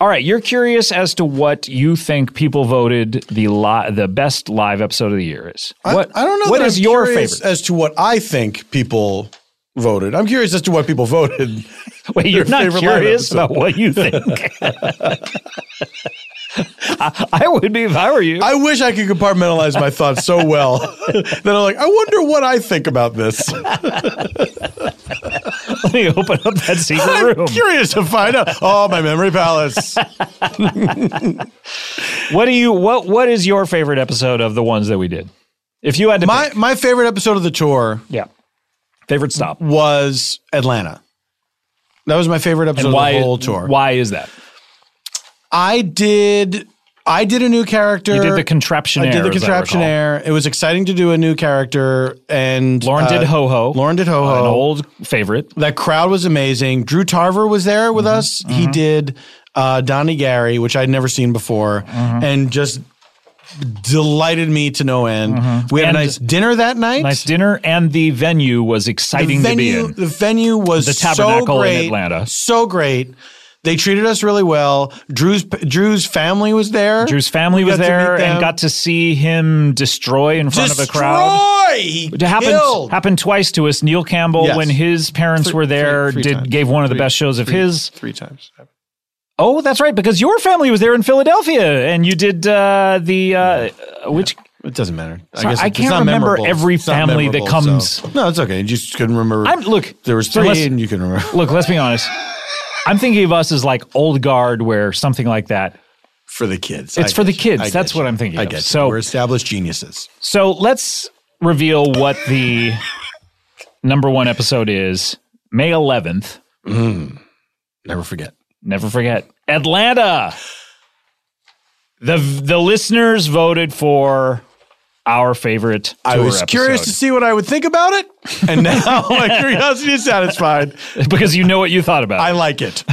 [SPEAKER 1] All right, you're curious as to what you think people voted the li- the best live episode of the year is. What
[SPEAKER 3] I, I don't know.
[SPEAKER 1] What
[SPEAKER 3] that
[SPEAKER 1] is
[SPEAKER 3] I'm
[SPEAKER 1] your
[SPEAKER 3] curious
[SPEAKER 1] favorite?
[SPEAKER 3] as to what I think people voted? I'm curious as to what people voted.
[SPEAKER 1] Wait, you're not
[SPEAKER 3] Their favorite live
[SPEAKER 1] curious
[SPEAKER 3] episode.
[SPEAKER 1] about what you think. I, I would be if I were you.
[SPEAKER 3] I wish I could compartmentalize my thoughts so well that I'm like, I wonder what I think about this.
[SPEAKER 1] Let me open up that secret
[SPEAKER 3] I'm
[SPEAKER 1] room.
[SPEAKER 3] Curious to find out. Oh, my memory palace.
[SPEAKER 1] what do you what what is your favorite episode of the ones that we did? If you had to
[SPEAKER 3] my my favorite episode of the tour,
[SPEAKER 1] yeah, favorite stop
[SPEAKER 3] was Atlanta. That was my favorite episode
[SPEAKER 1] why-
[SPEAKER 3] of the whole tour.
[SPEAKER 1] Why is that?
[SPEAKER 3] I did I did a new character.
[SPEAKER 1] You did the contraptionaire,
[SPEAKER 3] I did the
[SPEAKER 1] as I
[SPEAKER 3] contraptionaire. It was exciting to do a new character, and uh,
[SPEAKER 1] Lauren did Ho Ho.
[SPEAKER 3] Lauren did Ho Ho,
[SPEAKER 1] An old favorite. Mm-hmm.
[SPEAKER 3] That crowd was amazing. Drew Tarver was there with us. He did uh, Donnie Gary, which I'd never seen before,
[SPEAKER 1] Mm-hmm.
[SPEAKER 3] and just delighted me to no end. We
[SPEAKER 1] Mm-hmm.
[SPEAKER 3] had
[SPEAKER 1] And-
[SPEAKER 3] a nice dinner that night.
[SPEAKER 1] Nice dinner, and the venue was exciting
[SPEAKER 3] the
[SPEAKER 1] to
[SPEAKER 3] venue,
[SPEAKER 1] be in.
[SPEAKER 3] The venue was
[SPEAKER 1] The Tabernacle
[SPEAKER 3] so
[SPEAKER 1] in
[SPEAKER 3] great,
[SPEAKER 1] Atlanta.
[SPEAKER 3] So great. They treated us really well. Drew's Drew's family was there.
[SPEAKER 1] Drew's family
[SPEAKER 3] We
[SPEAKER 1] was
[SPEAKER 3] got to
[SPEAKER 1] there
[SPEAKER 3] meet them.
[SPEAKER 1] and got to see him destroy in front of a crowd.
[SPEAKER 3] Destroy! He
[SPEAKER 1] It happened,
[SPEAKER 3] killed.
[SPEAKER 1] happened twice to us. Neil Campbell,
[SPEAKER 3] Yes.
[SPEAKER 1] when his parents
[SPEAKER 3] Three-
[SPEAKER 1] were there,
[SPEAKER 3] three- three
[SPEAKER 1] did
[SPEAKER 3] times.
[SPEAKER 1] gave one of the
[SPEAKER 3] Three-
[SPEAKER 1] best shows of
[SPEAKER 3] three-
[SPEAKER 1] his.
[SPEAKER 3] three times.
[SPEAKER 1] Oh, that's right, because your family was there in Philadelphia, and you did uh, the uh, which.
[SPEAKER 3] It doesn't matter.
[SPEAKER 1] I, can't remember every family that comes.
[SPEAKER 3] No, it's okay. You just couldn't remember.
[SPEAKER 1] I'm look.
[SPEAKER 3] There was
[SPEAKER 1] so
[SPEAKER 3] three,
[SPEAKER 1] let's-
[SPEAKER 3] and you can remember.
[SPEAKER 1] Look, let's be honest. I'm thinking of us as like old guard, where something like that.
[SPEAKER 3] For the kids.
[SPEAKER 1] It's
[SPEAKER 3] I
[SPEAKER 1] for the
[SPEAKER 3] get you.
[SPEAKER 1] kids.
[SPEAKER 3] I
[SPEAKER 1] That's
[SPEAKER 3] get
[SPEAKER 1] what
[SPEAKER 3] you.
[SPEAKER 1] I'm thinking.
[SPEAKER 3] I
[SPEAKER 1] of.
[SPEAKER 3] get.
[SPEAKER 1] So
[SPEAKER 3] So we're established geniuses.
[SPEAKER 1] So let's reveal what the number one episode is May 11th.
[SPEAKER 3] Mm-hmm. Never forget.
[SPEAKER 1] Never forget. Atlanta. The the listeners voted for our favorite.
[SPEAKER 3] I
[SPEAKER 1] tour
[SPEAKER 3] was curious to
[SPEAKER 1] episode.
[SPEAKER 3] see what I would think about it, and now my curiosity is satisfied
[SPEAKER 1] because you know what you thought about.
[SPEAKER 3] I like it.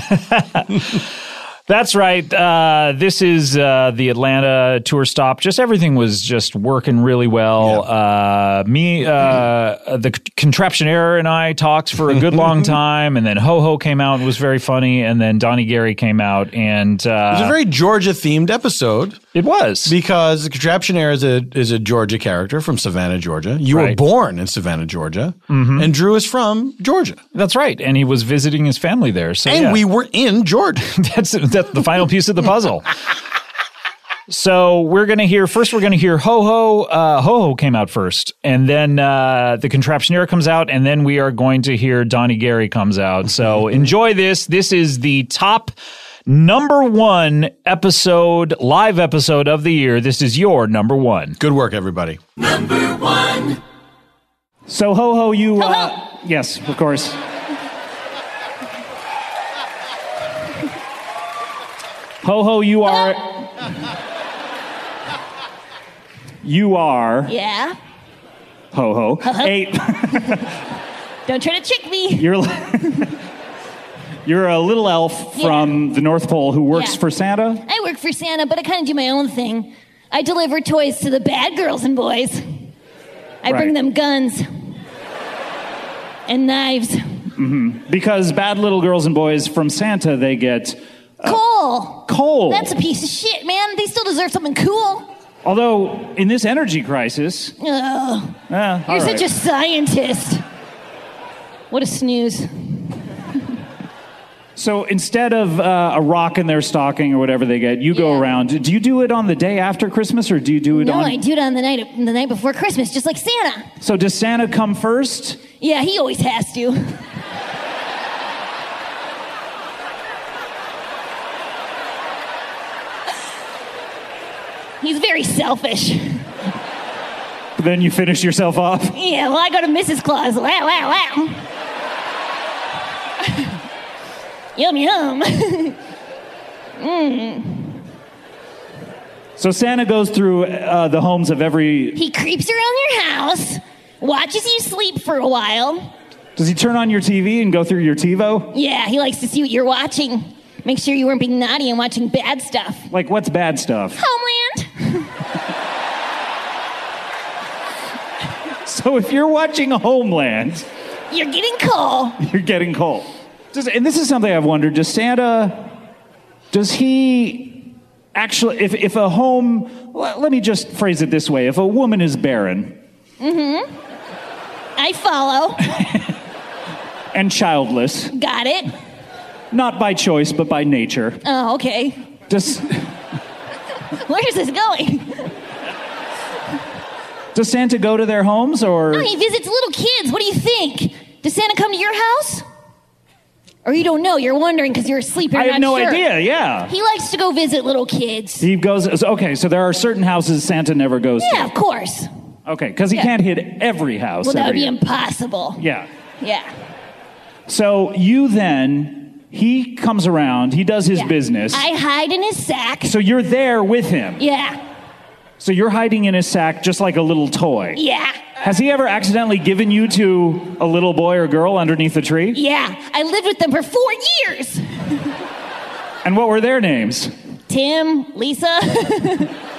[SPEAKER 1] That's right. Uh, this is uh, the Atlanta tour stop. Just everything was just working really well. Uh, me, uh, the c- contraptionaire, and I talked for a good long time, and then Ho Ho came out and was very funny, and then Donnie Gary came out, and uh,
[SPEAKER 3] It was a very Georgia themed episode.
[SPEAKER 1] It was
[SPEAKER 3] because the contraptionaire is a is a Georgia character from Savannah, Georgia. You were
[SPEAKER 1] Right.
[SPEAKER 3] born in Savannah, Georgia,
[SPEAKER 1] Mhm.
[SPEAKER 3] and Drew is from Georgia.
[SPEAKER 1] That's right, and he was visiting his family there. So
[SPEAKER 3] And we were in Georgia.
[SPEAKER 1] that's that's the final piece of the puzzle. So we're gonna hear first. We're gonna hear Ho Ho. Uh, Ho Ho came out first, and then uh, the contraptionaire comes out, and then we are going to hear Donnie Gary comes out. So enjoy this. This is the top number one episode, live episode of the year. This is your number one.
[SPEAKER 3] Good work, everybody.
[SPEAKER 1] So ho ho, you. Uh, yes, of course. ho ho, you are. You are
[SPEAKER 8] Yeah.
[SPEAKER 1] ho ho
[SPEAKER 8] Ho-ho.
[SPEAKER 1] eight.
[SPEAKER 8] Don't try to trick me.
[SPEAKER 1] You're you're a little elf from the North Pole who works
[SPEAKER 8] Yeah.
[SPEAKER 1] for Santa.
[SPEAKER 8] I work for Santa, but I kind of do my own thing. I deliver toys to the bad girls and boys. I bring
[SPEAKER 1] Right.
[SPEAKER 8] them guns and knives.
[SPEAKER 1] hmm Because bad little girls and boys from Santa they get. Oh,
[SPEAKER 8] Coal.
[SPEAKER 1] Coal.
[SPEAKER 8] That's a piece of shit, man. They still deserve something cool.
[SPEAKER 1] Although in this energy crisis,
[SPEAKER 8] Ugh.
[SPEAKER 1] uh, all
[SPEAKER 8] You're
[SPEAKER 1] right.
[SPEAKER 8] such a scientist. What a snooze.
[SPEAKER 1] So instead of uh, a rock in their stocking or whatever they get, you go around. Do you do it on the day after Christmas or do you do it
[SPEAKER 8] No,
[SPEAKER 1] on?
[SPEAKER 8] I do it on the night the night before Christmas, just like Santa.
[SPEAKER 1] So does Santa come first?
[SPEAKER 8] Yeah, he always has to. He's very selfish.
[SPEAKER 1] Then you finish yourself off.
[SPEAKER 8] Yeah, well, I go to Mrs. Claus. Wow, wow, wow. yum, yum. mm.
[SPEAKER 1] So Santa goes through uh, the homes of every.
[SPEAKER 8] He creeps around your house, watches you sleep for a while.
[SPEAKER 1] Does he turn on your TV and go through your TiVo?
[SPEAKER 8] Yeah, he likes to see what you're watching. Make sure you weren't being naughty and watching bad stuff.
[SPEAKER 1] Like what's bad stuff?
[SPEAKER 8] Homeland.
[SPEAKER 1] So if you're watching Homeland,
[SPEAKER 8] You're getting coal.
[SPEAKER 1] you're getting cold. Does, and this is something I've wondered: Does Santa? Does he actually? If if a home, let, let me just phrase it this way: If a woman is barren
[SPEAKER 8] Mm-hmm. I follow.
[SPEAKER 1] and childless,
[SPEAKER 8] Got it.
[SPEAKER 1] not by choice but by nature,
[SPEAKER 8] Oh, okay.
[SPEAKER 1] does
[SPEAKER 8] Where is this going?
[SPEAKER 1] does Santa go to their homes or?
[SPEAKER 8] Oh, he visits little kids. What do you think? Does Santa come to your house? Or you don't know? You're wondering because you're asleep. You're
[SPEAKER 1] I have
[SPEAKER 8] not
[SPEAKER 1] no
[SPEAKER 8] sure.
[SPEAKER 1] idea, yeah.
[SPEAKER 8] He likes to go visit little kids.
[SPEAKER 1] He goes. Okay, so there are certain houses Santa never goes
[SPEAKER 8] Yeah, of course.
[SPEAKER 1] to. Okay, because he
[SPEAKER 8] Yeah.
[SPEAKER 1] can't hit every house.
[SPEAKER 8] Well, that would
[SPEAKER 1] every
[SPEAKER 8] be
[SPEAKER 1] year.
[SPEAKER 8] impossible.
[SPEAKER 1] yeah.
[SPEAKER 8] Yeah.
[SPEAKER 1] So you then He comes around, he does his business.
[SPEAKER 8] I hide in his sack.
[SPEAKER 1] so you're there with him.
[SPEAKER 8] Yeah.
[SPEAKER 1] So you're hiding in his sack just like a little toy.
[SPEAKER 8] Yeah.
[SPEAKER 1] Has he ever accidentally given you to a little boy or girl underneath a tree?
[SPEAKER 8] Yeah. I lived with them for four years.
[SPEAKER 1] And what were their names?
[SPEAKER 8] Tim, Lisa.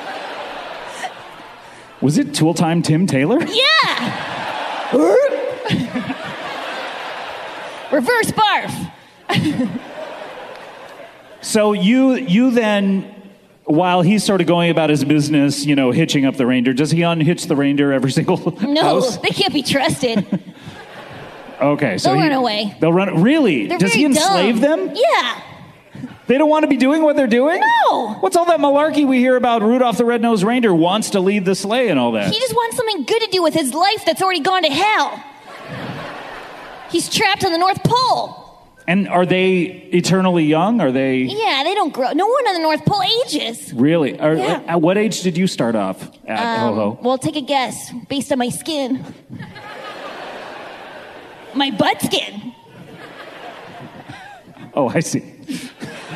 [SPEAKER 1] Was it Tool Time Tim Taylor?
[SPEAKER 8] yeah. Reverse barf.
[SPEAKER 1] So you you then while he's sort of going about his business, you know, hitching up the reindeer, does he unhitch the reindeer every single
[SPEAKER 8] No,
[SPEAKER 1] house?
[SPEAKER 8] they can't be trusted.
[SPEAKER 1] Okay, so
[SPEAKER 8] They'll
[SPEAKER 1] he-
[SPEAKER 8] run away.
[SPEAKER 1] They'll run really?
[SPEAKER 8] They're
[SPEAKER 1] does
[SPEAKER 8] very
[SPEAKER 1] he enslave
[SPEAKER 8] dumb.
[SPEAKER 1] them?
[SPEAKER 8] Yeah.
[SPEAKER 1] They don't want to be doing what they're doing? No. What's all that malarkey we hear about Rudolph the Red-Nosed Reindeer wants to lead the sleigh and all that?
[SPEAKER 8] He just wants something good to do with his life that's already gone to hell. He's trapped on the North Pole.
[SPEAKER 1] and are they eternally young? Are they
[SPEAKER 8] Yeah, they don't grow. No one on the North Pole ages.
[SPEAKER 1] really? Are,
[SPEAKER 8] Yeah.
[SPEAKER 1] At what age did you start off at
[SPEAKER 8] Um,
[SPEAKER 1] Uh, Ho Ho?
[SPEAKER 8] Well, take a guess based on my skin. my butt skin.
[SPEAKER 1] Oh, I see.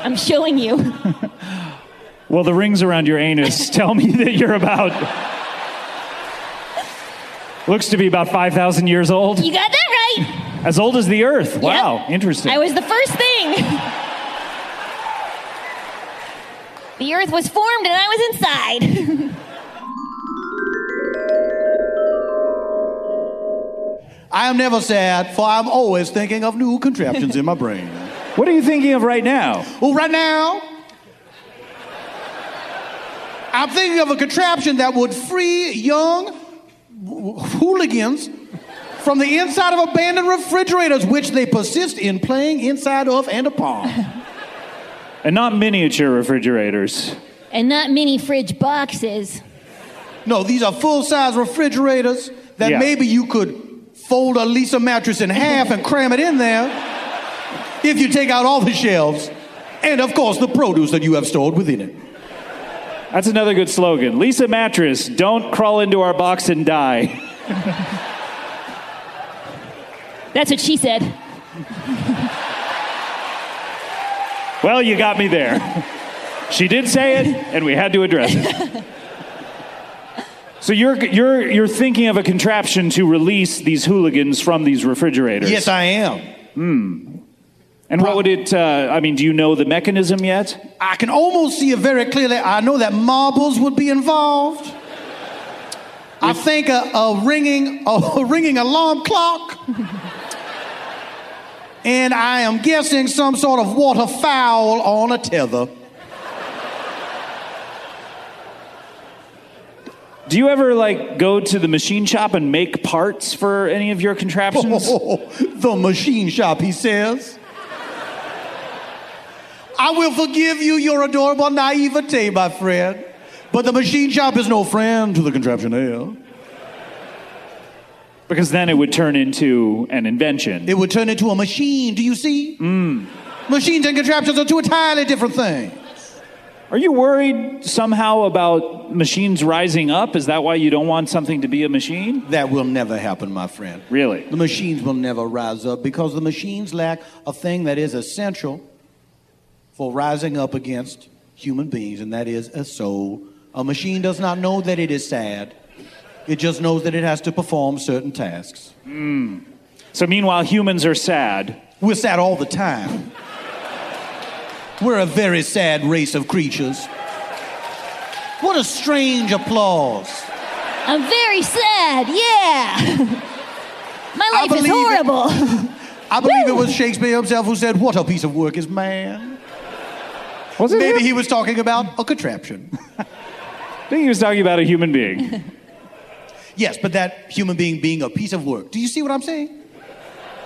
[SPEAKER 8] I'm showing you.
[SPEAKER 1] Well, the rings around your anus tell me that you're about. looks to be about 5,000 years old.
[SPEAKER 8] You got that right.
[SPEAKER 1] As old as the earth. Wow, interesting.
[SPEAKER 8] I was the first thing. the earth was formed and I was inside.
[SPEAKER 4] I am never sad, for I'm always thinking of new contraptions in my brain.
[SPEAKER 1] What are you thinking of right now?
[SPEAKER 4] Well, right now, I'm thinking of a contraption that would free young w- hooligans from the inside of abandoned refrigerators, which they persist in playing inside of and upon.
[SPEAKER 1] and not miniature refrigerators.
[SPEAKER 8] and not mini fridge boxes.
[SPEAKER 4] No, these are full size refrigerators that
[SPEAKER 1] Yeah.
[SPEAKER 4] maybe you could fold a Lisa mattress in half and cram it in there if you take out all the shelves and, of course, the produce that you have stored within it.
[SPEAKER 1] That's another good slogan. Lisa Mattress, don't crawl into our box and die.
[SPEAKER 8] That's what she said.
[SPEAKER 1] Well, you got me there. she did say it, and we had to address it. So you're, you're, you're thinking of a contraption to release these hooligans from these refrigerators.
[SPEAKER 4] Yes, I am.
[SPEAKER 1] Hmm. And what would it, uh, I mean, do you know the mechanism yet?
[SPEAKER 4] I can almost see it very clearly. I know that marbles would be involved. I think a, a ringing a, ringing alarm clock. and I am guessing some sort of waterfowl on a tether.
[SPEAKER 1] Do you ever, like, go to the machine shop and make parts for any of your contraptions?
[SPEAKER 4] the machine shop, he says. I will forgive you your adorable naivete, my friend. But the machine shop is no friend to the contraptionaire.
[SPEAKER 1] Because then it would turn into an invention.
[SPEAKER 4] It would turn into a machine, do you see? Machines and contraptions are two entirely different things.
[SPEAKER 1] Are you worried somehow about machines rising up? Is that why you don't want something to be a machine?
[SPEAKER 4] That will never happen, my friend.
[SPEAKER 1] Really?
[SPEAKER 4] The machines will never rise up because the machines lack a thing that is essential for rising up against human beings, and that is a soul. A machine does not know that it is sad, it just knows that it has to perform certain tasks.
[SPEAKER 1] Hmm. So, meanwhile, humans are sad.
[SPEAKER 4] We're sad all the time. We're a very sad race of creatures. What a strange applause.
[SPEAKER 8] I'm very sad. Yeah. My
[SPEAKER 4] I
[SPEAKER 8] life is
[SPEAKER 4] believe it-
[SPEAKER 8] horrible.
[SPEAKER 4] I believe it was Shakespeare himself who said, What a piece of work is man. Maybe he was talking about a contraption.
[SPEAKER 1] I think he was talking about a human being.
[SPEAKER 4] yes, but that human being being a piece of work. Do you see what I'm saying?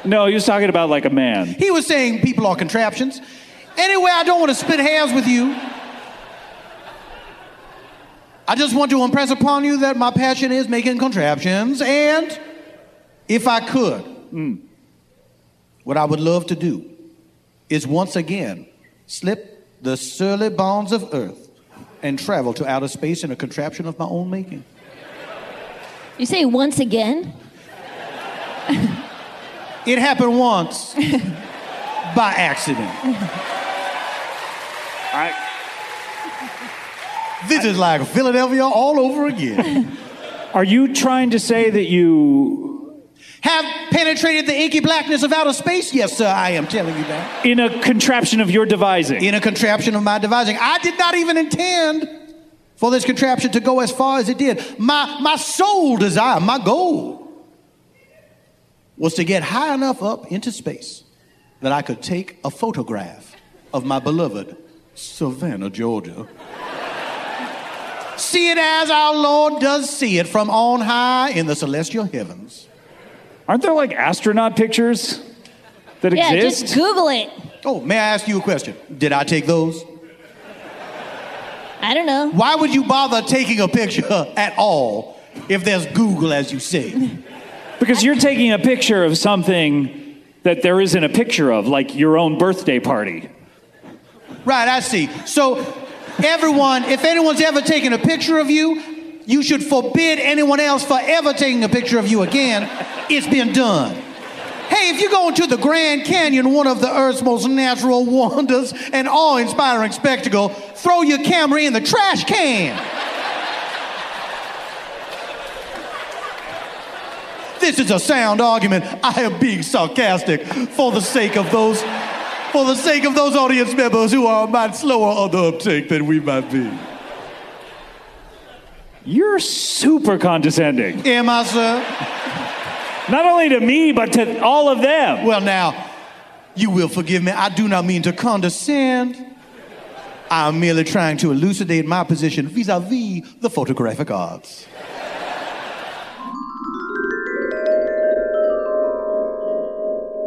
[SPEAKER 1] No, he was talking about like a man.
[SPEAKER 4] He was saying people are contraptions. Anyway, I don't want to split hairs with you. I just want to impress upon you that my passion is making contraptions, and if I could, what I would love to do is once again slip the surly bonds of earth and travel to outer space in a contraption of my own making.
[SPEAKER 8] You say once again?
[SPEAKER 4] It happened once.
[SPEAKER 1] by accident. I,
[SPEAKER 4] This is like Philadelphia all over again.
[SPEAKER 1] Are you trying to say that you
[SPEAKER 4] Have penetrated the inky blackness of outer space? Yes, sir, I am telling you that.
[SPEAKER 1] in a contraption of your devising.
[SPEAKER 4] In a contraption of my devising. I did not even intend for this contraption to go as far as it did. My, my sole desire, my goal, was to get high enough up into space that I could take a photograph of my beloved Savannah, Georgia. see it as our Lord does see it from on high in the celestial heavens.
[SPEAKER 1] Aren't there like astronaut pictures that
[SPEAKER 8] yeah,
[SPEAKER 1] exist?
[SPEAKER 8] just Google it.
[SPEAKER 4] Oh, may I ask you a question? Did I take those?
[SPEAKER 8] I don't know.
[SPEAKER 4] Why would you bother taking a picture at all if there's Google, as you say?
[SPEAKER 1] Because you're taking a picture of something that there isn't a picture of, like your own birthday party.
[SPEAKER 4] Right, I see. So, everyone, if anyone's ever taken a picture of you, you should forbid anyone else for ever taking a picture of you again. It's been done. Hey, if you're going to the Grand Canyon, one of the Earth's most natural wonders and awe inspiring spectacle, throw your camera in the trash can. This is a sound argument. I am being sarcastic for the sake of those for the sake of those audience members who are much slower on the uptake than we might be.
[SPEAKER 1] You're super condescending.
[SPEAKER 4] Am I, sir?
[SPEAKER 1] Not only to me, but to all of them.
[SPEAKER 4] Well, now, you will forgive me. I do not mean to condescend. I'm merely trying to elucidate my position vis-a-vis the photographic arts.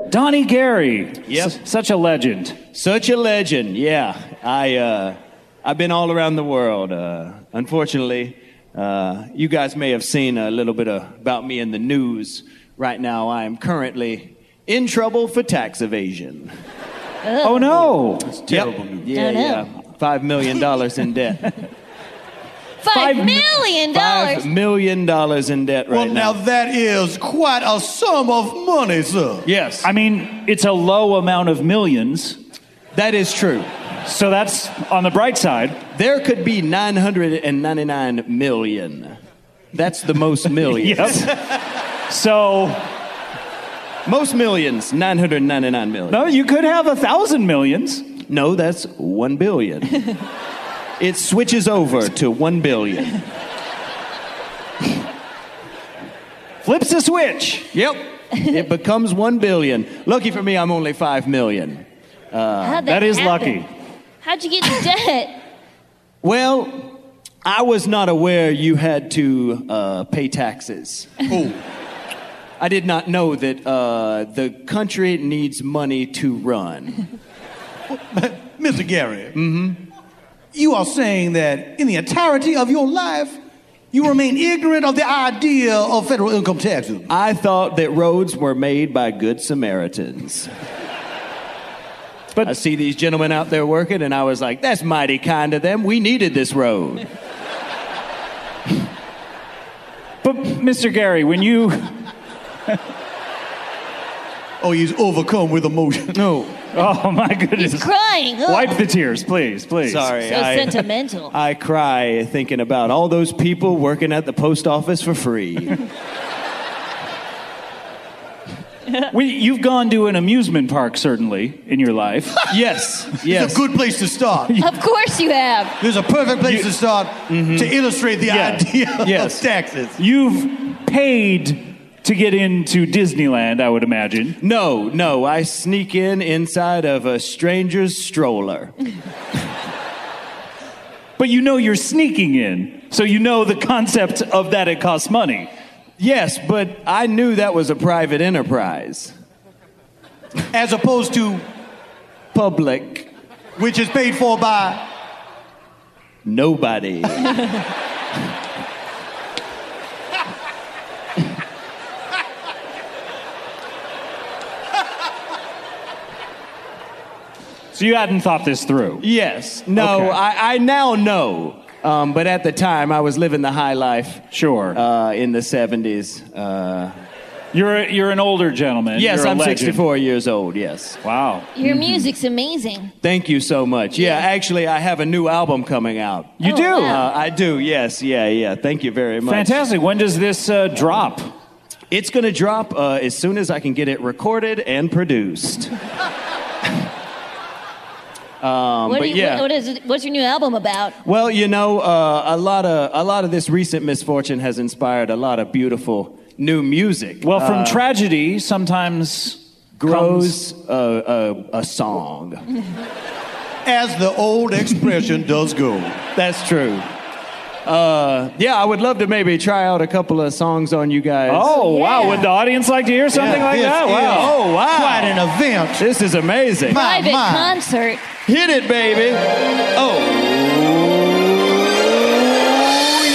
[SPEAKER 1] Donnie Gary. Yes. such a legend.
[SPEAKER 11] Such a legend, yeah. I, uh, I've been all around the world. Uh, unfortunately, uh, you guys may have seen a little bit of, about me in the news. Right now, I am currently in trouble for tax evasion.
[SPEAKER 1] Oh, no.
[SPEAKER 11] It's terrible news. Yeah,
[SPEAKER 8] Oh, no.
[SPEAKER 11] yeah. Five million dollars in debt.
[SPEAKER 8] Five million dollars.
[SPEAKER 11] Five million dollars in debt right
[SPEAKER 4] well, now. that is quite a sum of money, sir.
[SPEAKER 11] Yes.
[SPEAKER 1] I mean, it's a low amount of millions.
[SPEAKER 11] That is true.
[SPEAKER 1] So that's on the bright side.
[SPEAKER 11] There could be 999 million. That's the most millions.
[SPEAKER 1] So
[SPEAKER 11] most millions, 999 million.
[SPEAKER 1] No, you could have a thousand millions.
[SPEAKER 11] No, that's 1 billion. it switches over to 1 billion.
[SPEAKER 1] Flips a switch.
[SPEAKER 11] Yep. It becomes 1 billion. Lucky for me, I'm only 5 million. Uh,
[SPEAKER 8] How'd happen? How'd you get in debt?
[SPEAKER 11] Well, I was not aware you had to uh, pay taxes. Oh. I did not know that uh, the country needs money to run. Mm-hmm.
[SPEAKER 4] Mr. Gary, you are saying that in the entirety of your life, you remain ignorant of the idea of federal income taxes.
[SPEAKER 11] I thought that roads were made by good Samaritans. But I see these gentlemen out there working, and I was like, that's mighty kind of them. We needed this road.
[SPEAKER 1] But, Mr. Gary, when you.
[SPEAKER 4] oh, he's overcome with emotion.
[SPEAKER 11] No.
[SPEAKER 1] Oh, my goodness.
[SPEAKER 8] He's crying. Ugh.
[SPEAKER 1] Wipe the tears, please, please.
[SPEAKER 11] Sorry.
[SPEAKER 8] So
[SPEAKER 11] I-
[SPEAKER 8] sentimental.
[SPEAKER 11] I cry thinking about all those people working at the post office for free.
[SPEAKER 1] We, you've gone to an amusement park, certainly, in your life.
[SPEAKER 11] yes, yes.
[SPEAKER 4] It's a good place to start.
[SPEAKER 8] of course you have.
[SPEAKER 4] There's a perfect place to start to illustrate the
[SPEAKER 1] Mm-hmm. Yeah.
[SPEAKER 4] idea
[SPEAKER 1] Yes.
[SPEAKER 4] of taxes.
[SPEAKER 1] You've paid to get into Disneyland, I would imagine.
[SPEAKER 11] No, no, I sneak in inside of a stranger's stroller.
[SPEAKER 1] But you know you're sneaking in, so you know the concept of that it costs money.
[SPEAKER 11] Yes, but I knew that was a private enterprise.
[SPEAKER 4] As opposed to
[SPEAKER 11] public,
[SPEAKER 4] which is paid for by.
[SPEAKER 11] Nobody.
[SPEAKER 1] So you hadn't thought this through.
[SPEAKER 11] yes, no,
[SPEAKER 1] Okay.
[SPEAKER 11] I, I now know. Um, but at the time, I was living the high life.
[SPEAKER 1] Sure.
[SPEAKER 11] Uh, in the 70s. Uh,
[SPEAKER 2] You're you're an older gentleman.
[SPEAKER 11] Yes,
[SPEAKER 2] You're a
[SPEAKER 11] I'm
[SPEAKER 2] legend.
[SPEAKER 11] 64 years old. Yes.
[SPEAKER 2] Wow.
[SPEAKER 8] Your music's amazing.
[SPEAKER 11] Thank you so much. Yeah, actually, I have a new album coming out.
[SPEAKER 2] You do?
[SPEAKER 11] Uh, I do. Yes. Yeah. Yeah. Thank you very much.
[SPEAKER 2] Fantastic. When does this uh, drop?
[SPEAKER 11] It's going to drop uh, as soon as I can get it recorded and produced. um,
[SPEAKER 8] what,
[SPEAKER 11] but
[SPEAKER 8] do you,
[SPEAKER 11] yeah.
[SPEAKER 8] what is it, what's your new album about?
[SPEAKER 11] Well, you know, uh, a lot of a lot of this recent misfortune has inspired a lot of beautiful new music.
[SPEAKER 2] Well, from
[SPEAKER 11] Uh,
[SPEAKER 2] tragedy, sometimes
[SPEAKER 11] grows a, a, a song.
[SPEAKER 12] As the old expression does go.
[SPEAKER 11] That's true. Uh, yeah, I would love to maybe try out a couple of songs on you guys.
[SPEAKER 2] Oh wow! Would the audience like to hear something
[SPEAKER 11] Yeah,
[SPEAKER 2] like
[SPEAKER 11] this
[SPEAKER 2] that?
[SPEAKER 11] is
[SPEAKER 2] Wow!
[SPEAKER 11] Oh, wow.
[SPEAKER 12] Quite an event.
[SPEAKER 2] This is amazing.
[SPEAKER 8] Private concert.
[SPEAKER 11] Hit it, baby. Oh,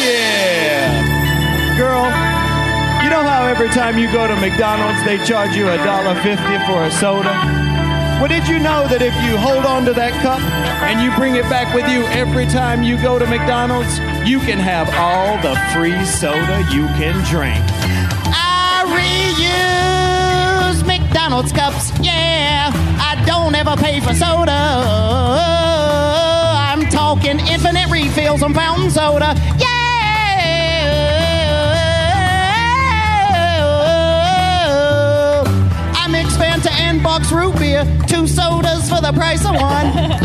[SPEAKER 11] yeah. Girl, you know how every time you go to McDonald's, they charge you $1.50 for a soda? Well, did you know that if you hold on to that cup and you bring it back with you every time you go to McDonald's, you can have all the free soda you can drink?
[SPEAKER 25] I reuse McDonald's cups, yeah. I don't ever pay for soda. I'm talking infinite refills on fountain soda, yeah. I mix Fanta and box root beer, two sodas for the price of one,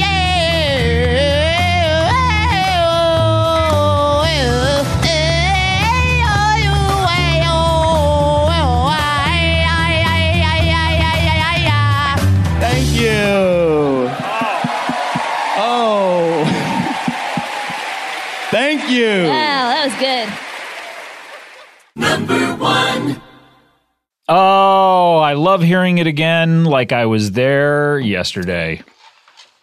[SPEAKER 25] yeah.
[SPEAKER 11] Thank you. Oh. Thank you.
[SPEAKER 8] Wow, that was good.
[SPEAKER 1] Oh, I love hearing it again like I was there yesterday.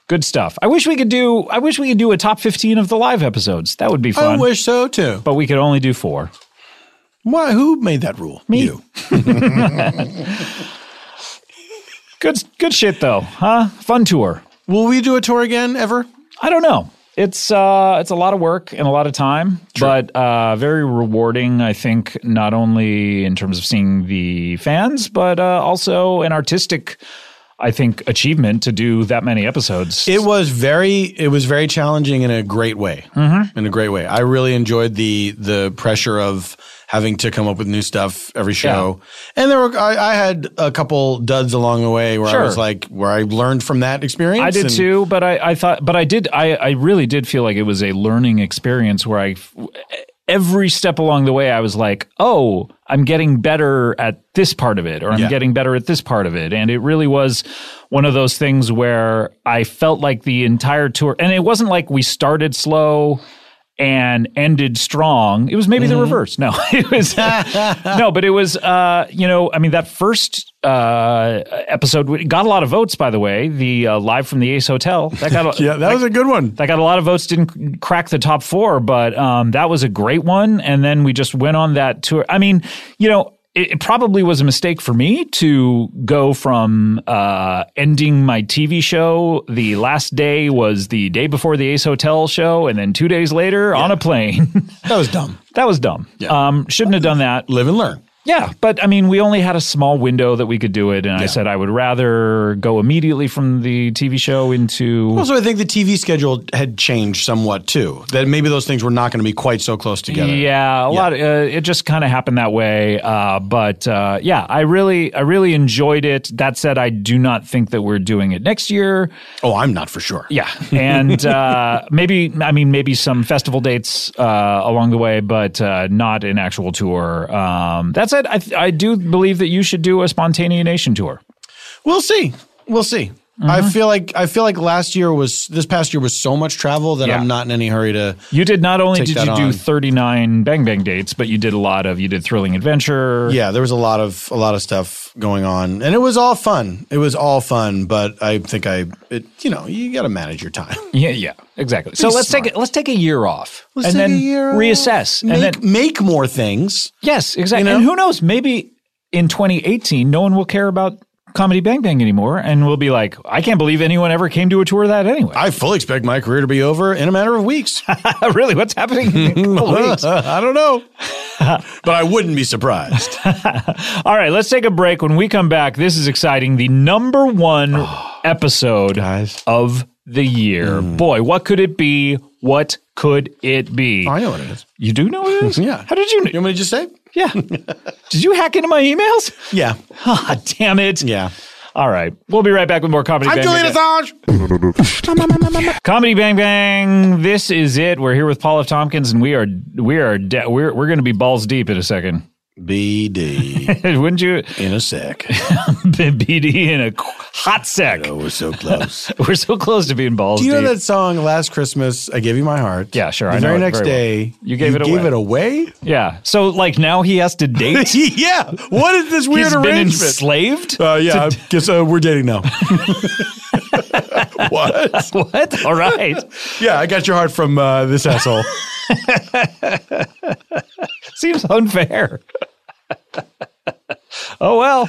[SPEAKER 1] Good stuff. I wish we could do I wish we could do a top 15 of the live episodes. That would be fun. I wish
[SPEAKER 3] so too.
[SPEAKER 1] But we could only do 4.
[SPEAKER 3] Why, who made that rule?
[SPEAKER 1] Me. You. good good shit though. Huh? Fun tour.
[SPEAKER 3] Will we do a tour again ever?
[SPEAKER 1] I don't know. It's uh it's a lot of work and a lot of time, but uh very rewarding, I think, not only in terms of seeing the fans, but uh also an artistic I think achievement to do that many episodes.
[SPEAKER 3] It was very it was very challenging in a great way.
[SPEAKER 1] Mhm.
[SPEAKER 3] In a great way. I really enjoyed the the pressure of having to come up with new stuff every show. And there were I, I had a couple duds along the way where
[SPEAKER 1] Sure.
[SPEAKER 3] I was like where I learned from that experience.
[SPEAKER 1] I did
[SPEAKER 3] and-
[SPEAKER 1] too, but I, I thought, but I did, I, I really did feel like it was a learning experience where I, every step along the way, I was like, oh, I'm getting better at this part of it, or I'm
[SPEAKER 7] Yeah.
[SPEAKER 1] getting better at this part of it. And it really was one of those things where I felt like the entire tour, and it wasn't like we started slow and ended strong. It was maybe the reverse. No, it was no, but it was uh, you know, I mean that first uh, episode it got a lot of votes. By the way, the uh, live from the Ace Hotel that got a, yeah, that, was
[SPEAKER 3] a good one.
[SPEAKER 1] That got a lot of votes. Didn't crack the top four, but um, that was a great one. And then we just went on that tour. I mean, you know. It it probably was a mistake for me to go from uh, ending my TV show. The last day was the day before the Ace Hotel show, and then two days later on a plane.
[SPEAKER 3] That was dumb.
[SPEAKER 1] That was dumb. Um, shouldn't have done that.
[SPEAKER 3] Live and learn.
[SPEAKER 1] Yeah, but I mean, we only had a small window that we could do it, and I said I would rather go immediately from the TV show into.
[SPEAKER 3] Also, I think the TV schedule had changed somewhat too. That maybe those things were not going to be quite so close together.
[SPEAKER 1] Yeah, a lot. Uh, it just kind of happened that way. Uh, but uh, yeah, I really, I really enjoyed it. That said, I do not think that we're doing it next year.
[SPEAKER 3] Oh, I'm not for sure.
[SPEAKER 1] Yeah, and uh, maybe, I mean, maybe some festival dates uh, along the way, but uh, not an actual tour. Um, that said, I, th- I do believe that you should do a spontaneous nation tour.
[SPEAKER 3] We'll see. We'll see.
[SPEAKER 1] Mm-hmm.
[SPEAKER 3] I feel like I feel like last year was this past year was so much travel that
[SPEAKER 1] Yeah.
[SPEAKER 3] I'm not in any hurry to.
[SPEAKER 1] You did not only
[SPEAKER 3] Take
[SPEAKER 1] did
[SPEAKER 3] that
[SPEAKER 1] you do
[SPEAKER 3] on.
[SPEAKER 1] 39 Bang Bang dates, but you did a lot of you did Thrilling Adventure.
[SPEAKER 3] Yeah, there was a lot of a lot of stuff going on, and it was all fun. It was all fun, but I think I, it, you know, you got to manage your time.
[SPEAKER 1] Yeah, yeah, exactly. So
[SPEAKER 3] Be
[SPEAKER 1] let's take a, let's take a year off
[SPEAKER 3] Let's
[SPEAKER 1] and
[SPEAKER 3] take
[SPEAKER 1] then
[SPEAKER 3] a year off.
[SPEAKER 1] reassess and
[SPEAKER 3] Make-
[SPEAKER 1] then
[SPEAKER 3] make more things.
[SPEAKER 1] Yes, exactly. And who knows? Maybe in 2018, no one will care about Comedy Bang Bang anymore, and we'll be like, I can't believe anyone ever came to a tour of that anyway.
[SPEAKER 3] I fully expect my career to be over in a matter of weeks.
[SPEAKER 1] really? What's happening?
[SPEAKER 3] I don't know. but I wouldn't be surprised.
[SPEAKER 1] All right, let's take a break. When we come back, this is exciting. The number one episode of the year. Boy, what could it be? What could it be? I know what it is. You do know what it is? yeah. How did you know? You want me to just say? Yeah. did you hack into my emails?
[SPEAKER 3] Yeah.
[SPEAKER 1] Ah, damn it. Yeah. All right. We'll be right back with more comedy.
[SPEAKER 20] I'm
[SPEAKER 1] Bang
[SPEAKER 20] Julian
[SPEAKER 1] Bang.
[SPEAKER 20] Assange.
[SPEAKER 1] Comedy Bang Bang. This is it. We're here with Paula Tompkins, and we are we are de- we're we're going to be balls deep in a second. BD. Wouldn't you? In a sec. BD in a qu- hot sec. Oh, we're so close. we're so close to being balls
[SPEAKER 3] Do you
[SPEAKER 1] deep.
[SPEAKER 3] know that song "Last Christmas"? I gave you my heart.
[SPEAKER 1] Yeah, sure.
[SPEAKER 3] The
[SPEAKER 1] I know
[SPEAKER 3] very
[SPEAKER 1] it
[SPEAKER 3] next
[SPEAKER 1] very well.
[SPEAKER 3] day,
[SPEAKER 1] You gave it away.
[SPEAKER 3] Gave it away.
[SPEAKER 1] yeah. So like now he has to date.
[SPEAKER 3] yeah. What is this weird
[SPEAKER 1] He's been
[SPEAKER 3] arrangement?
[SPEAKER 1] enslaved.
[SPEAKER 3] Uh, yeah, I guess uh, we're dating now. what?
[SPEAKER 1] what? All right.
[SPEAKER 3] yeah, I got your heart from uh, this asshole.
[SPEAKER 1] Seems unfair. oh well.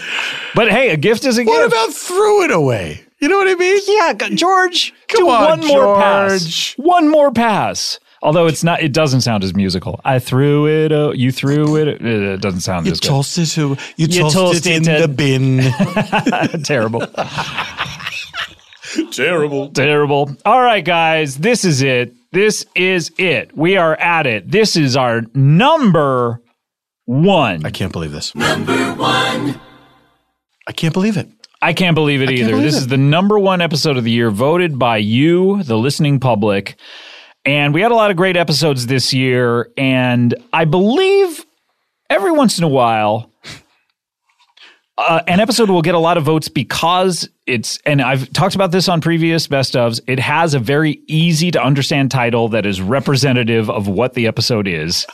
[SPEAKER 1] But hey, a gift is a
[SPEAKER 3] What
[SPEAKER 1] gift.
[SPEAKER 3] about threw it away?
[SPEAKER 1] You know what I mean? Yeah, g- George.
[SPEAKER 3] Come
[SPEAKER 1] do
[SPEAKER 3] on,
[SPEAKER 1] one more
[SPEAKER 3] George.
[SPEAKER 1] pass. One more pass. Although it's not, it doesn't sound as musical. I threw it. Uh, you threw it. It it doesn't sound
[SPEAKER 3] You
[SPEAKER 1] as good.
[SPEAKER 3] tossed it. You, you
[SPEAKER 1] You
[SPEAKER 3] tossed,
[SPEAKER 1] tossed
[SPEAKER 3] it in
[SPEAKER 1] it
[SPEAKER 3] the
[SPEAKER 1] in-
[SPEAKER 3] bin.
[SPEAKER 1] Terrible.
[SPEAKER 3] Terrible.
[SPEAKER 1] Terrible. All right, guys, this is it. This is it. We are at it. This is our number one. I
[SPEAKER 3] can't believe this.
[SPEAKER 1] Number one.
[SPEAKER 3] I can't believe it.
[SPEAKER 1] I can't believe it either.
[SPEAKER 3] believe
[SPEAKER 1] This
[SPEAKER 3] it.
[SPEAKER 1] is the number one episode of the year, voted by you, the listening public. And we had a lot of great episodes this year. And I believe every once in a while, uh, an episode will get a lot of votes because it's, and I've talked about this on previous best ofs, it has a very easy to understand title that is representative of what the episode is.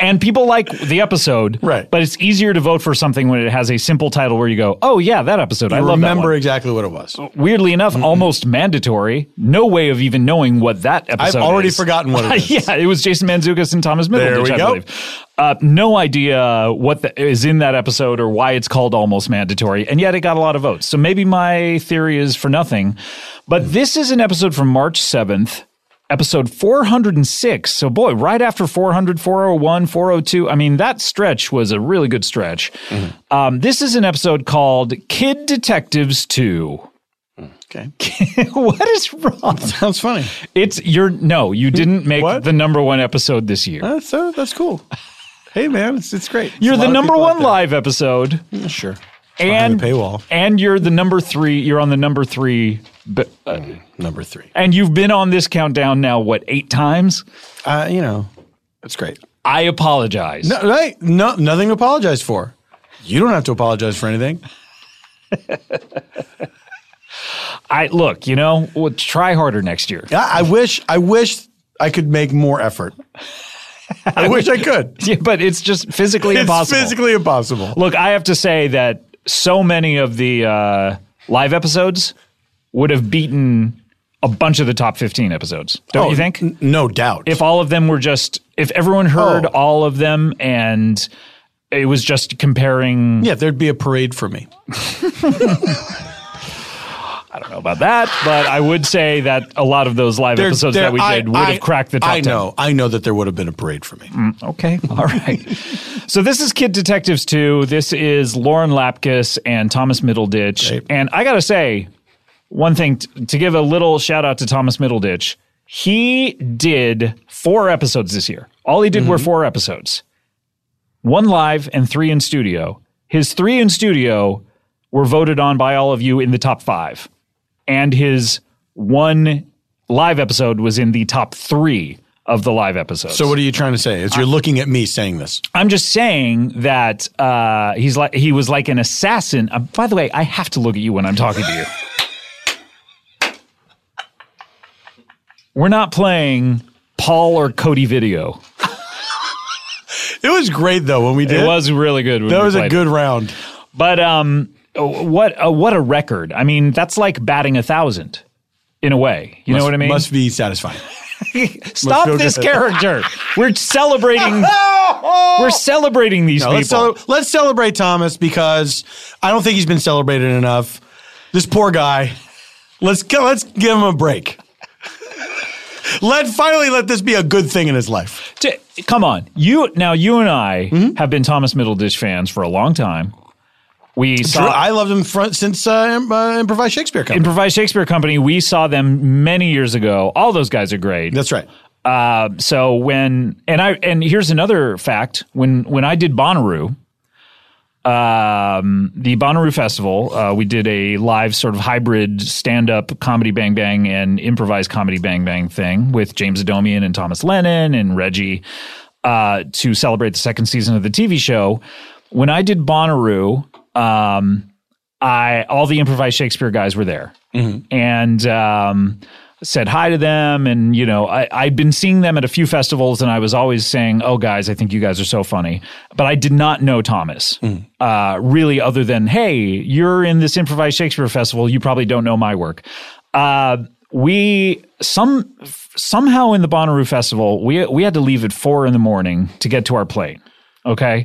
[SPEAKER 1] And people like the episode, right? But it's easier to vote for something when it has a simple title where you go, "Oh yeah, that episode." I
[SPEAKER 3] You
[SPEAKER 1] love that
[SPEAKER 3] remember
[SPEAKER 1] one." Uh,
[SPEAKER 3] exactly what it was.
[SPEAKER 1] Weirdly enough, almost mandatory. No way of even knowing what that
[SPEAKER 3] I've
[SPEAKER 1] episode.
[SPEAKER 3] already
[SPEAKER 1] is.
[SPEAKER 3] forgotten what it is.
[SPEAKER 1] yeah, it was Jason Manzukas and Thomas Middleditch.
[SPEAKER 3] There we
[SPEAKER 1] I
[SPEAKER 3] go.
[SPEAKER 1] believe. Uh, no idea what the, is in that episode or why it's called almost mandatory, and yet it got a lot of votes. So maybe my theory is for nothing. But this is an episode from March seventh. Episode 406. So, boy, right after 400, 401, 402. I mean, that stretch was a really good stretch.
[SPEAKER 3] Mm-hmm.
[SPEAKER 1] Um, this is an episode called Kid Detectives 2.
[SPEAKER 3] Okay.
[SPEAKER 1] what is wrong?
[SPEAKER 3] Sounds funny.
[SPEAKER 1] It's your no, you didn't make the number one episode this year.
[SPEAKER 3] Uh, so that's cool. Hey man, it's, it's great.
[SPEAKER 1] you're
[SPEAKER 3] It's a
[SPEAKER 1] the
[SPEAKER 3] lot of
[SPEAKER 1] number
[SPEAKER 3] people out
[SPEAKER 1] one live episode.
[SPEAKER 3] there. Sure.
[SPEAKER 1] And
[SPEAKER 3] the paywall.
[SPEAKER 1] And you're the number three. You're on the number three. But, uh,
[SPEAKER 3] Mm, Number three.
[SPEAKER 1] and you've been on this countdown now, what, eight times?
[SPEAKER 3] Uh, you know, that's great.
[SPEAKER 1] I apologize.
[SPEAKER 3] No, right? No, nothing to apologize for. You don't have to apologize for anything.
[SPEAKER 1] I look, you know, we'll try harder next year.
[SPEAKER 3] I, I wish. I wish I could make more effort. I wish I could.
[SPEAKER 1] Yeah, but it's just physically
[SPEAKER 3] It's
[SPEAKER 1] impossible.
[SPEAKER 3] physically impossible.
[SPEAKER 1] Look, I have to say that so many of the uh, live episodes would have beaten a bunch of the top 15 episodes. Don't
[SPEAKER 3] Oh,
[SPEAKER 1] you think?
[SPEAKER 3] no doubt. Oh.
[SPEAKER 1] If all of them were just, if everyone heard all of them and it was just comparing.
[SPEAKER 3] Yeah, there'd be a parade for me.
[SPEAKER 1] I don't know about that, but I would say that a lot of those live
[SPEAKER 3] There-
[SPEAKER 1] episodes
[SPEAKER 3] there-
[SPEAKER 1] that we
[SPEAKER 3] I-
[SPEAKER 1] did would
[SPEAKER 3] I-
[SPEAKER 1] have cracked the top
[SPEAKER 3] I
[SPEAKER 1] 10.
[SPEAKER 3] know. I know that there would have been a parade for me.
[SPEAKER 1] Mm, okay. All right. so this is Kid Detectives 2. This is Lauren Lapkus and Thomas Middleditch. And I got to say, one thing t- to give a little shout out to Thomas Middleditch. He did four episodes this year. All he did were four episodes one live and three in studio. His three in studio were voted on by all of you in the top five. And his one live episode was in the top three of the live episodes.
[SPEAKER 3] So what are you trying to say? Is you're looking at me saying this?
[SPEAKER 1] I'm just saying that uh, he's like he was like an assassin. Uh, by the way, I have to look at you when I'm talking to you. We're not playing Paul or Cody video.
[SPEAKER 3] It was great though when we did.
[SPEAKER 1] It was really good. when
[SPEAKER 3] That
[SPEAKER 1] we
[SPEAKER 3] was a
[SPEAKER 1] played
[SPEAKER 3] good
[SPEAKER 1] it.
[SPEAKER 3] round.
[SPEAKER 1] But um, what uh, what a record! I mean, that's like batting a thousand in a way. You know
[SPEAKER 3] Must-
[SPEAKER 1] what I mean?
[SPEAKER 3] Must be satisfying.
[SPEAKER 1] Stop this character. We're celebrating. we're celebrating these
[SPEAKER 3] Oh! No,
[SPEAKER 1] people.
[SPEAKER 3] let's, cele- let's celebrate Thomas because I don't think he's been celebrated enough. This poor guy. Let's go- let's give him a break. let finally let this be a good thing in his life. Mm-hmm.
[SPEAKER 1] T- come on, you now. You and I have been Thomas Middleditch fans for a long time. We saw.
[SPEAKER 3] Drew- I loved him front, since uh, Im- uh, Improvised Shakespeare Company.
[SPEAKER 1] Improvised Shakespeare Company. We saw them many years ago. All those guys are great. That's
[SPEAKER 3] right.
[SPEAKER 1] Uh, so when and I and here's another fact when when I did Bonnaroo, um, the Bonnaroo Festival, uh, we did a live sort of hybrid stand up comedy bang bang and improvised comedy bang bang thing with James Adomian and Thomas Lennon and Reggie uh, to celebrate the second season of the TV show. When I did Bonnaroo, um, I all the improvised Shakespeare guys were there and um, said hi to them. And you know, I, I'd been seeing them at a few festivals, and I was always saying, "Oh, guys, I think you guys are so funny." But I did not know Thomas uh, really, other than, "Hey, you're in this improvised Shakespeare festival. You probably don't know my work." Uh, we some somehow in the Bonnaroo festival, we we had to leave at four in the morning to get to our plane. Okay.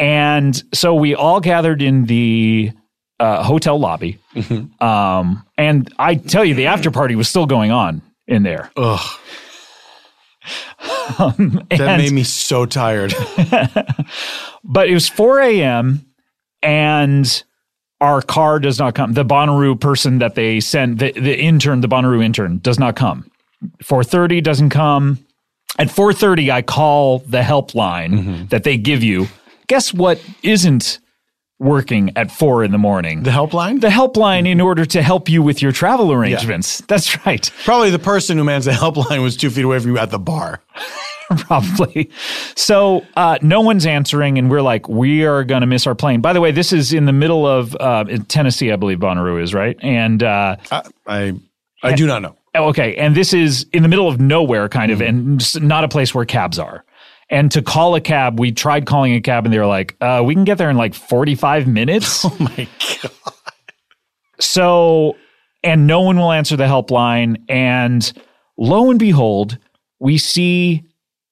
[SPEAKER 1] And so we all gathered in the uh, hotel lobby.
[SPEAKER 3] Mm-hmm.
[SPEAKER 1] Um, and I tell you, the after party was still going on in there. Um, Ugh.
[SPEAKER 3] That made me so tired.
[SPEAKER 1] but it was 4 a.m. and our car does not come. The Bonnaroo person that they sent, the, the intern, the Bonnaroo intern, does not come. 4:30 doesn't come. At 4:30, I call the helpline
[SPEAKER 3] Mm-hmm.
[SPEAKER 1] that they give you. Guess what isn't working at four in the morning? The
[SPEAKER 3] helpline.
[SPEAKER 1] The helpline in order to help you with your travel arrangements. That's right.
[SPEAKER 3] Probably the person who mans the helpline was two feet away from you at the bar.
[SPEAKER 1] probably. So uh, no one's answering, and we're like, we are going to miss our plane. By the way, this is in the middle of uh, in Tennessee, I believe Bonnaroo is right, and uh,
[SPEAKER 3] I I do not know. Mm-hmm.
[SPEAKER 1] Oh, Okay, and this is in the middle of nowhere, kind of, and s- not a place where cabs are. And to call a cab, we tried calling a cab, and they were like, uh, "We can get there in like forty-five minutes." Oh my god! So, and no one will answer the helpline. And lo and behold, we see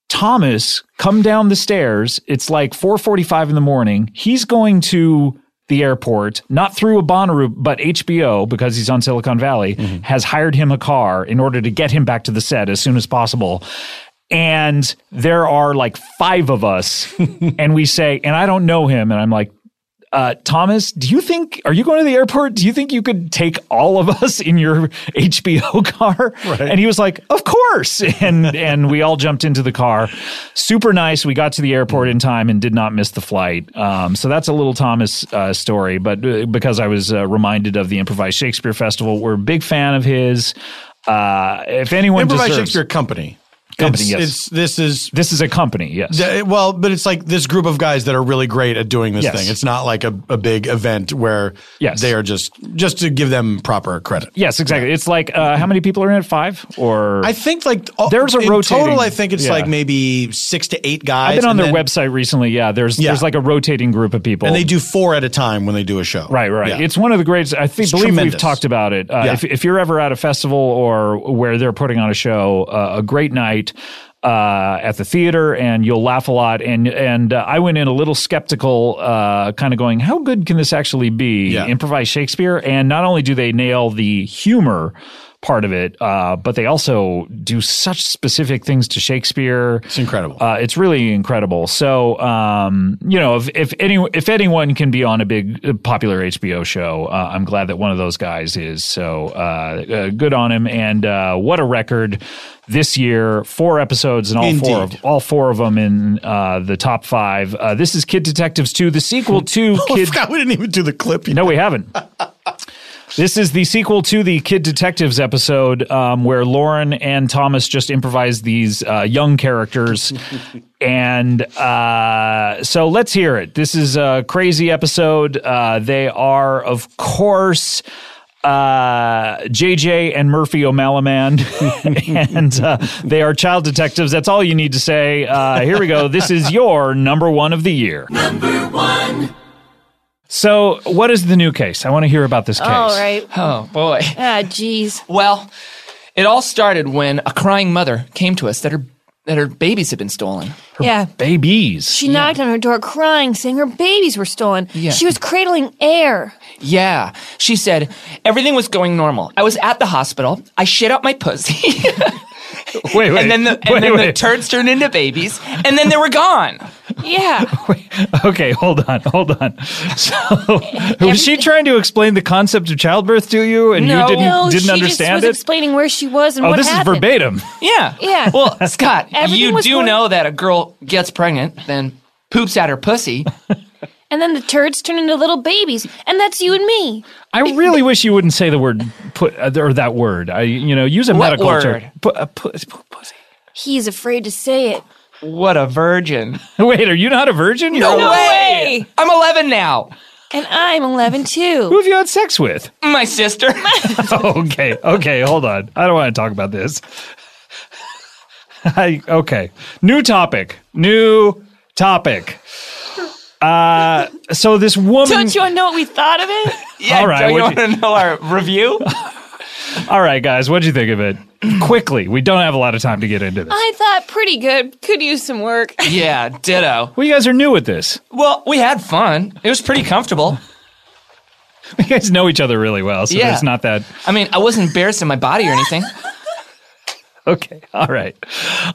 [SPEAKER 1] Thomas come down the stairs. It's like 4:45 in the morning. He's going to the airport, not through a Bonnaroo, but HBO because he's on Silicon Valley has hired him a car in order to get him back to the set as soon as possible. And there are like five of us, and we say, and I don't know him, and I'm like, uh, Thomas, do you think are you going to the airport? Do you think you could take all of us in your HBO car? And he was like, "Of course!" And and we all jumped into the car. Super nice. We got to the airport in time and did not miss the flight. Um, so that's a little Thomas uh, story. But uh, because I was uh, reminded of the Improvised Shakespeare Festival, we're a big fan of his. Uh, if anyone
[SPEAKER 3] Improvised
[SPEAKER 1] deserves-
[SPEAKER 3] Shakespeare Company.
[SPEAKER 1] Company,
[SPEAKER 3] It's-
[SPEAKER 1] yes.
[SPEAKER 3] it's- this is
[SPEAKER 1] this is a company. Yes.
[SPEAKER 3] Yeah, it- well, but it's like this group of guys that are really great at doing this
[SPEAKER 1] Yes.
[SPEAKER 3] thing. It's not like a, a big event where
[SPEAKER 1] Yes.
[SPEAKER 3] they are just just to give them proper credit.
[SPEAKER 1] Yes, exactly. It's like uh, how many people are in it? Five or
[SPEAKER 3] I think like all-
[SPEAKER 1] there's a
[SPEAKER 3] Oh, in
[SPEAKER 1] rotating,
[SPEAKER 3] total. I think it's
[SPEAKER 1] yeah.
[SPEAKER 3] like maybe six to eight guys.
[SPEAKER 1] I've been on
[SPEAKER 3] and
[SPEAKER 1] their
[SPEAKER 3] then-
[SPEAKER 1] website recently. Yeah, there's
[SPEAKER 3] Yeah.
[SPEAKER 1] there's like a rotating group of people,
[SPEAKER 3] and they do four at a time when they do a show.
[SPEAKER 1] Right, right.
[SPEAKER 3] Yeah.
[SPEAKER 1] It's one of the greatest. I think
[SPEAKER 3] It's
[SPEAKER 1] believe we've
[SPEAKER 3] tremendous.
[SPEAKER 1] talked about it. Uh,
[SPEAKER 3] Yeah.
[SPEAKER 1] if, if you're ever at a festival or where they're putting on a show, uh, a great night uh, at the theater, and you'll laugh a lot. And and uh, I went in a little skeptical, uh, kind of going, "How good can this actually be?" Improvised Shakespeare, and not only do they nail the humor. Part of it, uh, but they also do such specific things to Shakespeare. It's
[SPEAKER 3] incredible.
[SPEAKER 1] Uh, it's really incredible. So, um, you know, if if any if anyone can be on a big uh, popular HBO show, uh, I'm glad that one of those guys is. So, uh, uh, good on him. And uh, what a record this year! Four episodes and all four of,
[SPEAKER 3] Indeed.
[SPEAKER 1] all four of them in uh, the top five. Uh, this is Kid Detectives Two, the sequel to
[SPEAKER 3] Oh, I
[SPEAKER 1] Kid.
[SPEAKER 3] forgot we didn't even do the clip.
[SPEAKER 1] No, we haven't. This is the sequel to the Kid Detectives episode um, where Lauren and Thomas just improvise these uh, young characters. and uh, so let's hear it. This is a crazy episode. Uh, they are, of course, uh, JJ and Murphy O'Malaman. and uh, they are child detectives. That's all you need to say. Uh, here we go. This is your number one of the year. So,
[SPEAKER 21] Oh,
[SPEAKER 26] Oh,
[SPEAKER 1] what is the new case? I want to hear about this case.
[SPEAKER 21] All right.
[SPEAKER 1] Oh,
[SPEAKER 21] boy.
[SPEAKER 6] Ah, jeez.
[SPEAKER 21] Well, It all started when a crying mother came to us that her that her babies had been stolen.
[SPEAKER 26] Yeah.
[SPEAKER 1] Babies.
[SPEAKER 26] She knocked on her door crying, saying her babies were stolen.
[SPEAKER 21] Yeah.
[SPEAKER 26] She was cradling air.
[SPEAKER 21] Yeah. She said everything was going normal. I was at the hospital. I shit out my pussy.
[SPEAKER 1] Wait, wait.
[SPEAKER 21] And then the and
[SPEAKER 1] Wait,
[SPEAKER 21] then
[SPEAKER 1] wait.
[SPEAKER 21] the turds turned into babies, and then they were gone.
[SPEAKER 26] Yeah.
[SPEAKER 1] Okay, hold on, hold on. So, was she trying to explain the concept of childbirth to you, and you didn't
[SPEAKER 26] no,
[SPEAKER 1] didn't
[SPEAKER 26] she
[SPEAKER 1] understand
[SPEAKER 26] just was
[SPEAKER 1] it?
[SPEAKER 26] explaining where she was and
[SPEAKER 1] oh,
[SPEAKER 26] what
[SPEAKER 1] this
[SPEAKER 26] happened.
[SPEAKER 1] is verbatim.
[SPEAKER 21] Yeah.
[SPEAKER 26] Yeah.
[SPEAKER 21] Well, Scott,
[SPEAKER 26] Everything
[SPEAKER 21] you
[SPEAKER 26] was
[SPEAKER 21] do
[SPEAKER 26] going-
[SPEAKER 21] know that a girl gets pregnant, then poops out her pussy.
[SPEAKER 26] And then the turds turn into little babies, and that's you and me.
[SPEAKER 1] I really wish you wouldn't say the word put uh, or that word. I you know use a
[SPEAKER 21] What
[SPEAKER 1] medical term.
[SPEAKER 21] word?
[SPEAKER 1] Pu- uh, pu- pu-
[SPEAKER 26] He's afraid to say it.
[SPEAKER 21] What a virgin.
[SPEAKER 1] Wait, are you not a virgin?
[SPEAKER 21] No,
[SPEAKER 26] No
[SPEAKER 21] way. I'm 11 now.
[SPEAKER 26] And I'm 11 too.
[SPEAKER 1] Who have you had sex with?
[SPEAKER 21] My sister.
[SPEAKER 1] okay, okay, hold on. I don't want to talk about this. I, okay, new topic. New topic. Uh, so this woman.
[SPEAKER 26] Don't you want to know what we thought of it?
[SPEAKER 1] all right, what'd
[SPEAKER 21] to know our review?
[SPEAKER 1] you- all right, guys, what'd you think of it? Quickly, we don't have a lot of time to get into this.
[SPEAKER 26] I thought pretty good. Could use some work.
[SPEAKER 21] yeah, ditto.
[SPEAKER 1] Well, you guys are new at this.
[SPEAKER 21] Well, we had fun. It was pretty comfortable.
[SPEAKER 1] You guys know each other really well, so
[SPEAKER 21] Yeah.
[SPEAKER 1] there's not that.
[SPEAKER 21] I mean, I wasn't embarrassed in my body or anything.
[SPEAKER 1] Okay, all right.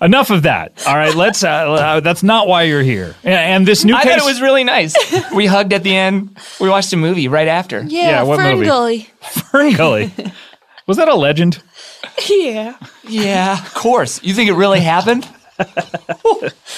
[SPEAKER 1] Enough of that. All right, let's. Uh, uh, that's not why you're here. And, and this new
[SPEAKER 21] I
[SPEAKER 1] case.
[SPEAKER 21] thought it was really nice. we hugged at the end. We watched a movie right after.
[SPEAKER 26] Yeah, Fern Gully.
[SPEAKER 1] Fern Gully. Was that a legend?
[SPEAKER 26] Yeah.
[SPEAKER 21] Yeah, of course. You think it really happened?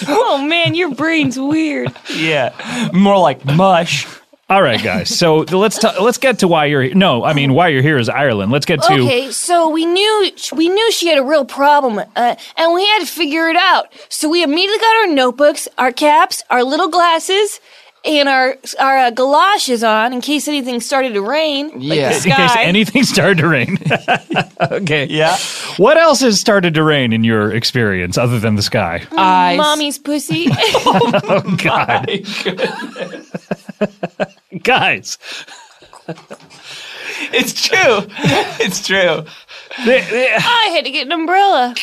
[SPEAKER 26] Oh man, your brain's weird.
[SPEAKER 21] yeah, more like mush.
[SPEAKER 1] All right, guys. So th- let's ta let's get to why you're here. No, I mean why you're here is Ireland. Let's get to.
[SPEAKER 26] Okay, so we knew we knew she had a real problem, uh, and we had to figure it out. So we immediately got our notebooks, our caps, our little glasses, and our our uh, galoshes on in case anything started to rain.
[SPEAKER 1] In
[SPEAKER 26] like the
[SPEAKER 1] case
[SPEAKER 26] sky.
[SPEAKER 1] anything started to rain. okay.
[SPEAKER 21] Yeah.
[SPEAKER 1] What else has started to rain in your experience other than the sky?
[SPEAKER 26] Mm, mommy's pussy.
[SPEAKER 1] oh God, guys.
[SPEAKER 21] It's true. It's true.
[SPEAKER 26] I had to get an umbrella.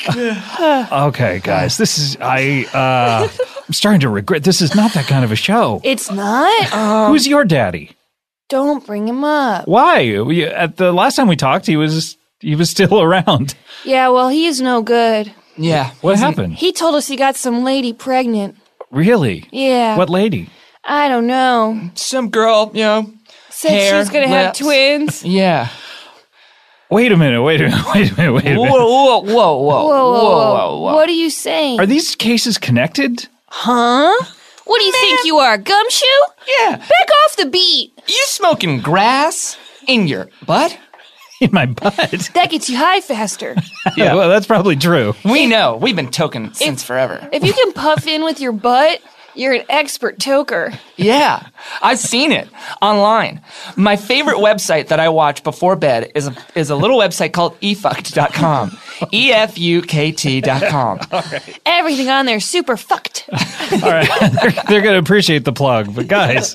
[SPEAKER 1] Okay, guys. This is I. Uh, I'm starting to regret. This is not that kind of a show.
[SPEAKER 26] it's not. Um,
[SPEAKER 21] Um,
[SPEAKER 1] Who's your daddy?
[SPEAKER 26] Don't bring him up.
[SPEAKER 1] Why? We, at the last time we talked, he was he was still around.
[SPEAKER 26] Yeah, well, he is no good.
[SPEAKER 21] Yeah.
[SPEAKER 1] What happened?
[SPEAKER 26] He told us he got some lady pregnant.
[SPEAKER 1] Really?
[SPEAKER 26] Yeah.
[SPEAKER 1] What lady?
[SPEAKER 26] I don't know.
[SPEAKER 21] Some girl, you know.
[SPEAKER 26] Said she
[SPEAKER 21] hair,
[SPEAKER 26] was gonna have
[SPEAKER 21] lips.
[SPEAKER 26] twins.
[SPEAKER 21] Yeah.
[SPEAKER 1] Wait a minute. Wait a minute. Wait a minute. Wait a minute.
[SPEAKER 21] Whoa, whoa, whoa,
[SPEAKER 1] Oh,
[SPEAKER 21] whoa,
[SPEAKER 26] whoa, whoa, whoa, What are you saying?
[SPEAKER 1] Are these cases connected?
[SPEAKER 26] huh? What do you think you are, gumshoe?
[SPEAKER 21] Yeah.
[SPEAKER 26] Back off the beat.
[SPEAKER 21] You smoking grass in your butt?
[SPEAKER 1] In my butt.
[SPEAKER 26] That gets you high faster.
[SPEAKER 1] Yeah. well, that's probably true.
[SPEAKER 21] We know. We've been token since forever.
[SPEAKER 26] if you can puff in with your butt, you're an expert toker.
[SPEAKER 21] Yeah. I've seen it online. My favorite website that I watch before bed is a, is a little website called e efucked.com. E F U K T.com.
[SPEAKER 26] Everything on there is super fucked.
[SPEAKER 1] All right. they're going to appreciate the plug, but guys,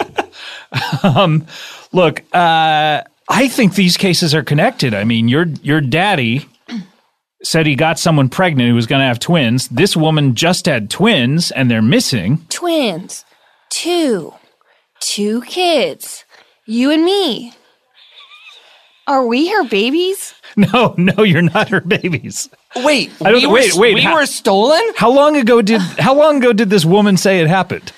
[SPEAKER 1] um, look, uh, I think these cases are connected. I mean, your your daddy said he got someone pregnant who was going to have twins. This woman just had twins, and they're missing.
[SPEAKER 26] Twins. Two. Two kids. You and me. Are we her babies?
[SPEAKER 1] No, no, you're not her babies.
[SPEAKER 21] Wait,
[SPEAKER 1] I don't
[SPEAKER 21] we were,
[SPEAKER 1] wait.
[SPEAKER 21] s-
[SPEAKER 1] Wait,
[SPEAKER 21] we
[SPEAKER 1] ho-
[SPEAKER 21] were stolen.
[SPEAKER 1] How long ago did how long ago did this woman say it happened?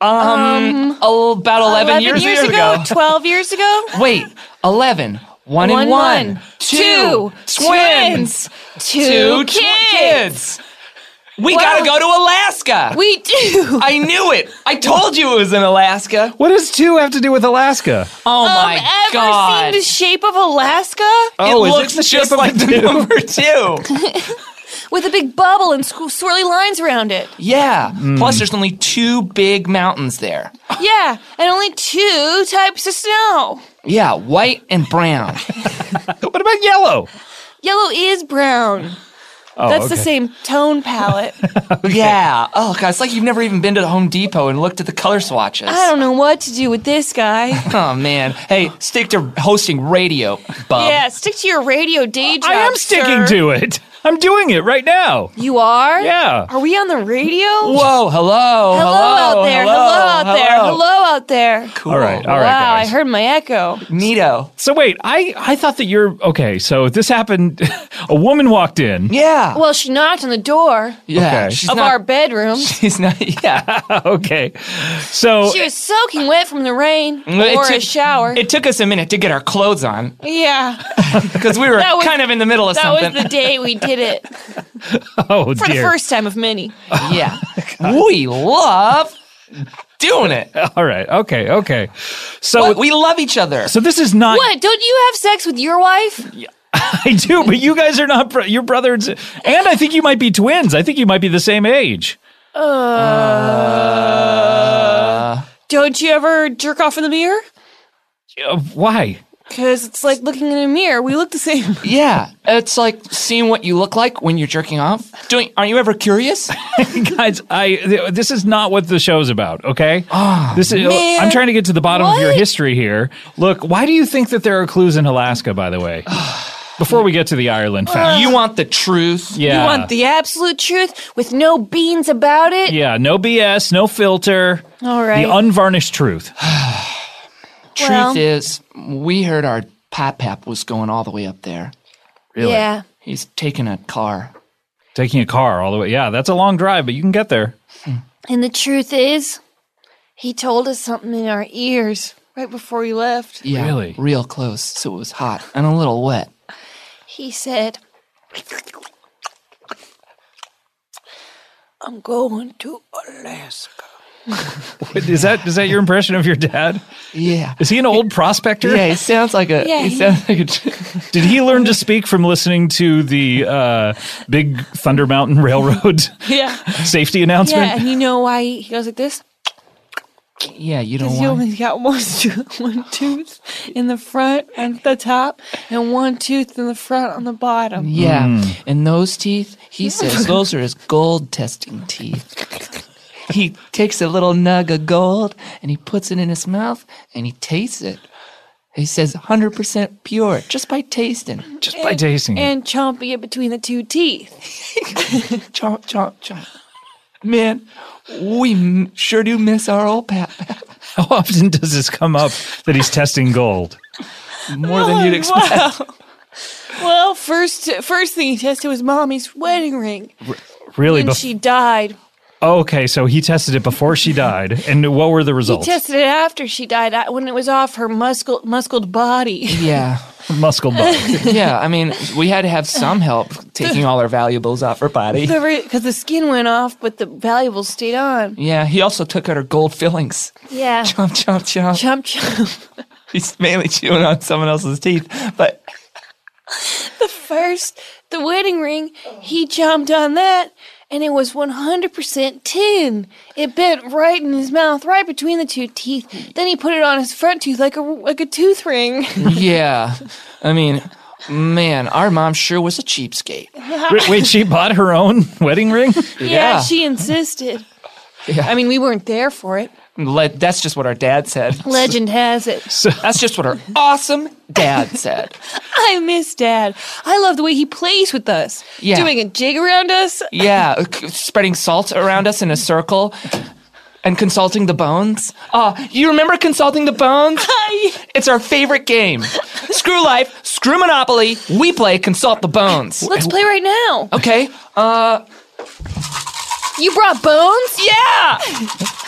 [SPEAKER 21] Um, oh, about 11, years, ago.
[SPEAKER 26] 12 years ago?
[SPEAKER 21] Wait, 11. One, and one. Two. Twins.
[SPEAKER 26] Two,
[SPEAKER 21] tw-
[SPEAKER 26] kids.
[SPEAKER 21] We
[SPEAKER 26] Well-
[SPEAKER 21] gotta go to Alaska.
[SPEAKER 26] We do.
[SPEAKER 21] I knew it. I told you it was in Alaska.
[SPEAKER 1] What does two have to do with Alaska?
[SPEAKER 21] Oh my
[SPEAKER 26] Ever
[SPEAKER 21] god.
[SPEAKER 26] seen the shape of Alaska?
[SPEAKER 21] it looks just like the number two.
[SPEAKER 26] With a big bubble and squ- swirly lines around it.
[SPEAKER 21] Yeah.
[SPEAKER 1] Hmm.
[SPEAKER 21] Plus, there's only two big mountains there.
[SPEAKER 26] Yeah, and only two types of snow.
[SPEAKER 21] Yeah, white and brown.
[SPEAKER 1] what about yellow?
[SPEAKER 26] Yellow is brown.
[SPEAKER 27] Oh,
[SPEAKER 26] That's the
[SPEAKER 28] okay.
[SPEAKER 26] same tone palette.
[SPEAKER 21] Yeah. Oh god, it's like you've never even been to Home Depot and looked at the color swatches.
[SPEAKER 26] I don't know what to do with this guy.
[SPEAKER 21] Oh man. Hey, stick to hosting radio, bub.
[SPEAKER 26] yeah, stick to your radio day job.
[SPEAKER 1] I am sticking to it. I'm doing it right now.
[SPEAKER 26] You are?
[SPEAKER 1] Yeah.
[SPEAKER 26] Are we on the radio?
[SPEAKER 21] Whoa, hello, hello,
[SPEAKER 26] Hello, out there. Hello, out there. Hello out there.
[SPEAKER 1] All right, all right,
[SPEAKER 26] Wow,
[SPEAKER 1] guys.
[SPEAKER 26] I heard my echo.
[SPEAKER 21] Neato.
[SPEAKER 1] So wait, I I thought that you're okay. So this happened. a woman walked in.
[SPEAKER 21] Yeah.
[SPEAKER 26] Well, she knocked on the door
[SPEAKER 1] Yeah,
[SPEAKER 26] of
[SPEAKER 1] she's not-
[SPEAKER 26] our bedroom.
[SPEAKER 21] She's not. Yeah.
[SPEAKER 1] okay. So
[SPEAKER 26] she was soaking wet from the rain
[SPEAKER 21] Mm, It
[SPEAKER 26] or a
[SPEAKER 21] took-
[SPEAKER 26] shower.
[SPEAKER 21] It took us a minute to get our clothes on
[SPEAKER 26] yeah.
[SPEAKER 21] because we were
[SPEAKER 26] That was-
[SPEAKER 21] kind of in the middle of
[SPEAKER 26] that
[SPEAKER 21] something.
[SPEAKER 26] was the day we did it
[SPEAKER 1] oh
[SPEAKER 26] for the
[SPEAKER 1] dear. Oh,
[SPEAKER 26] first time of many.
[SPEAKER 21] yeah. we love doing it.
[SPEAKER 1] All right. Okay. Okay. So
[SPEAKER 21] we love each other.
[SPEAKER 1] So this is
[SPEAKER 21] Uh,
[SPEAKER 1] not.
[SPEAKER 26] what? Don't you have sex with your wife?
[SPEAKER 1] I do, but you guys are not. Bro- your brothers, and I think you might be twins. I think you might be the same age.
[SPEAKER 26] Uh,
[SPEAKER 21] Uh,
[SPEAKER 26] don't you ever jerk off in the mirror?
[SPEAKER 1] Uh, why?
[SPEAKER 26] Because it's like looking in a mirror. We look the same.
[SPEAKER 21] Yeah, it's like seeing what you look like when you're jerking off. Doing? Are you ever curious?
[SPEAKER 1] guys, I th- this is not what the show's about. Okay, this is. oh,
[SPEAKER 21] Ah, man.
[SPEAKER 1] I'm trying to get to the bottom of your
[SPEAKER 21] What?
[SPEAKER 1] history here. Look, why do you think that there are clues in Alaska? By the way, before we get to the Ireland fact,
[SPEAKER 21] you want the truth.
[SPEAKER 1] Yeah,
[SPEAKER 26] You want the absolute truth with no beans about it?
[SPEAKER 1] yeah. No BS, no filter.
[SPEAKER 26] All right.
[SPEAKER 1] the unvarnished truth.
[SPEAKER 21] Truth
[SPEAKER 26] Well-
[SPEAKER 21] is, we heard our pap pap was going all the way up there.
[SPEAKER 1] Really?
[SPEAKER 26] Yeah.
[SPEAKER 21] He's taking a car.
[SPEAKER 1] Taking a car all the way. Yeah, that's a long drive, but you can get there.
[SPEAKER 26] And the truth is, he told us something in our ears right before we left.
[SPEAKER 21] Yeah, really, real close. So it was hot and a little wet.
[SPEAKER 26] He said, I'm going to Alaska.
[SPEAKER 1] Wait, Is that is that your impression of your dad?
[SPEAKER 21] Yeah.
[SPEAKER 1] Is he an old prospector?
[SPEAKER 21] Yeah, he sounds like a.
[SPEAKER 26] Yeah,
[SPEAKER 21] he
[SPEAKER 26] he-
[SPEAKER 21] sounds like a.
[SPEAKER 1] Did he learn to speak from listening to the uh, Big Thunder Mountain Railroad
[SPEAKER 26] Yeah.
[SPEAKER 1] safety announcement?
[SPEAKER 26] Yeah, and you know why he goes like this?
[SPEAKER 21] Yeah, you
[SPEAKER 26] Because he only got one, to- one tooth in the front and at the top, and one tooth in the front on the bottom.
[SPEAKER 21] Yeah,
[SPEAKER 1] Mm.
[SPEAKER 21] and those teeth, he says, those are his gold testing teeth. He takes a little nug of gold and he puts it in his mouth and he tastes it. He says 100% pure just by tasting.
[SPEAKER 1] Just by tasting
[SPEAKER 26] And chomping it between the two teeth.
[SPEAKER 21] chomp, chomp, chomp. Man, we m- sure do miss our old pap.
[SPEAKER 1] How often does this come up that he's testing gold?
[SPEAKER 21] More than you'd expect.
[SPEAKER 26] Wow. Well, first first thing he tested was mommy's wedding ring.
[SPEAKER 1] Really?
[SPEAKER 26] when
[SPEAKER 1] bef-
[SPEAKER 26] she died.
[SPEAKER 1] okay, so he tested it before she died. And what were the results?
[SPEAKER 26] He tested it after she died uh, when it was off her muscle, muscled body.
[SPEAKER 21] Yeah.
[SPEAKER 1] Muscle
[SPEAKER 26] bug.
[SPEAKER 21] yeah, I mean, we had to have some help taking all our valuables off her body.
[SPEAKER 26] Because the skin went off, but the valuables stayed on.
[SPEAKER 21] Yeah, he also took out her gold fillings.
[SPEAKER 26] Yeah.
[SPEAKER 21] Chomp, chomp, chomp.
[SPEAKER 26] Chomp, chomp.
[SPEAKER 21] He's mainly chewing on someone else's teeth, but
[SPEAKER 26] The first, the wedding ring, he chomped on that, and it was 100% tin. It bent right in his mouth, right between the two teeth. Then he put it on his front tooth like a, like a tooth ring.
[SPEAKER 21] yeah. I mean, man, our mom sure was a cheapskate.
[SPEAKER 1] Wait, wait, she bought her own wedding ring?
[SPEAKER 26] yeah, she insisted.
[SPEAKER 21] Yeah.
[SPEAKER 26] I mean, we weren't there for it.
[SPEAKER 21] Le- that's just what our dad said.
[SPEAKER 26] Legend has it.
[SPEAKER 21] that's just what our awesome dad said.
[SPEAKER 26] I miss Dad. I love the way he plays with us,
[SPEAKER 21] Yeah.
[SPEAKER 26] doing a jig around us.
[SPEAKER 21] Yeah, uh, c- spreading salt around us in a circle and consulting the bones. Ah, you remember consulting the bones? It's our favorite game. screw life, screw Monopoly. We play consult the bones.
[SPEAKER 26] Let's play right now.
[SPEAKER 21] Okay. Uh,
[SPEAKER 26] You brought bones?
[SPEAKER 21] Yeah.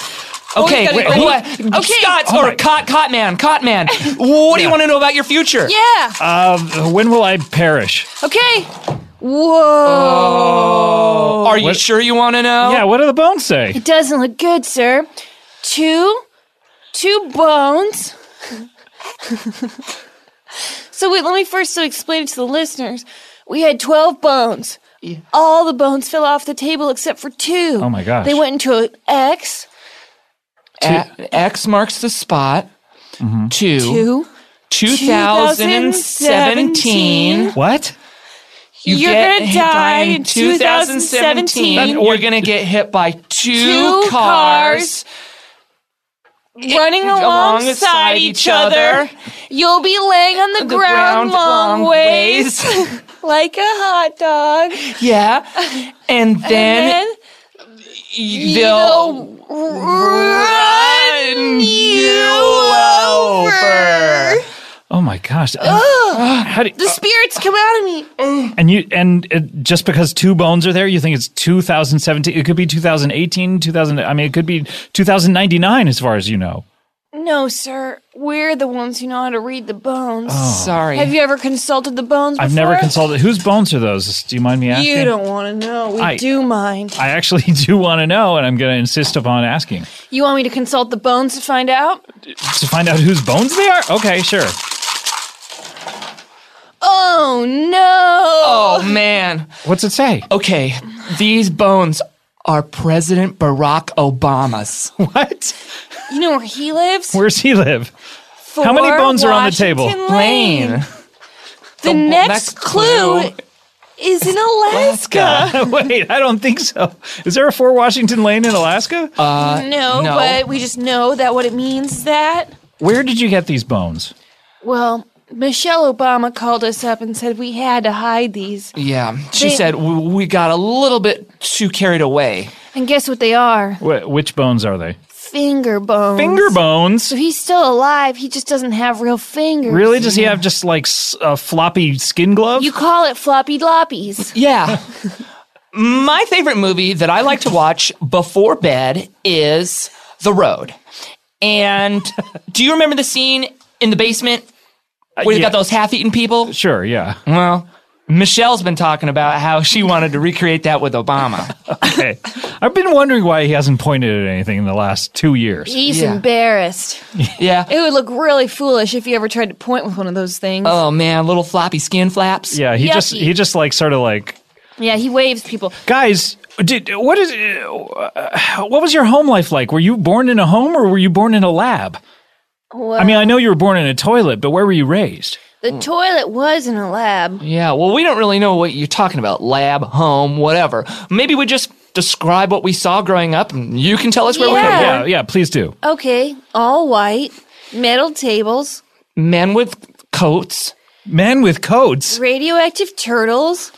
[SPEAKER 26] Oh,
[SPEAKER 21] Okay,
[SPEAKER 26] he's gotta
[SPEAKER 21] wait,
[SPEAKER 26] bring-
[SPEAKER 21] what?
[SPEAKER 26] Okay.
[SPEAKER 21] Scott,
[SPEAKER 26] Oh
[SPEAKER 21] or Cot, Cotman, Cotman. What do you want to know about your future?
[SPEAKER 26] Yeah.
[SPEAKER 1] Uh, when will I perish?
[SPEAKER 26] Okay. Whoa.
[SPEAKER 21] Are you sure you want to know?
[SPEAKER 1] Yeah, what do the bones say?
[SPEAKER 26] It doesn't look good, sir. Two, two bones. so wait, let me first so explain it to the listeners. We had twelve bones. All the bones fell off the table except for two.
[SPEAKER 21] Oh my gosh.
[SPEAKER 26] They went into an X.
[SPEAKER 21] A- X marks the spot. Mm-hmm. Two.
[SPEAKER 26] Two.
[SPEAKER 21] 2017.
[SPEAKER 26] 2017.
[SPEAKER 1] What?
[SPEAKER 21] You
[SPEAKER 26] You're
[SPEAKER 21] get
[SPEAKER 26] gonna
[SPEAKER 21] hit
[SPEAKER 26] die
[SPEAKER 21] by
[SPEAKER 26] in 2017.
[SPEAKER 21] That- You're going to get hit by two,
[SPEAKER 26] Two
[SPEAKER 21] cars.
[SPEAKER 26] running alongside each other. You'll be laying on the, ground,
[SPEAKER 21] ground
[SPEAKER 26] long,
[SPEAKER 21] long
[SPEAKER 26] ways, like a hot dog.
[SPEAKER 21] Yeah. And
[SPEAKER 26] And
[SPEAKER 21] then,
[SPEAKER 26] then
[SPEAKER 21] they'll
[SPEAKER 26] they'll run you over.
[SPEAKER 1] Oh my gosh. And,
[SPEAKER 26] Ugh.
[SPEAKER 1] How do- uh,
[SPEAKER 26] the spirits come out of me. Ugh.
[SPEAKER 1] and you and uh, just because two bones are there, you think it's 2017. It could be 2018, 2000. I mean, it could be 2099 as far as you know.
[SPEAKER 26] No, sir. We're the ones who know how to read the bones.
[SPEAKER 1] Oh. Sorry.
[SPEAKER 26] Have you ever consulted the bones?
[SPEAKER 1] I've never
[SPEAKER 26] before?
[SPEAKER 1] consulted. Whose bones are those? Do you mind me asking?
[SPEAKER 26] You don't want to know. We
[SPEAKER 1] I-
[SPEAKER 26] do mind.
[SPEAKER 1] I actually do want to know, and I'm going to insist upon asking
[SPEAKER 26] You want me to consult the bones to find out?
[SPEAKER 1] to find out whose bones they are. Okay, sure.
[SPEAKER 26] Oh no!
[SPEAKER 21] oh man.
[SPEAKER 1] What's it say?
[SPEAKER 21] Okay, these bones are President Barack Obama's.
[SPEAKER 1] What?
[SPEAKER 26] You know where he lives?
[SPEAKER 1] Where's he live? How many
[SPEAKER 26] For
[SPEAKER 1] bones are on the table?
[SPEAKER 26] Washington Lane. The, next, clue, is in Alaska.
[SPEAKER 1] Wait, I don't think so. Is there a Fort Washington Lane in Alaska? Uh,
[SPEAKER 26] no, but we just know that what it means is that
[SPEAKER 1] where did you get these bones?
[SPEAKER 26] well, Michelle Obama called us up and said we had to hide these.
[SPEAKER 21] Yeah, she
[SPEAKER 26] They-
[SPEAKER 21] said "W- we got a little bit too carried away.
[SPEAKER 26] And guess what they are?
[SPEAKER 1] Wh- which bones are they?
[SPEAKER 26] Finger bones.
[SPEAKER 1] Finger bones.
[SPEAKER 26] So he's still alive. He just doesn't have real fingers.
[SPEAKER 1] Really? Does he have just like s- a floppy skin glove?
[SPEAKER 26] You call it floppy loppies.
[SPEAKER 21] Yeah. My favorite movie that I like to watch before bed is The Road. And do you remember the scene in the basement where you
[SPEAKER 1] yeah.
[SPEAKER 21] got those half-eaten people?
[SPEAKER 1] Sure, yeah.
[SPEAKER 21] Well, Michelle's been talking about how she wanted to recreate that with Obama.
[SPEAKER 1] okay. I've been wondering why he hasn't pointed at anything in the last two years.
[SPEAKER 26] He's embarrassed.
[SPEAKER 21] Yeah.
[SPEAKER 26] It would look really foolish if he ever tried to point with one of those things.
[SPEAKER 21] Oh man, little floppy skin flaps.
[SPEAKER 1] Yeah, he just
[SPEAKER 26] Yucky.
[SPEAKER 1] he just like sort of like
[SPEAKER 26] Yeah, he waves people.
[SPEAKER 1] guys. Did what is uh, what was your home life like? Were you born in a home or were you born in a lab?
[SPEAKER 26] Well,
[SPEAKER 1] I mean, I know you were born in a toilet, but where were you raised?
[SPEAKER 26] the toilet was in a lab.
[SPEAKER 21] Yeah, well, we don't really know what you're talking about. Lab, home, whatever. Maybe we just describe what we saw growing up and you can tell us where
[SPEAKER 26] Yeah.
[SPEAKER 21] we were.
[SPEAKER 26] Yeah,
[SPEAKER 1] yeah, please do.
[SPEAKER 26] Okay, all white, metal tables,
[SPEAKER 21] Men with coats.
[SPEAKER 1] Men with coats.
[SPEAKER 26] radioactive turtles,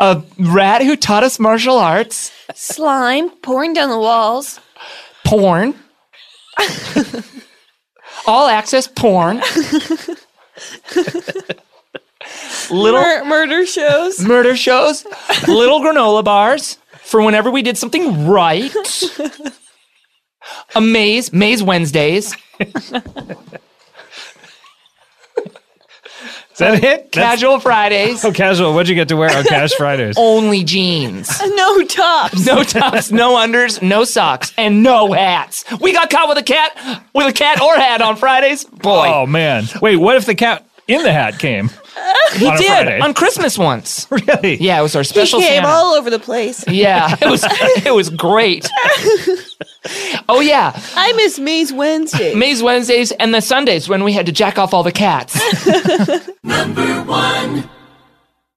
[SPEAKER 21] A rat who taught us martial arts.
[SPEAKER 26] slime pouring down the walls.
[SPEAKER 21] Porn. All access porn. little
[SPEAKER 26] Mur- murder shows.
[SPEAKER 21] murder shows. little granola bars for whenever we did something right. A maze, maze Wednesdays.
[SPEAKER 1] Is that it?
[SPEAKER 21] Casual Fridays.
[SPEAKER 1] Oh, casual. What'd you get to wear on Cash Fridays?
[SPEAKER 21] Only jeans.
[SPEAKER 26] Uh, No tops.
[SPEAKER 21] No tops, no unders, no socks, and no hats. We got caught with a cat, with a cat or hat on Fridays. Boy,
[SPEAKER 1] Oh man! Wait, what if the cat Oh, in the hat came?
[SPEAKER 21] he
[SPEAKER 1] on a
[SPEAKER 21] did
[SPEAKER 1] Friday.
[SPEAKER 21] on Christmas once.
[SPEAKER 1] Really?
[SPEAKER 21] Yeah, it was our special.
[SPEAKER 26] he came
[SPEAKER 21] Santa.
[SPEAKER 26] all over the place.
[SPEAKER 21] yeah, it was it was great. oh yeah,
[SPEAKER 26] I miss Maze Wednesday.
[SPEAKER 21] Maze Wednesdays and the Sundays when we had to jack off all the cats.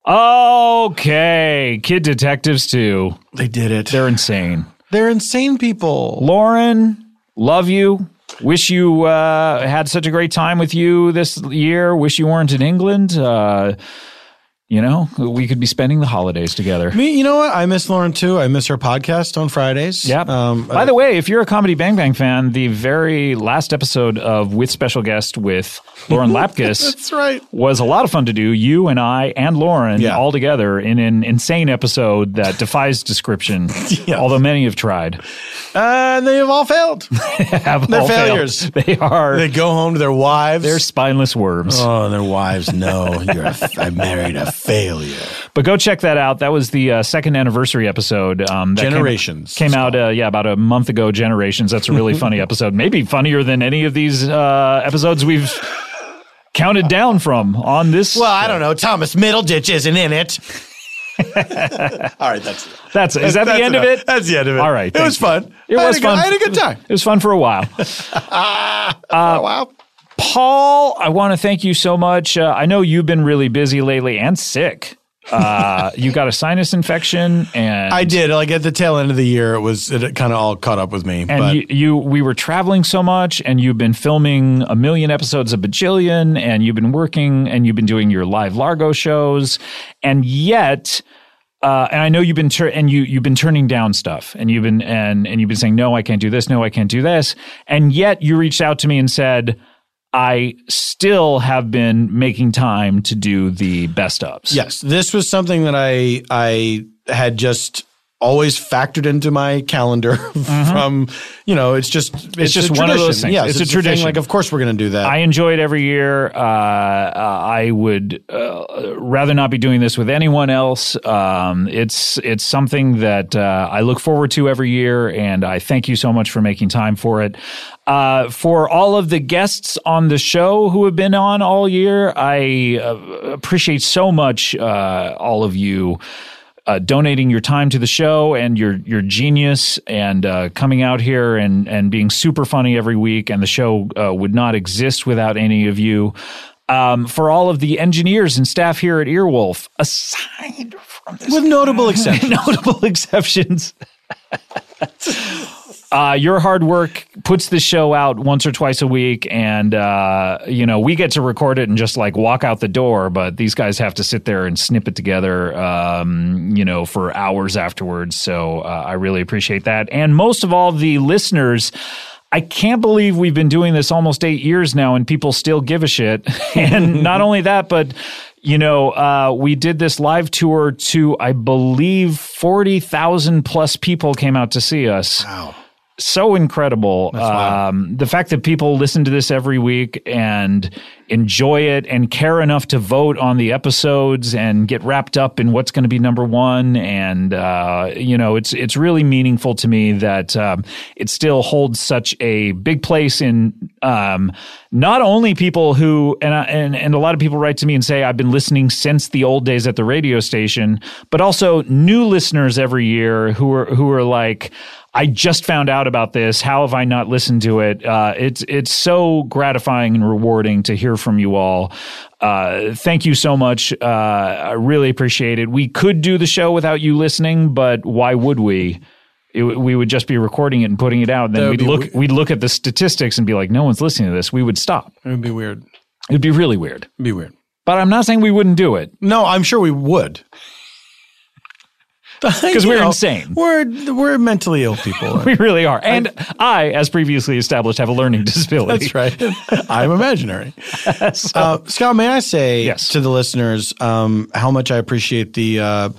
[SPEAKER 1] Okay, Kid Detectives too. They did it. They're insane. They're insane people. Lauren, love you. Wish you uh, had such a great time with you this year. Wish you weren't in England. Uh, you know, we could be spending the holidays together.
[SPEAKER 10] Me, you know what? I miss Lauren too. I miss her podcast on Fridays.
[SPEAKER 1] Yep.
[SPEAKER 10] Um,
[SPEAKER 1] By the way, if you're a Comedy Bang Bang fan, the very last episode of With Special Guest with Lauren Lapkus
[SPEAKER 10] That's right.
[SPEAKER 1] was a lot of fun to do. You and I and Lauren all together in an insane episode that defies description, although many have tried.
[SPEAKER 10] and they have all failed.
[SPEAKER 1] Have
[SPEAKER 10] They're
[SPEAKER 1] all failed.
[SPEAKER 10] failures.
[SPEAKER 1] They are.
[SPEAKER 10] They go home to their wives. They're
[SPEAKER 1] spineless worms.
[SPEAKER 10] Oh, their wives know you're. A f- I married a failure.
[SPEAKER 1] But go check that out. That was the uh, second anniversary episode. Um, that came-
[SPEAKER 10] Generations.
[SPEAKER 1] Came, out, uh, yeah, about a month ago. Generations. That's a really funny episode. Maybe funnier than any of these uh, episodes we've counted down from on this. Well, I don't know. Thomas Middleditch isn't in it.
[SPEAKER 10] All right, that's
[SPEAKER 1] That's is that
[SPEAKER 10] That's
[SPEAKER 1] the end of
[SPEAKER 10] enough.
[SPEAKER 1] it?
[SPEAKER 10] That's the end of it.
[SPEAKER 1] All right,
[SPEAKER 10] It
[SPEAKER 1] thank
[SPEAKER 10] was
[SPEAKER 1] you.
[SPEAKER 10] fun.
[SPEAKER 1] It
[SPEAKER 10] I
[SPEAKER 1] was
[SPEAKER 10] had a good-
[SPEAKER 1] fun.
[SPEAKER 10] I had a good time.
[SPEAKER 1] It was fun for a while. Uh, Paul, I want to thank you so much. Uh, I know you've been really busy lately and sick. Uh, you got a sinus infection, and
[SPEAKER 3] I did. Like at the tail end of the year, it was it kind of all caught up with me. but
[SPEAKER 1] and you, you we were traveling so much and you've been filming a million episodes of bajillion and you've been working and you've been doing your live largo shows and yet uh, and I know you've been tur- and you you've been turning down stuff and you've been and and you've been saying no I can't do this no I can't do this and yet you reached out to me and said I still have been making time to do the best ups
[SPEAKER 3] Yes, this was something that I I had just always factored into my calendar from you know it's just it's,
[SPEAKER 1] Mm-hmm. just
[SPEAKER 3] a
[SPEAKER 1] one of those
[SPEAKER 3] tradition.
[SPEAKER 1] things.
[SPEAKER 3] Yes,
[SPEAKER 1] It's a
[SPEAKER 3] the thing,
[SPEAKER 1] tradition.
[SPEAKER 3] like of course we're going to do that.
[SPEAKER 1] I enjoy it every year. Uh, uh, I would uh, rather not be doing this with anyone else. Um, it's it's something that uh, I look forward to every year, and I thank you so much for making time for it. Uh, for all of the guests on the show who have been on all year, I uh, appreciate so much uh, all of you uh, donating your time to the show and your your genius and uh, coming out here and and being super funny every week. And the show uh, would not exist without any of you. Um, for all of the engineers and staff here at Earwolf, aside from this, with
[SPEAKER 3] notable exceptions,
[SPEAKER 1] notable exceptions. Uh, your hard work puts the show out once or twice a week, and uh, you know we get to record it and just like walk out the door. But these guys have to sit there and snip it together, um, you know, for hours afterwards. So uh, I really appreciate that, and most of all, the listeners. I can't believe we've been doing this almost eight years now, and people still give a shit. and not only that, but you know, uh, we did this live tour to, I believe, 40,000 plus people came out to see us. Wow. So incredible. Um, the fact that people listen to this every week and enjoy it and care enough to vote on the episodes and get wrapped up in what's going to be number one. And, uh, you know, it's, it's really meaningful to me that um, it still holds such a big place in um, not only people who and, I, and and a lot of people write to me and say I've been listening since the old days at the radio station, but also new listeners every year who are who are like. I just found out about this. How have I not listened to it? Uh, it's it's so gratifying and rewarding to hear from you all. Uh, thank you so much. Uh, I really appreciate it. We could do the show without you listening, but why would we? It, w- we would just be recording it and putting it out. And
[SPEAKER 3] That
[SPEAKER 1] then
[SPEAKER 3] would
[SPEAKER 1] we'd
[SPEAKER 3] be
[SPEAKER 1] look
[SPEAKER 3] we-
[SPEAKER 1] we'd look at the statistics and be like, no one's listening to this. We would stop.
[SPEAKER 3] it would be weird.
[SPEAKER 1] It'd be really weird.
[SPEAKER 3] It'd be weird.
[SPEAKER 1] But I'm not saying we wouldn't do it.
[SPEAKER 3] No, I'm sure we would.
[SPEAKER 1] Because
[SPEAKER 3] You
[SPEAKER 1] we're
[SPEAKER 3] know,
[SPEAKER 1] insane.
[SPEAKER 3] We're we're mentally ill people.
[SPEAKER 1] We really are. And I, as previously established, have a learning disability.
[SPEAKER 3] That's right. I'm imaginary. uh, Scott, may I say to the listeners um, how much I appreciate the uh,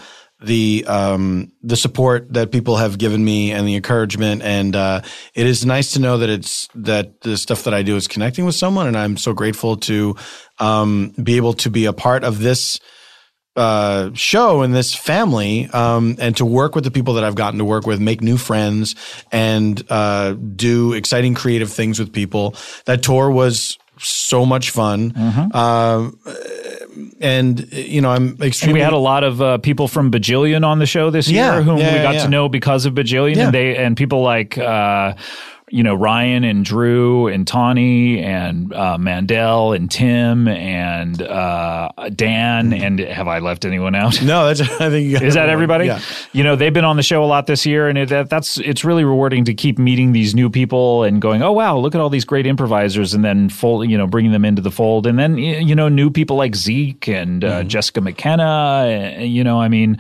[SPEAKER 3] the um, the support that people have given me and the encouragement, and uh, it is nice to know that it's that the stuff that I do is connecting with someone, and I'm so grateful to um, be able to be a part of this uh, show and this family, um, and to work with the people that I've gotten to work with, make new friends, and uh, do exciting creative things with people. That tour was so much fun, Uh, and you know I'm
[SPEAKER 1] Mm-hmm. And
[SPEAKER 3] extremely.
[SPEAKER 1] we had a lot of uh, people from Bajillion on the show this
[SPEAKER 3] Yeah,
[SPEAKER 1] year, whom
[SPEAKER 3] yeah,
[SPEAKER 1] we got
[SPEAKER 3] yeah.
[SPEAKER 1] to know because of Bajillion,
[SPEAKER 3] Yeah.
[SPEAKER 1] and they and people like. Uh, you know Ryan and Drew and Tawny and uh, Mandel and Tim and uh, Dan and have I left anyone out?
[SPEAKER 3] No, that's I think you got
[SPEAKER 1] is that
[SPEAKER 3] everyone.
[SPEAKER 1] everybody?
[SPEAKER 3] Yeah.
[SPEAKER 1] You know they've been on the show a lot this year, and it, that, that's it's really rewarding to keep meeting these new people and going, oh wow, look at all these great improvisers, and then fold, you know, bringing them into the fold, and then y- you know new people like Zeke and uh, Jessica McKenna, uh, you know, I mean.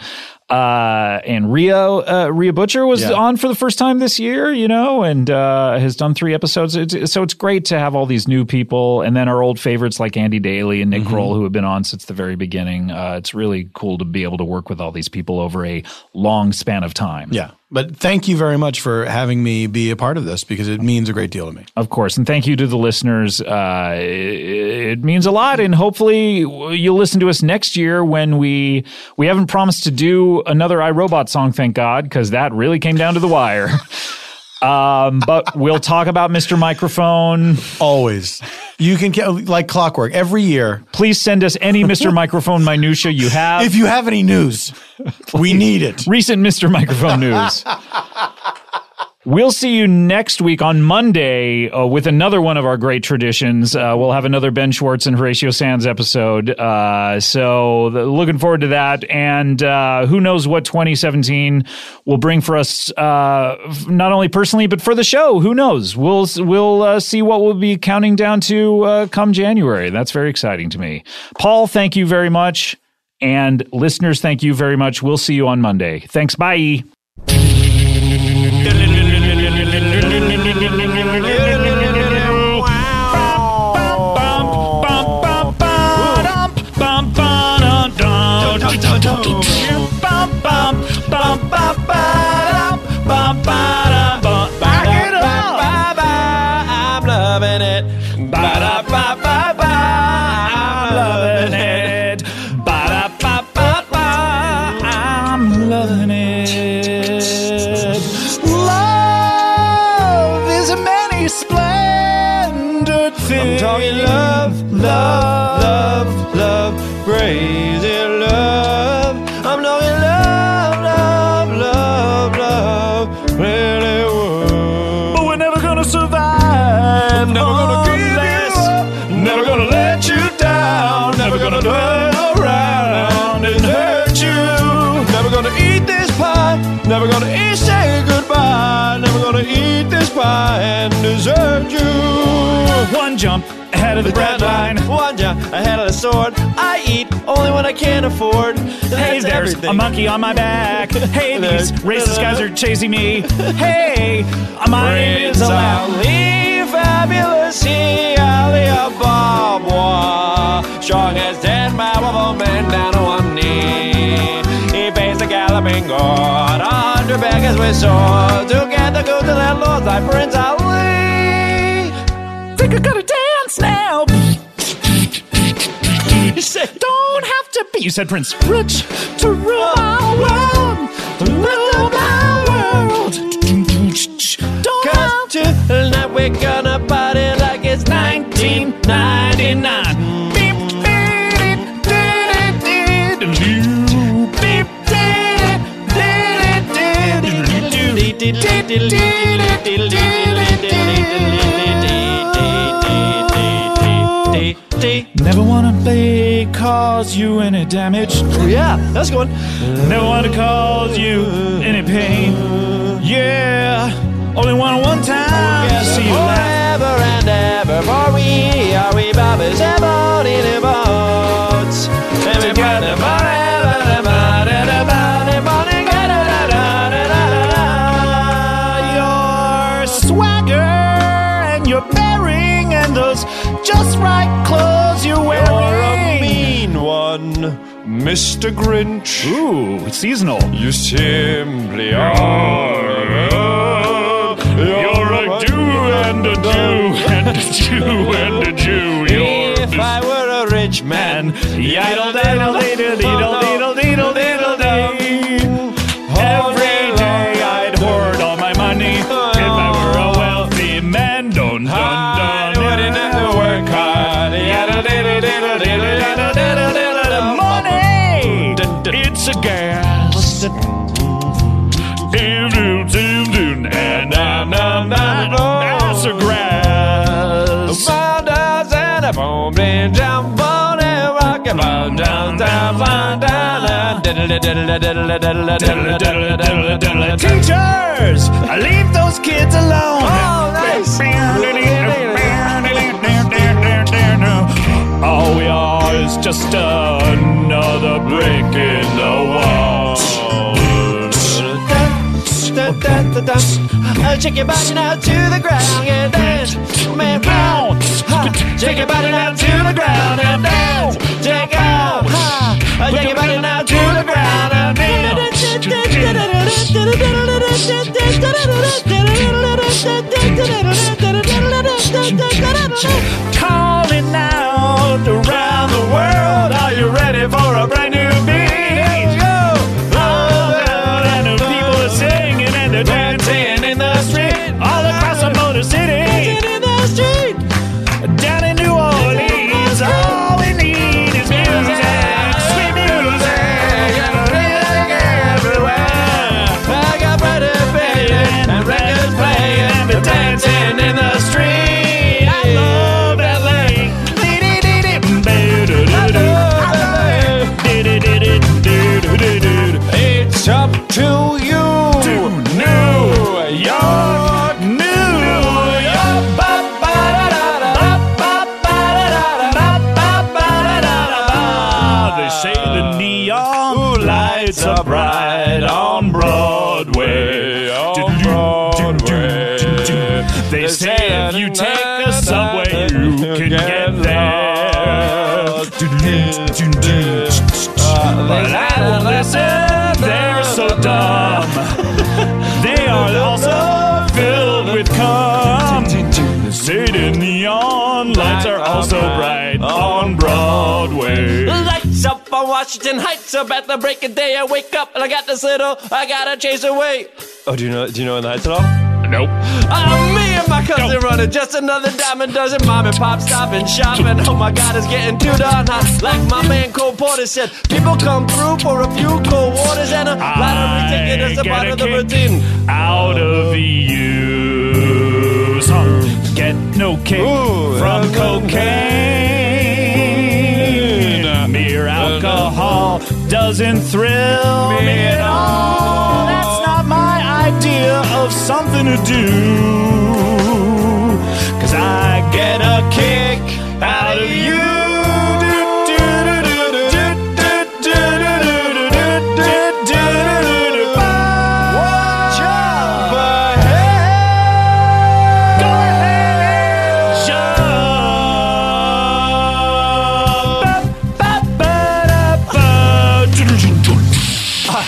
[SPEAKER 1] Uh, and Rio, uh, Rhea Butcher was
[SPEAKER 3] Yeah.
[SPEAKER 1] on for the first time this year, you know, and uh, has done three episodes. It's, so it's great to have all these new people, and then our old favorites like Andy Daly and Nick Kroll, who have been on since the very beginning. Uh, it's really cool to be able to work with all these people over a long span of time.
[SPEAKER 3] Yeah, but thank you very much for having me be a part of this because it means a great deal to me.
[SPEAKER 1] Of course. And thank you to the listeners. Uh, it, it means a lot. And hopefully you'll listen to us next year when we, we haven't promised to do another iRobot song, thank God, because that really came down to the wire. um, but we'll talk about Mr. Microphone.
[SPEAKER 3] Always. You can, ca- like clockwork, every year.
[SPEAKER 1] Please send us any Mr. Microphone minutia you have.
[SPEAKER 3] If you have any news, we need it.
[SPEAKER 1] Recent Mr. Microphone news. We'll see you next week on Monday uh, with another one of our great traditions. Uh, we'll have another Ben Schwartz and Horatio Sands episode. Uh, so, the, looking forward to that. And uh, who knows what 2017 will bring for us, uh, f- not only personally, but for the show. Who knows? We'll, s- we'll uh, see what we'll be counting down to uh, come January. That's very exciting to me. Paul, thank you very much. And listeners, thank you very much. We'll see you on Monday. Thanks. Bye.
[SPEAKER 2] I'm loving it. Ba-da-ba-ba-ba. I'm loving it. Ba-da-ba-ba-ba. I'm loving it. Love is a many splendid thing. I'm talking love, love, love, love, crazy love. I'm talking love, love, love, love, really would. But we're never gonna survive. Never gonna give this. Never gonna let you down. Never gonna turn around and hurt you. Never gonna eat this pie. Never gonna eat, say goodbye. Never gonna eat this pie and desert you. One jump ahead of the bread line. One jump ahead of the sword. I eat only when I can afford.
[SPEAKER 1] Hey,
[SPEAKER 2] That's
[SPEAKER 1] there's
[SPEAKER 2] everything.
[SPEAKER 1] a monkey on my back. Hey, these
[SPEAKER 2] There's-
[SPEAKER 1] racist guys are chasing me. Hey, my name is
[SPEAKER 2] Friends,
[SPEAKER 1] Alal.
[SPEAKER 2] Ali, fabulous, he, Ali, Ababwa. Strong as dead, my woman down on one knee. He faced a galloping god, a hundred beggars with swords. To get the goods and landlords like Prince Ali. Think I gotta dance now. You said, don't have to be. You said Prince Rich to rule my world. To rule my world. Don't Cause tonight we're gonna party like it's 1999. Beep, did it, did it, did it, doo. Beep, did it, did it, did it, doo. Did it, did it, did it, did it, did it, did it, did it.
[SPEAKER 1] Never wanna play cause you any damage.
[SPEAKER 2] Oh, Yeah, that's good. Never wanna cause you any pain. Yeah, only one one time. to see you forever and ever, for we are we bobbers about in a boat. And we got the forever and ever and ever and ever and
[SPEAKER 20] Your swagger and your bearing and those just right clothes you're wearing.
[SPEAKER 2] You're a mean one, Mr. Grinch. Ooh, seasonal. You simply are. You're, a Jew and a Jew and a Jew and a Jew. You're if I were a rich man, yaddle daddle diddle diddle diddle diddle diddle diddle. Every day I'd hoard all my money if I were a wealthy man. Dun dun dun. I wouldn't ever work hard. Yaddle diddle diddle diddle diddle diddle diddle diddle. Money, it's a gas. Doom doom doom doom. Na na na na. That's a grass. Founders and a boom and jump on and rock and roll. Down down down down. Diddle diddle diddle diddle diddle diddle diddle diddle.
[SPEAKER 20] Teachers, leave those kids alone.
[SPEAKER 2] All we are is just another brick in the wall.
[SPEAKER 20] Uh, Shake your body now to the ground and dance, man, bounce. Ha. Shake your body now to the ground and dance. Shake out, ha. Uh, Shake your body now to the ground and dance.
[SPEAKER 2] Calling out around the world. Are you ready for a brand new beat? Go! And the people are singing and they're dancing in the street. All across the motor city. in the street. Down in New Orleans. All we need is music. Sweet music. And music everywhere. I got pretty feet and records
[SPEAKER 29] could get there. Uh,
[SPEAKER 2] But I don't listen, they're so dumb. they are also filled with cum. Satan neon lights are also bright on Broadway.
[SPEAKER 20] Lights up on Washington Heights, about the break of day. I wake up and I got this little, I gotta chase away.
[SPEAKER 29] Oh, do you know? Do you know in the heights at all? Nope.
[SPEAKER 20] I'm Oh, me and my cousin running, just another diamond dozen. Mom and pop stopping shopping. Oh my god, it's getting too darn hot. Like my man Cole Porter said, people come through for a few cold waters and a
[SPEAKER 29] Ah,
[SPEAKER 20] lottery ticket is a part of the routine. Oh.
[SPEAKER 1] Out of the use. Get no kick from cocaine. Mere alcohol doesn't thrill me at all. That's not my idea of something to do. Cause I get a kick out of you.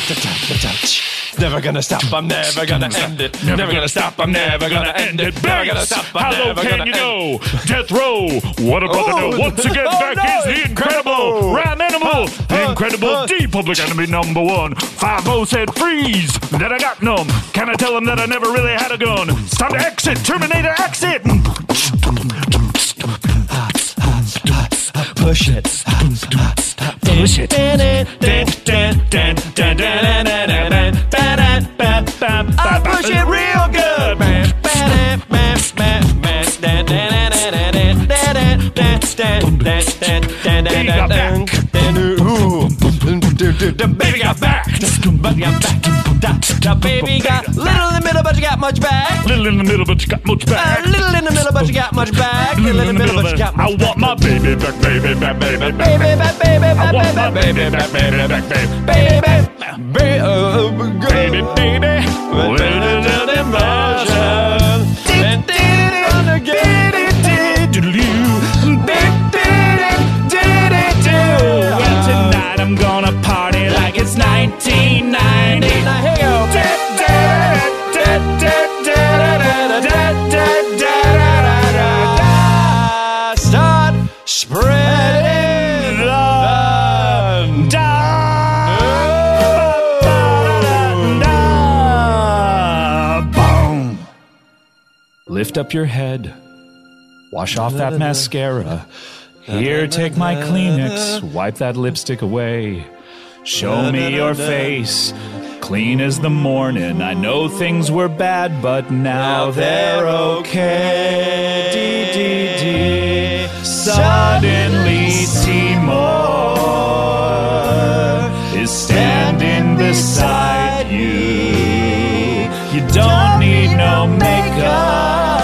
[SPEAKER 29] It's never gonna stop. I'm never gonna end it. Never, gonna stop. I'm never gonna end it. Never gonna
[SPEAKER 2] Banks,
[SPEAKER 29] stop. I'm
[SPEAKER 2] how low
[SPEAKER 29] never gonna
[SPEAKER 2] can
[SPEAKER 29] end
[SPEAKER 2] you go? Death row. What a brother
[SPEAKER 29] Oh.
[SPEAKER 2] know. Once again,
[SPEAKER 29] Oh,
[SPEAKER 2] back
[SPEAKER 29] no.
[SPEAKER 2] is the incredible Ram Animal. The incredible D Public Enemy number one. 5 said freeze. Then I got numb. Can I tell him that I never really had a gun? It's time to exit. Terminator exit.
[SPEAKER 30] Push it.
[SPEAKER 2] Push it. I push it real good, man.
[SPEAKER 20] Baby
[SPEAKER 2] Baby got back.
[SPEAKER 20] got back. Baby got back. The baby got little in the middle, but you got much back.
[SPEAKER 2] Little in the middle, but you got much back.
[SPEAKER 20] Uh, little in the middle, but you got much back. Little in the middle, but you got
[SPEAKER 2] I want my baby back, baby back, baby back.
[SPEAKER 20] baby, back, baby, back, baby, back,
[SPEAKER 2] Baby back, baby back, baby.
[SPEAKER 20] baby, back.
[SPEAKER 2] Baby, baby, baby. Little in the Well, tonight I'm gonna party like it's 1990. Start spreading love.
[SPEAKER 1] Lift up your head. Wash off that mascara. Here, take my Kleenex. Wipe that lipstick away. Show me your face. Clean as the morning. I know things were bad, but now they're okay. Dee, dee, dee. Suddenly, Seymour is standing beside you. You don't need no makeup.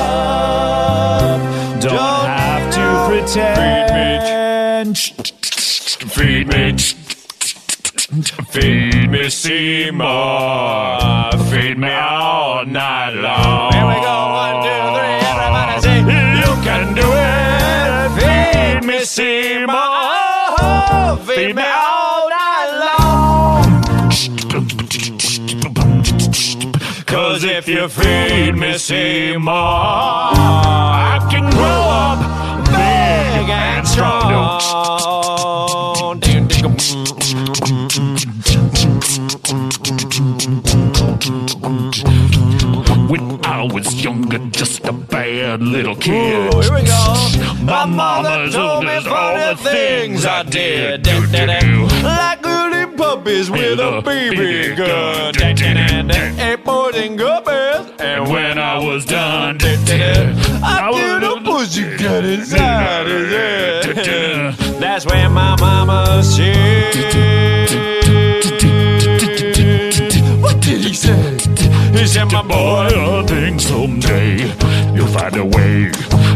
[SPEAKER 1] Don't have to pretend.
[SPEAKER 2] Feed me. Feed me Seymour. Feed me all night long. Here we go. One, two, three. Everybody say, You can do it. Feed me Seymour. Feed me all night long. Cause if you feed me Seymour, I can grow up big and strong. When I was younger, just a bad little kid.
[SPEAKER 20] here we go.
[SPEAKER 2] My mama told me all the things I did. Do, do, do.
[SPEAKER 20] Like goody puppies with a BB gun. And more than guppies.
[SPEAKER 2] And when I was done, do, do, do, I did a pussy cut inside of there.
[SPEAKER 20] That's where my mama said. What did he say?
[SPEAKER 2] He said, my boy, I think someday you'll find a way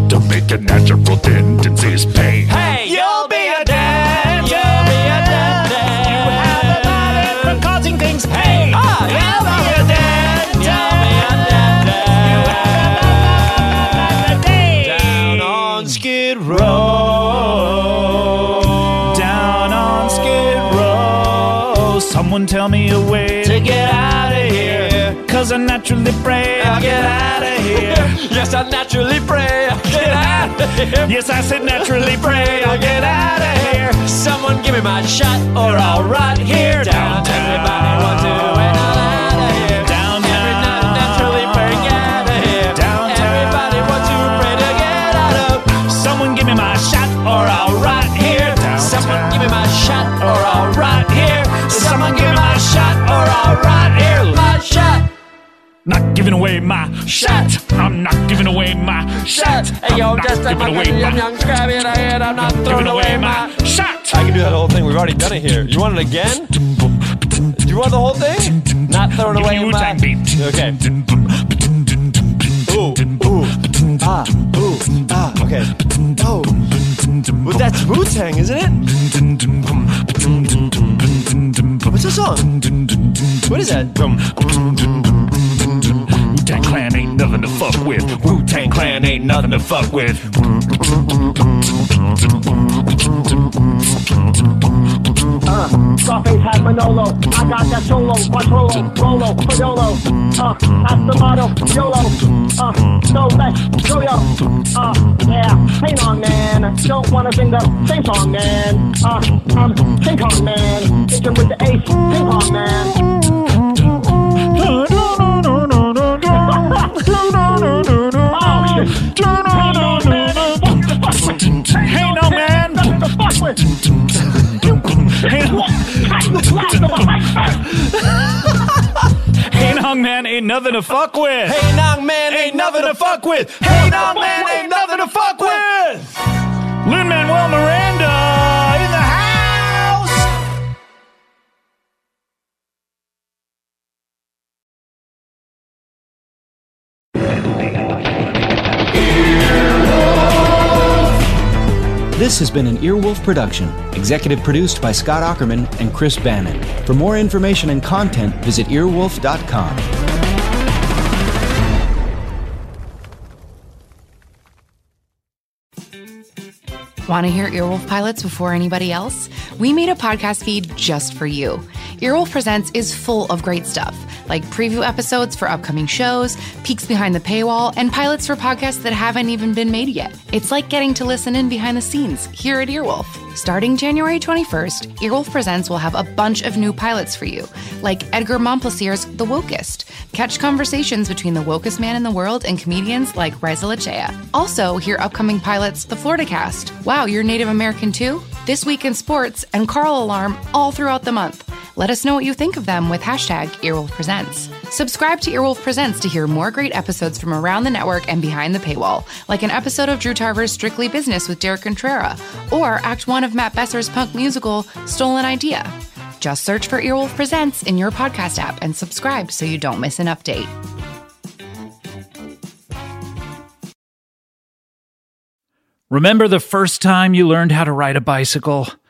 [SPEAKER 2] to make your natural tendencies pay.
[SPEAKER 20] Hey, you'll be a dad. You'll be a dad. You have the talent for causing things. Hey, ah, you'll be a dad. You'll be a dad. You have the talent for causing things. Down on Skid Row.
[SPEAKER 11] Row. Down on Skid Row. Someone tell me a way to get out of here. Cause I naturally pray I'll get out of here. yes, I naturally pray I'll get out of here. Yes, I said naturally pray I'll get out of here.
[SPEAKER 15] Someone give me my shot or I'll rot here. Down, everybody wants to win all out of here. Down, every night I naturally break out of here. Down, everybody wants to pray to get out of. Someone give me my shot or I'll rot here. Someone give me my shot or I'll rot here. Someone give me my shot or I'll rot here. My shot.
[SPEAKER 11] Not giving away my shot. I'm not giving away my shot.
[SPEAKER 15] Hey, yo,
[SPEAKER 11] I'm not
[SPEAKER 15] just like
[SPEAKER 11] giving
[SPEAKER 15] my
[SPEAKER 11] away
[SPEAKER 15] young,
[SPEAKER 11] my
[SPEAKER 15] young crabby in the head, I'm not throwing away my shot.
[SPEAKER 23] I can do that whole thing. We've already done it here. You want it again? Do you want the whole thing? Not throwing away my. Okay. Ooh, ooh, ah, ooh, ah. Okay. Oh. Well, that's Wu Tang, isn't it? What's that song? What is that?
[SPEAKER 11] Wu Tang Clan ain't nothing to fuck with. Wu Tang Clan ain't nothing to fuck with.
[SPEAKER 2] Uh, Scarface had Manolo. I got that solo. Quattrolo, Rolo, Fadolo. Uh, that's the motto. YOLO. Uh, so let's go yo. Uh, yeah. Hang on, man. Don't wanna sing the same song, man. Uh, I'm ping pong, man. Kitchen with the ace. Ping pong, man. oh, shit. Hang on, man. Hang on, man. Nothing to fuck with.
[SPEAKER 11] Hey Nong Man ain't nothing to fuck with. Hey Nong Man ain't nothing to fuck with. Hey Nong Man ain't nothing to fuck with. Lin Manuel Miranda in the house.
[SPEAKER 16] This has been an Earwolf production, executive produced by Scott Ackerman and Chris Bannon. For more information and content, visit earwolf.com.
[SPEAKER 17] Want to hear Earwolf pilots before anybody else? We made a podcast feed just for you. Earwolf Presents is full of great stuff, like preview episodes for upcoming shows, peeks behind the paywall, and pilots for podcasts that haven't even been made yet. It's like getting to listen in behind the scenes here at Earwolf. Starting January 21st, Earwolf Presents will have a bunch of new pilots for you, like Edgar Montplaisir's The Wokest. Catch conversations between the wokest man in the world and comedians like Reza Lachea. Also, hear upcoming pilots The Florida Cast. Wow, you're Native American too? This Week in Sports and Carl Alarm all throughout the month. Let us know what you think of them with hashtag Earwolf Presents. Subscribe to Earwolf Presents to hear more great episodes from around the network and behind the paywall, like an episode of Drew Tarver's Strictly Business with Derek Contrera, or Act 1 of Matt Besser's punk musical Stolen Idea. Just search for Earwolf Presents in your podcast app and subscribe so you don't miss an update.
[SPEAKER 1] Remember the first time you learned how to ride a bicycle?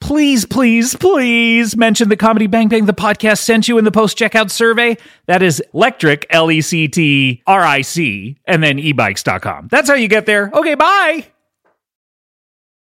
[SPEAKER 1] Please, please, please mention the Comedy Bang Bang the podcast sent you in the post checkout survey. That is electric, L E C T R I C, and then ebikes.com. That's how you get there. Okay, bye.